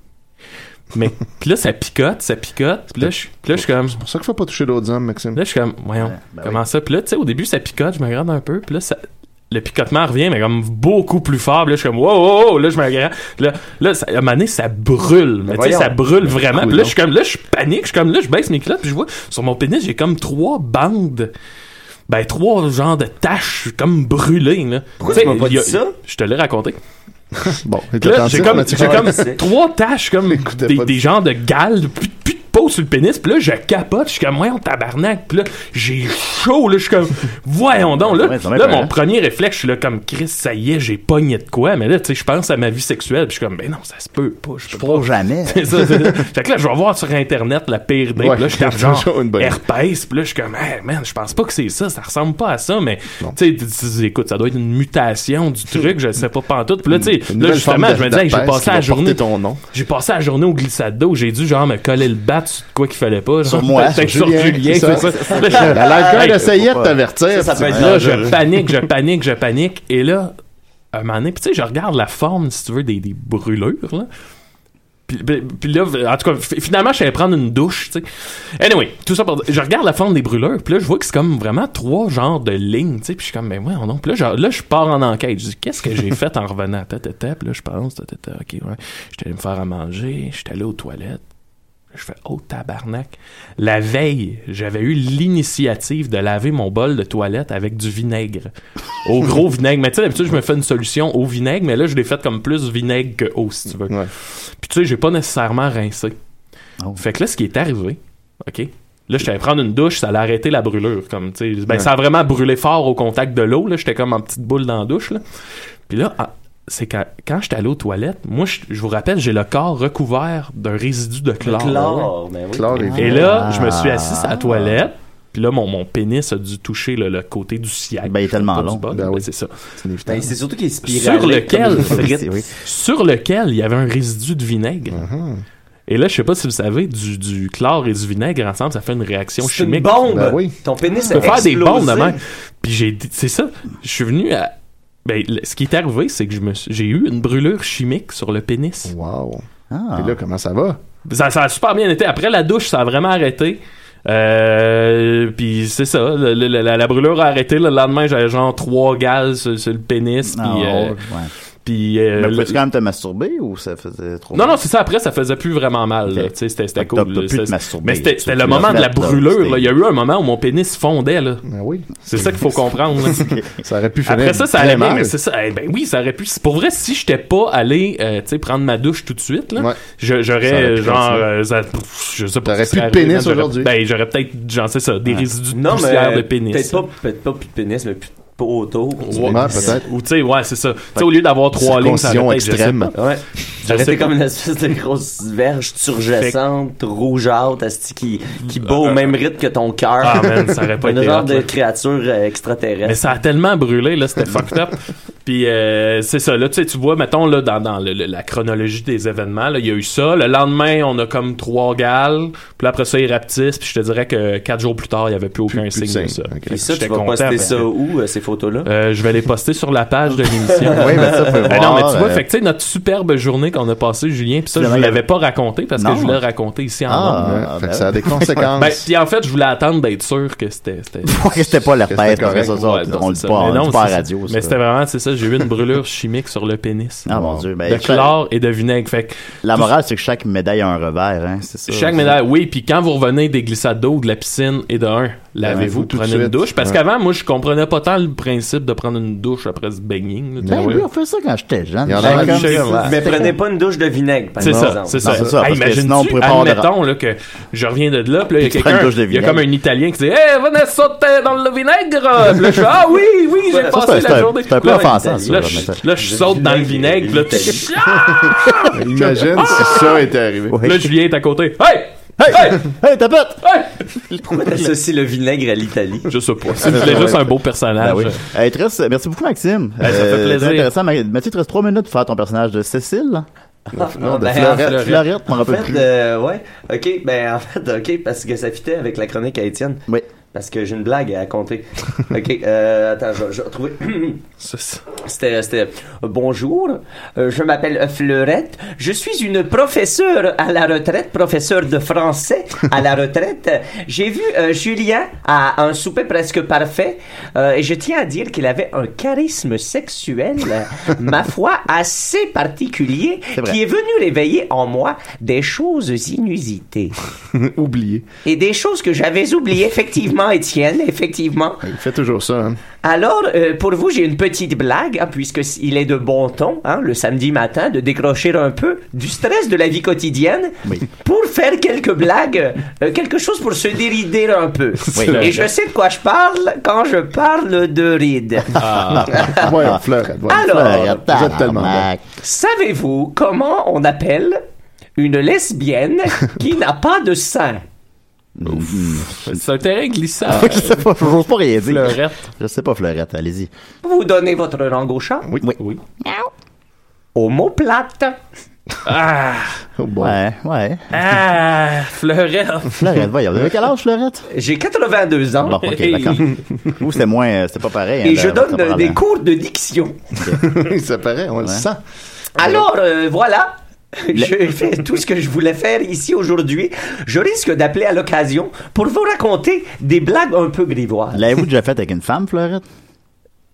Speaker 6: Mais puis là, ça picote, ça picote. Puis là, je, puis là, je suis comme...
Speaker 5: C'est pour ça qu'il faut pas toucher d'autres hommes, Maxime.
Speaker 6: Là, je suis comme, voyons,
Speaker 4: ben
Speaker 6: comment ça? Puis là, tu sais, au début, ça picote, je me regarde un peu. Puis là, ça- le picotement revient, mais comme beaucoup plus fort. Puis là, je suis comme, wow, wow, wow. Là, je me regarde. Là, là ça, à un moment donné, ça brûle. Mais tu sais,
Speaker 3: Ben voyons.
Speaker 6: ça brûle vraiment. Puis là,
Speaker 5: non.
Speaker 6: je suis comme, là, je panique. Je suis comme, là, je baisse mes culottes. Puis je vois, sur mon pénis, j'ai comme trois bandes. Ben, trois genres de taches, comme brûlées, là.
Speaker 3: Pourquoi
Speaker 6: Tu sais,
Speaker 3: tu m'as pas
Speaker 6: il y a-
Speaker 3: dit ça?
Speaker 6: Je te l'ai raconté.
Speaker 5: Bon, il
Speaker 6: Puis là, j'ai comme,
Speaker 5: Mathieu.
Speaker 6: j'ai comme
Speaker 3: C'est-
Speaker 6: trois taches, comme
Speaker 5: Écoutez
Speaker 6: des,
Speaker 5: pas
Speaker 6: des
Speaker 5: du-
Speaker 6: genres de galles, plus, plus de peau sur le pénis. Puis là, je capote, je suis comme, voyons, tabarnak. Puis là, j'ai chaud, là, je suis comme, voyons donc. Là,
Speaker 4: Ouais, c'est même
Speaker 6: là
Speaker 4: pas, hein.
Speaker 6: mon premier réflexe, je suis là, comme, Chris, ça y est, j'ai pogné de quoi. Mais là, tu sais, je pense à ma vie sexuelle. Puis je suis comme, ben non, ça se peut pas. Je peux
Speaker 4: Pour
Speaker 6: pas.
Speaker 4: jamais.
Speaker 6: C'est ça, c'est ça. Fait que là, je vais voir sur Internet la pire idée.
Speaker 5: Ouais,
Speaker 6: là, je tape
Speaker 5: c'est
Speaker 6: genre
Speaker 5: toujours une bonne idée.
Speaker 6: herpès. Puis là, je suis comme, hey, man, je pense pas que c'est ça. Ça ressemble pas à ça. Mais, tu sais, tu dis, écoute, ça doit être une mutation du truc. Je sais pas pantoute. Puis là, tu sais,
Speaker 5: Une
Speaker 6: là,
Speaker 5: nouvelle forme
Speaker 6: justement, je me dis, hey, j'ai
Speaker 5: d'herpès qui
Speaker 6: passé
Speaker 5: va
Speaker 6: la journée.
Speaker 5: porter ton nom.
Speaker 6: J'ai passé la journée au glissade d'eau. J'ai dû, genre, me coller le bat sur quoi qu'il fallait pas. genre,
Speaker 4: Sur moi,
Speaker 6: peut-être
Speaker 5: sur Julien, c'est
Speaker 6: c'est ça.
Speaker 5: ça.
Speaker 6: Là, je-
Speaker 5: L'alcool
Speaker 6: Hey,
Speaker 5: essayait de
Speaker 4: pas-
Speaker 5: t'avertir.
Speaker 3: ça, ça peut être
Speaker 6: là,
Speaker 3: dangereux.
Speaker 6: je panique, je panique, je panique. Et là, à un moment donné, puis tu sais, je regarde la forme, si tu veux, des, des brûlures, là. Puis, puis- puis là, en tout cas, fi- finalement, je suis allé prendre une douche, tu sais. Anyway, tout ça pour dire- je regarde la forme des brûlures, puis là, je vois que c'est comme vraiment trois genres de lignes, tu sais. Puis je suis comme, mais ouais, non. Puis là, je, là, je pars en enquête. Je dis, qu'est-ce que j'ai fait en revenant? Ta, ta, ta. Puis là, je pense, ta, ta, ta, ok, ouais. J'étais allé me faire à manger, j'étais allé aux toilettes. Je fais oh tabarnak. La veille, j'avais eu l'initiative de laver mon bol de toilette avec du vinaigre. Au gros vinaigre. Mais tu sais, d'habitude, je me fais une solution au vinaigre, mais là, je l'ai fait comme plus vinaigre que eau, si tu veux.
Speaker 5: Ouais.
Speaker 6: Puis tu sais, j'ai pas nécessairement rincé. Fait que là, ce qui est arrivé, OK? Là, j'étais allé prendre une douche, ça allait arrêter la brûlure. Comme, tu sais. ben, Ça a vraiment brûlé fort au contact de l'eau. là. J'étais comme en petite boule dans la douche. Là. Puis là, ah, c'est quand, quand j'étais allé aux toilettes, moi, je, je vous rappelle, j'ai le corps recouvert d'un résidu de chlore.
Speaker 3: Chlore, ben oui.
Speaker 5: Claire et-
Speaker 6: Et là,
Speaker 4: Ah.
Speaker 6: je me suis assis à la toilette. Puis là, mon, mon pénis a dû toucher le, le côté du siège.
Speaker 4: Ben, il est tellement
Speaker 6: pas du
Speaker 4: long.
Speaker 6: bol,
Speaker 5: Ben
Speaker 6: mais
Speaker 5: oui.
Speaker 6: c'est ça.
Speaker 5: C'est
Speaker 3: Ben,
Speaker 5: inévitable.
Speaker 3: c'est surtout qu'il est spiralé.
Speaker 6: Sur lequel,
Speaker 4: C'est- oui.
Speaker 6: sur lequel il y avait un résidu de vinaigre.
Speaker 5: Mhm.
Speaker 6: Et là, je sais pas si vous savez, du, du chlore et du vinaigre ensemble, ça fait une réaction
Speaker 3: C'est une
Speaker 6: chimique.
Speaker 3: bombe.
Speaker 5: Ben oui.
Speaker 3: Ton pénis
Speaker 6: Tu peux
Speaker 3: a
Speaker 6: faire des bombes de
Speaker 3: explosé.
Speaker 6: même. Puis j'ai dit- c'est ça, je suis venu à ben, le- ce qui est arrivé, c'est que je me suis- j'ai eu une brûlure chimique sur le pénis.
Speaker 5: Wow.
Speaker 4: Ah.
Speaker 5: Et là, comment ça va?
Speaker 6: Ça, ça a super bien été. Après la douche, ça a vraiment arrêté. Euh, puis c'est ça, le- le- la, la brûlure a arrêté. Le lendemain, j'avais genre trois gaz sur, sur le pénis.
Speaker 4: Ah,
Speaker 6: puis, euh,
Speaker 4: ouais.
Speaker 6: Puis euh,
Speaker 4: Mais
Speaker 6: le-
Speaker 4: peux-tu quand même te masturber ou ça faisait trop
Speaker 6: non, non, c'est ça. Après, ça faisait plus vraiment mal. là.
Speaker 4: Ok.
Speaker 6: Tu sais, C'était c'était
Speaker 4: Fait que t'as-
Speaker 6: cool.
Speaker 4: t'as
Speaker 6: là.
Speaker 4: plus de
Speaker 6: C'est-
Speaker 4: masturber.
Speaker 6: Mais c'était
Speaker 4: Tu-
Speaker 6: c'était
Speaker 4: tu
Speaker 6: le
Speaker 4: l'as
Speaker 6: moment de
Speaker 4: fait,
Speaker 6: la
Speaker 4: là.
Speaker 6: brûlure. là.
Speaker 4: C'était-
Speaker 6: Il y a eu un moment où mon pénis fondait. là.
Speaker 5: Ben oui.
Speaker 6: C'est ça qu'il faut comprendre. là.
Speaker 5: Ça aurait pu finir.
Speaker 6: Après ça, ça
Speaker 5: très
Speaker 6: allait bien,
Speaker 5: mal.
Speaker 6: mais c'est ça. Eh ben oui, ça aurait pu. Pour vrai, si j'étais pas allé, euh, tu sais, prendre ma douche tout de suite, là,
Speaker 5: Ouais.
Speaker 6: je-
Speaker 5: Ça aurait
Speaker 6: j'aurais
Speaker 5: pu
Speaker 6: genre,
Speaker 5: continuer.
Speaker 6: euh, ça- pff, je sais pas.
Speaker 5: T'aurais
Speaker 6: ce qui
Speaker 5: plus de
Speaker 6: serait arrivé,
Speaker 5: pénis
Speaker 6: man, j'aurais-
Speaker 5: aujourd'hui.
Speaker 6: Ben j'aurais peut-être, j'en sais ça, des résidus de
Speaker 3: Non, mais. euh,
Speaker 6: poussière de pénis.
Speaker 3: Peut-être
Speaker 6: là.
Speaker 3: pas, peut-être pas plus de pénis, mais plus de peau autour. du
Speaker 5: Ouais,
Speaker 3: pénis.
Speaker 5: peut-être.
Speaker 6: Ou tu sais, ouais, c'est ça. Tu sais, au lieu d'avoir trois lignes, ça
Speaker 5: Circoncision
Speaker 6: aurait peut-être- je
Speaker 5: extrême.
Speaker 6: sais
Speaker 3: Ouais.
Speaker 6: Je sais
Speaker 3: J'aurais
Speaker 6: pas.
Speaker 3: comme une espèce de grosse verge turgescente, rougeâtre, asti, qui, qui bat au même rythme que ton cœur.
Speaker 6: Euh, Ah, man, ça aurait pas
Speaker 3: une
Speaker 6: été
Speaker 3: genre
Speaker 6: hot,
Speaker 3: de
Speaker 6: là.
Speaker 3: créature euh,
Speaker 6: Mais
Speaker 3: extraterrestre.
Speaker 6: ça a tellement brûlé, là, c'était fucked up. Puis euh, c'est ça, là, tu sais, tu vois, mettons, là, dans, dans le- le- la chronologie des événements, là, il y a eu ça. Le lendemain, on a comme trois gales. Puis là, après ça, ils rapetissent. Puis je te dirais que quatre jours plus tard, il n'y avait plus aucun
Speaker 5: Plus- plus
Speaker 6: signe de
Speaker 5: sain.
Speaker 6: ça.
Speaker 5: Ok.
Speaker 3: Et ça, tu
Speaker 6: J'étais
Speaker 3: vas
Speaker 6: content, ben,
Speaker 3: poster
Speaker 6: mais-
Speaker 3: ça où, euh, ces photos-là?
Speaker 6: Euh, je vais les poster sur la page de l'émission.
Speaker 4: Oui, mais ça, peut
Speaker 6: Ah
Speaker 4: voir.
Speaker 6: non, mais tu vois,
Speaker 4: euh,
Speaker 6: fait que, tu sais, notre superbe journée qu'on a passée, Julien, puis ça, je
Speaker 4: Finalement,
Speaker 6: ne
Speaker 4: il y
Speaker 6: l'avais
Speaker 4: avait-
Speaker 6: pas raconté parce que
Speaker 4: Non.
Speaker 6: je voulais le raconter ici en ondes.
Speaker 4: Ah,
Speaker 5: Ouais,
Speaker 4: ah,
Speaker 5: fait que
Speaker 4: ben
Speaker 5: ça a des
Speaker 6: Ben,
Speaker 5: conséquences.
Speaker 6: puis en fait, je voulais attendre d'être sûr que c'était. c'était-
Speaker 4: Pour que c'était pas la
Speaker 5: C'était
Speaker 4: tête,
Speaker 5: correct.
Speaker 4: parce que ça, ça,
Speaker 6: Ouais, non,
Speaker 4: on le dit
Speaker 6: c'est ça.
Speaker 4: pas,
Speaker 6: Mais
Speaker 4: on le
Speaker 6: non,
Speaker 4: dit pas à
Speaker 6: c'est-
Speaker 4: la radio.
Speaker 6: Mais
Speaker 4: ça.
Speaker 6: c'était vraiment, c'est ça, j'ai eu une brûlure chimique sur le pénis.
Speaker 4: Ah mon dieu, ben,
Speaker 6: de
Speaker 4: chaque-
Speaker 6: chlore et de vinaigre. Fait que
Speaker 4: la morale, c'est que chaque médaille a un revers, hein, c'est ça.
Speaker 6: chaque
Speaker 4: C'est-
Speaker 6: médaille, oui, puis quand vous revenez des glissades d'eau, de la piscine et de un,
Speaker 5: Lavez-vous
Speaker 6: lavez-vous,
Speaker 5: tout de
Speaker 6: prenez
Speaker 5: suite.
Speaker 6: une douche. Parce
Speaker 5: Ouais.
Speaker 6: qu'avant, moi, je comprenais pas tant le principe de prendre une douche après se baigner. là, tu
Speaker 4: Ben
Speaker 6: sais.
Speaker 4: oui, on fait ça quand j'étais jeune.
Speaker 5: Il y en a
Speaker 4: J'avais
Speaker 5: même
Speaker 4: comme-
Speaker 6: chez-
Speaker 4: Ouais.
Speaker 3: Ah, Mais prenez pas une douche de vinaigre, par
Speaker 6: C'est ça,
Speaker 3: exemple.
Speaker 6: c'est ça.
Speaker 4: Ben c'est ça, parce que
Speaker 6: imagine
Speaker 4: sinon, on pourrait pas avoir de-
Speaker 6: admettons là, que je reviens de là, puis là, il y a
Speaker 4: Puis tu prends une
Speaker 6: quelqu'un,
Speaker 4: douche de
Speaker 6: il y a
Speaker 4: vinaigre.
Speaker 6: comme un Italien qui dit « Hey, Vanessa, t'es dans le vinaigre! » Puis là, je fais « Ah oui, oui, j'ai
Speaker 3: Ça,
Speaker 6: passé
Speaker 4: c'est
Speaker 6: la
Speaker 4: un-
Speaker 6: journée. »
Speaker 4: c'est un peu
Speaker 6: Là,
Speaker 4: offensant, ça,
Speaker 6: Là,
Speaker 4: là,
Speaker 6: je-
Speaker 4: mais
Speaker 6: là, je saute dans le vinaigre, puis là, tu-
Speaker 5: Imagine si ça était arrivé.
Speaker 4: Ouais.
Speaker 6: là, Julien est à côté. « Hey!
Speaker 4: Hey,
Speaker 6: Hey!
Speaker 4: hey, ta pète!
Speaker 6: Hey! »
Speaker 3: Pourquoi t'associes le vinaigre à l'Italie?
Speaker 6: Je sais pas. C'est juste un beau personnage.
Speaker 4: Ben oui. Hey, te reste- merci beaucoup, Maxime.
Speaker 6: Ah, Ben, ça fait
Speaker 4: Euh,
Speaker 6: plaisir.
Speaker 4: c'est intéressant. Ma- Mathieu, il te reste trois minutes pour faire ton personnage de Cécile.
Speaker 5: Non, de
Speaker 3: Ben,
Speaker 5: Florette.
Speaker 6: Florette.
Speaker 4: Florette, je m'en
Speaker 3: En
Speaker 4: rappelle
Speaker 3: fait,
Speaker 4: plus.
Speaker 3: euh, ouais, ok, ben en fait, ok, parce que ça fitait avec la chronique à Étienne.
Speaker 4: Oui.
Speaker 3: Parce que j'ai une blague à raconter. ok, euh, attends, je vais- je vais retrouver.
Speaker 6: C'est ça.
Speaker 3: C'était, c'était bonjour. euh, je m'appelle Fleurette. Je suis une professeure à la retraite, professeure de français à la retraite. J'ai vu euh, Julien à un souper presque parfait euh, et je tiens à dire qu'il avait un charisme sexuel, euh, ma foi, assez particulier,
Speaker 4: C'est vrai.
Speaker 3: qui est venu réveiller en moi des choses inusitées
Speaker 5: Oublié.
Speaker 3: et des choses que j'avais oubliées effectivement, Étienne, effectivement.
Speaker 5: Il fait toujours ça. hein.
Speaker 3: Alors, euh, pour vous, j'ai une petite blague, hein, puisque s- il est de bon ton, hein, le samedi matin, de décrocher un peu du stress de la vie quotidienne
Speaker 4: Oui.
Speaker 3: pour faire quelques blagues, euh, quelque chose pour se dérider un peu.
Speaker 4: Oui.
Speaker 3: Et je sais de quoi je parle quand je parle de rides.
Speaker 5: Voyons, Florette. voyons.
Speaker 6: Oh,
Speaker 3: Alors,
Speaker 4: Florette,
Speaker 5: vous êtes tellement
Speaker 4: tabarnak.
Speaker 3: Savez-vous comment on appelle une lesbienne qui n'a pas de sein
Speaker 6: C'est un terrain glissant.
Speaker 4: Je sais pas, j'ose pas rien dire.
Speaker 6: Fleurette.
Speaker 4: Je sais pas, Fleurette, allez-y.
Speaker 3: Vous donnez votre langue au chat
Speaker 5: Oui.
Speaker 6: Oui.
Speaker 3: Homoplate.
Speaker 6: Ah!
Speaker 5: Oh, bon.
Speaker 4: Ouais, ouais.
Speaker 6: Ah! Fleurette!
Speaker 4: Fleurette, voyons. Vous avez quel âge, Fleurette?
Speaker 3: J'ai 82 ans.
Speaker 4: Bon, ok, d'accord. Vous, c'était moins, euh, c'était pas pareil. hein,
Speaker 3: Et je
Speaker 4: dans
Speaker 3: donne
Speaker 4: votre
Speaker 3: euh, des
Speaker 4: parlant.
Speaker 3: cours de diction.
Speaker 5: ça paraît, on le
Speaker 4: Ouais.
Speaker 5: sent.
Speaker 3: Alors euh, voilà. Je fais tout ce que je voulais faire ici aujourd'hui. Je risque d'appeler à l'occasion pour vous raconter des blagues un peu grivoises.
Speaker 4: L'avez-vous déjà fait avec une femme, Fleurette?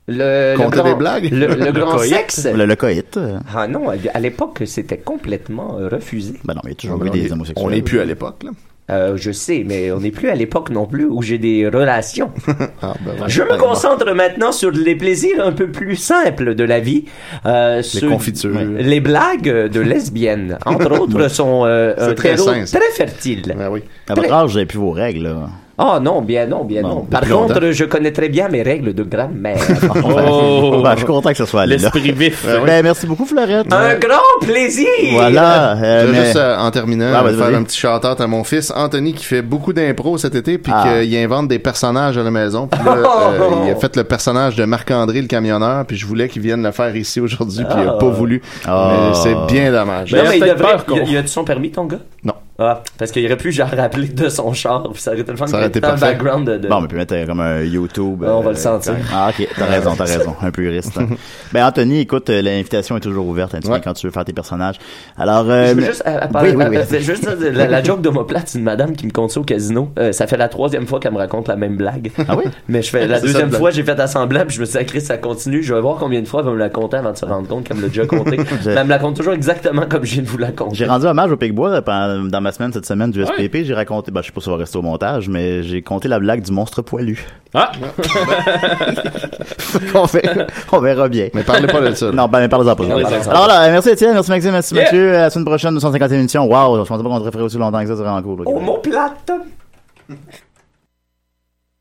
Speaker 3: Le, le
Speaker 5: Compter
Speaker 3: grand-
Speaker 5: des blagues?
Speaker 3: Le, le grand
Speaker 6: coït.
Speaker 3: sexe.
Speaker 4: Le, le coït? euh,
Speaker 3: Ah non, à l'époque, c'était complètement euh, refusé.
Speaker 4: Ben non, mais il y a toujours
Speaker 5: On
Speaker 4: eu des
Speaker 5: est-
Speaker 4: homosexuels.
Speaker 5: on n'est plus à l'époque. là.
Speaker 3: Euh, je sais, mais on n'est plus à l'époque non plus où j'ai des relations.
Speaker 5: Ah, ben voilà.
Speaker 3: Je me concentre maintenant sur les plaisirs un peu plus simples de la vie. euh,
Speaker 5: Les
Speaker 3: sur-
Speaker 5: confitures.
Speaker 4: Ouais.
Speaker 3: Les blagues de lesbiennes, entre autres, sont euh,
Speaker 5: C'est
Speaker 3: un
Speaker 5: très
Speaker 3: terreau
Speaker 5: sain, ça.
Speaker 3: très fertile.
Speaker 5: Ben oui.
Speaker 4: À votre âge, vous avez plus vos règles, là.
Speaker 3: Oh non, bien non, bien non.
Speaker 4: Non,
Speaker 3: Par
Speaker 5: depuis longtemps.
Speaker 3: contre, je connais très bien mes règles de grammaire.
Speaker 6: Oh!
Speaker 4: Ben, je suis content que ce soit allé là.
Speaker 6: L'esprit vif.
Speaker 4: Ben, merci beaucoup, Fleurette.
Speaker 3: Un grand plaisir!
Speaker 4: Voilà.
Speaker 5: Je
Speaker 4: euh,
Speaker 5: veux
Speaker 4: mais-
Speaker 5: juste euh, en terminant
Speaker 4: Ah, vas-y,
Speaker 5: faire
Speaker 4: vas-y.
Speaker 5: un petit shout à mon fils Anthony qui fait beaucoup d'impro cet été puis
Speaker 4: Ah. Oh!
Speaker 5: qu'il invente des personnages à la maison. Puis là, euh, il a fait le personnage de Marc-André le camionneur puis je voulais qu'il vienne le faire ici aujourd'hui puis il a pas voulu.
Speaker 4: Ah.
Speaker 5: Mais c'est bien dommage.
Speaker 6: Ben,
Speaker 3: Non, mais
Speaker 6: il
Speaker 3: il
Speaker 6: a peut-être
Speaker 3: devrait.
Speaker 6: peur qu'on-
Speaker 3: il a- Il a de son permis, ton gars?
Speaker 5: Non.
Speaker 3: Ah, parce qu'il aurait pu genre rappeler de son char, puis ça aurait été le fun
Speaker 5: Ça aurait
Speaker 3: qu'il y ait
Speaker 5: été
Speaker 3: dans le
Speaker 5: parfait.
Speaker 3: background de. de-
Speaker 4: Bon, mais peut mettre euh, comme un YouTube.
Speaker 3: Ouais, on va le sentir.
Speaker 4: quand- Ah, ok. T'as raison, t'as raison. Un puriste. hein. ben, Anthony, écoute, euh, l'invitation est toujours ouverte, hein, tu sais,
Speaker 5: Ouais.
Speaker 4: quand tu veux faire tes personnages. Alors, euh,
Speaker 3: Je veux
Speaker 4: mais-
Speaker 3: juste, à- à part-
Speaker 4: oui, oui,
Speaker 3: à-
Speaker 4: oui.
Speaker 3: à- juste dire, la, la joke d'homoplate, c'est une madame qui me compte ça au casino. Euh, ça fait la troisième fois qu'elle me raconte la même blague.
Speaker 4: Ah oui?
Speaker 3: Mais je fais la
Speaker 5: C'est
Speaker 3: deuxième
Speaker 5: ça,
Speaker 3: fois, j'ai fait assemblant, puis je me suis dit, Ah, Chris, ça continue. Je vais voir combien de fois elle va me la compter avant de se rendre compte qu'elle me l'a déjà compté. Mais elle me la compte toujours exactement comme je viens de vous la
Speaker 4: J'ai
Speaker 3: compter.
Speaker 4: rendu hommage au Picbois là, pendant- dans ma semaine cette semaine
Speaker 3: Ah
Speaker 4: du SPP. J'ai raconté, bah, je sais pas si ça va rester au montage, mais j'ai compté la blague du monstre poilu.
Speaker 6: Ah!
Speaker 4: on, verra, on verra bien.
Speaker 5: Mais parlez pas de ça. là.
Speaker 4: Non, ben, parle-en pas.
Speaker 3: Ouais, ça-
Speaker 4: Alors là, euh, merci Étienne, merci Maxime, merci
Speaker 6: Yeah.
Speaker 4: Mathieu. À la
Speaker 3: Oh,
Speaker 4: semaine prochaine, 250e émission. Waouh, je pensais pas qu'on te ferait aussi longtemps que ça, ça serait en cours. là.
Speaker 3: Homoplate!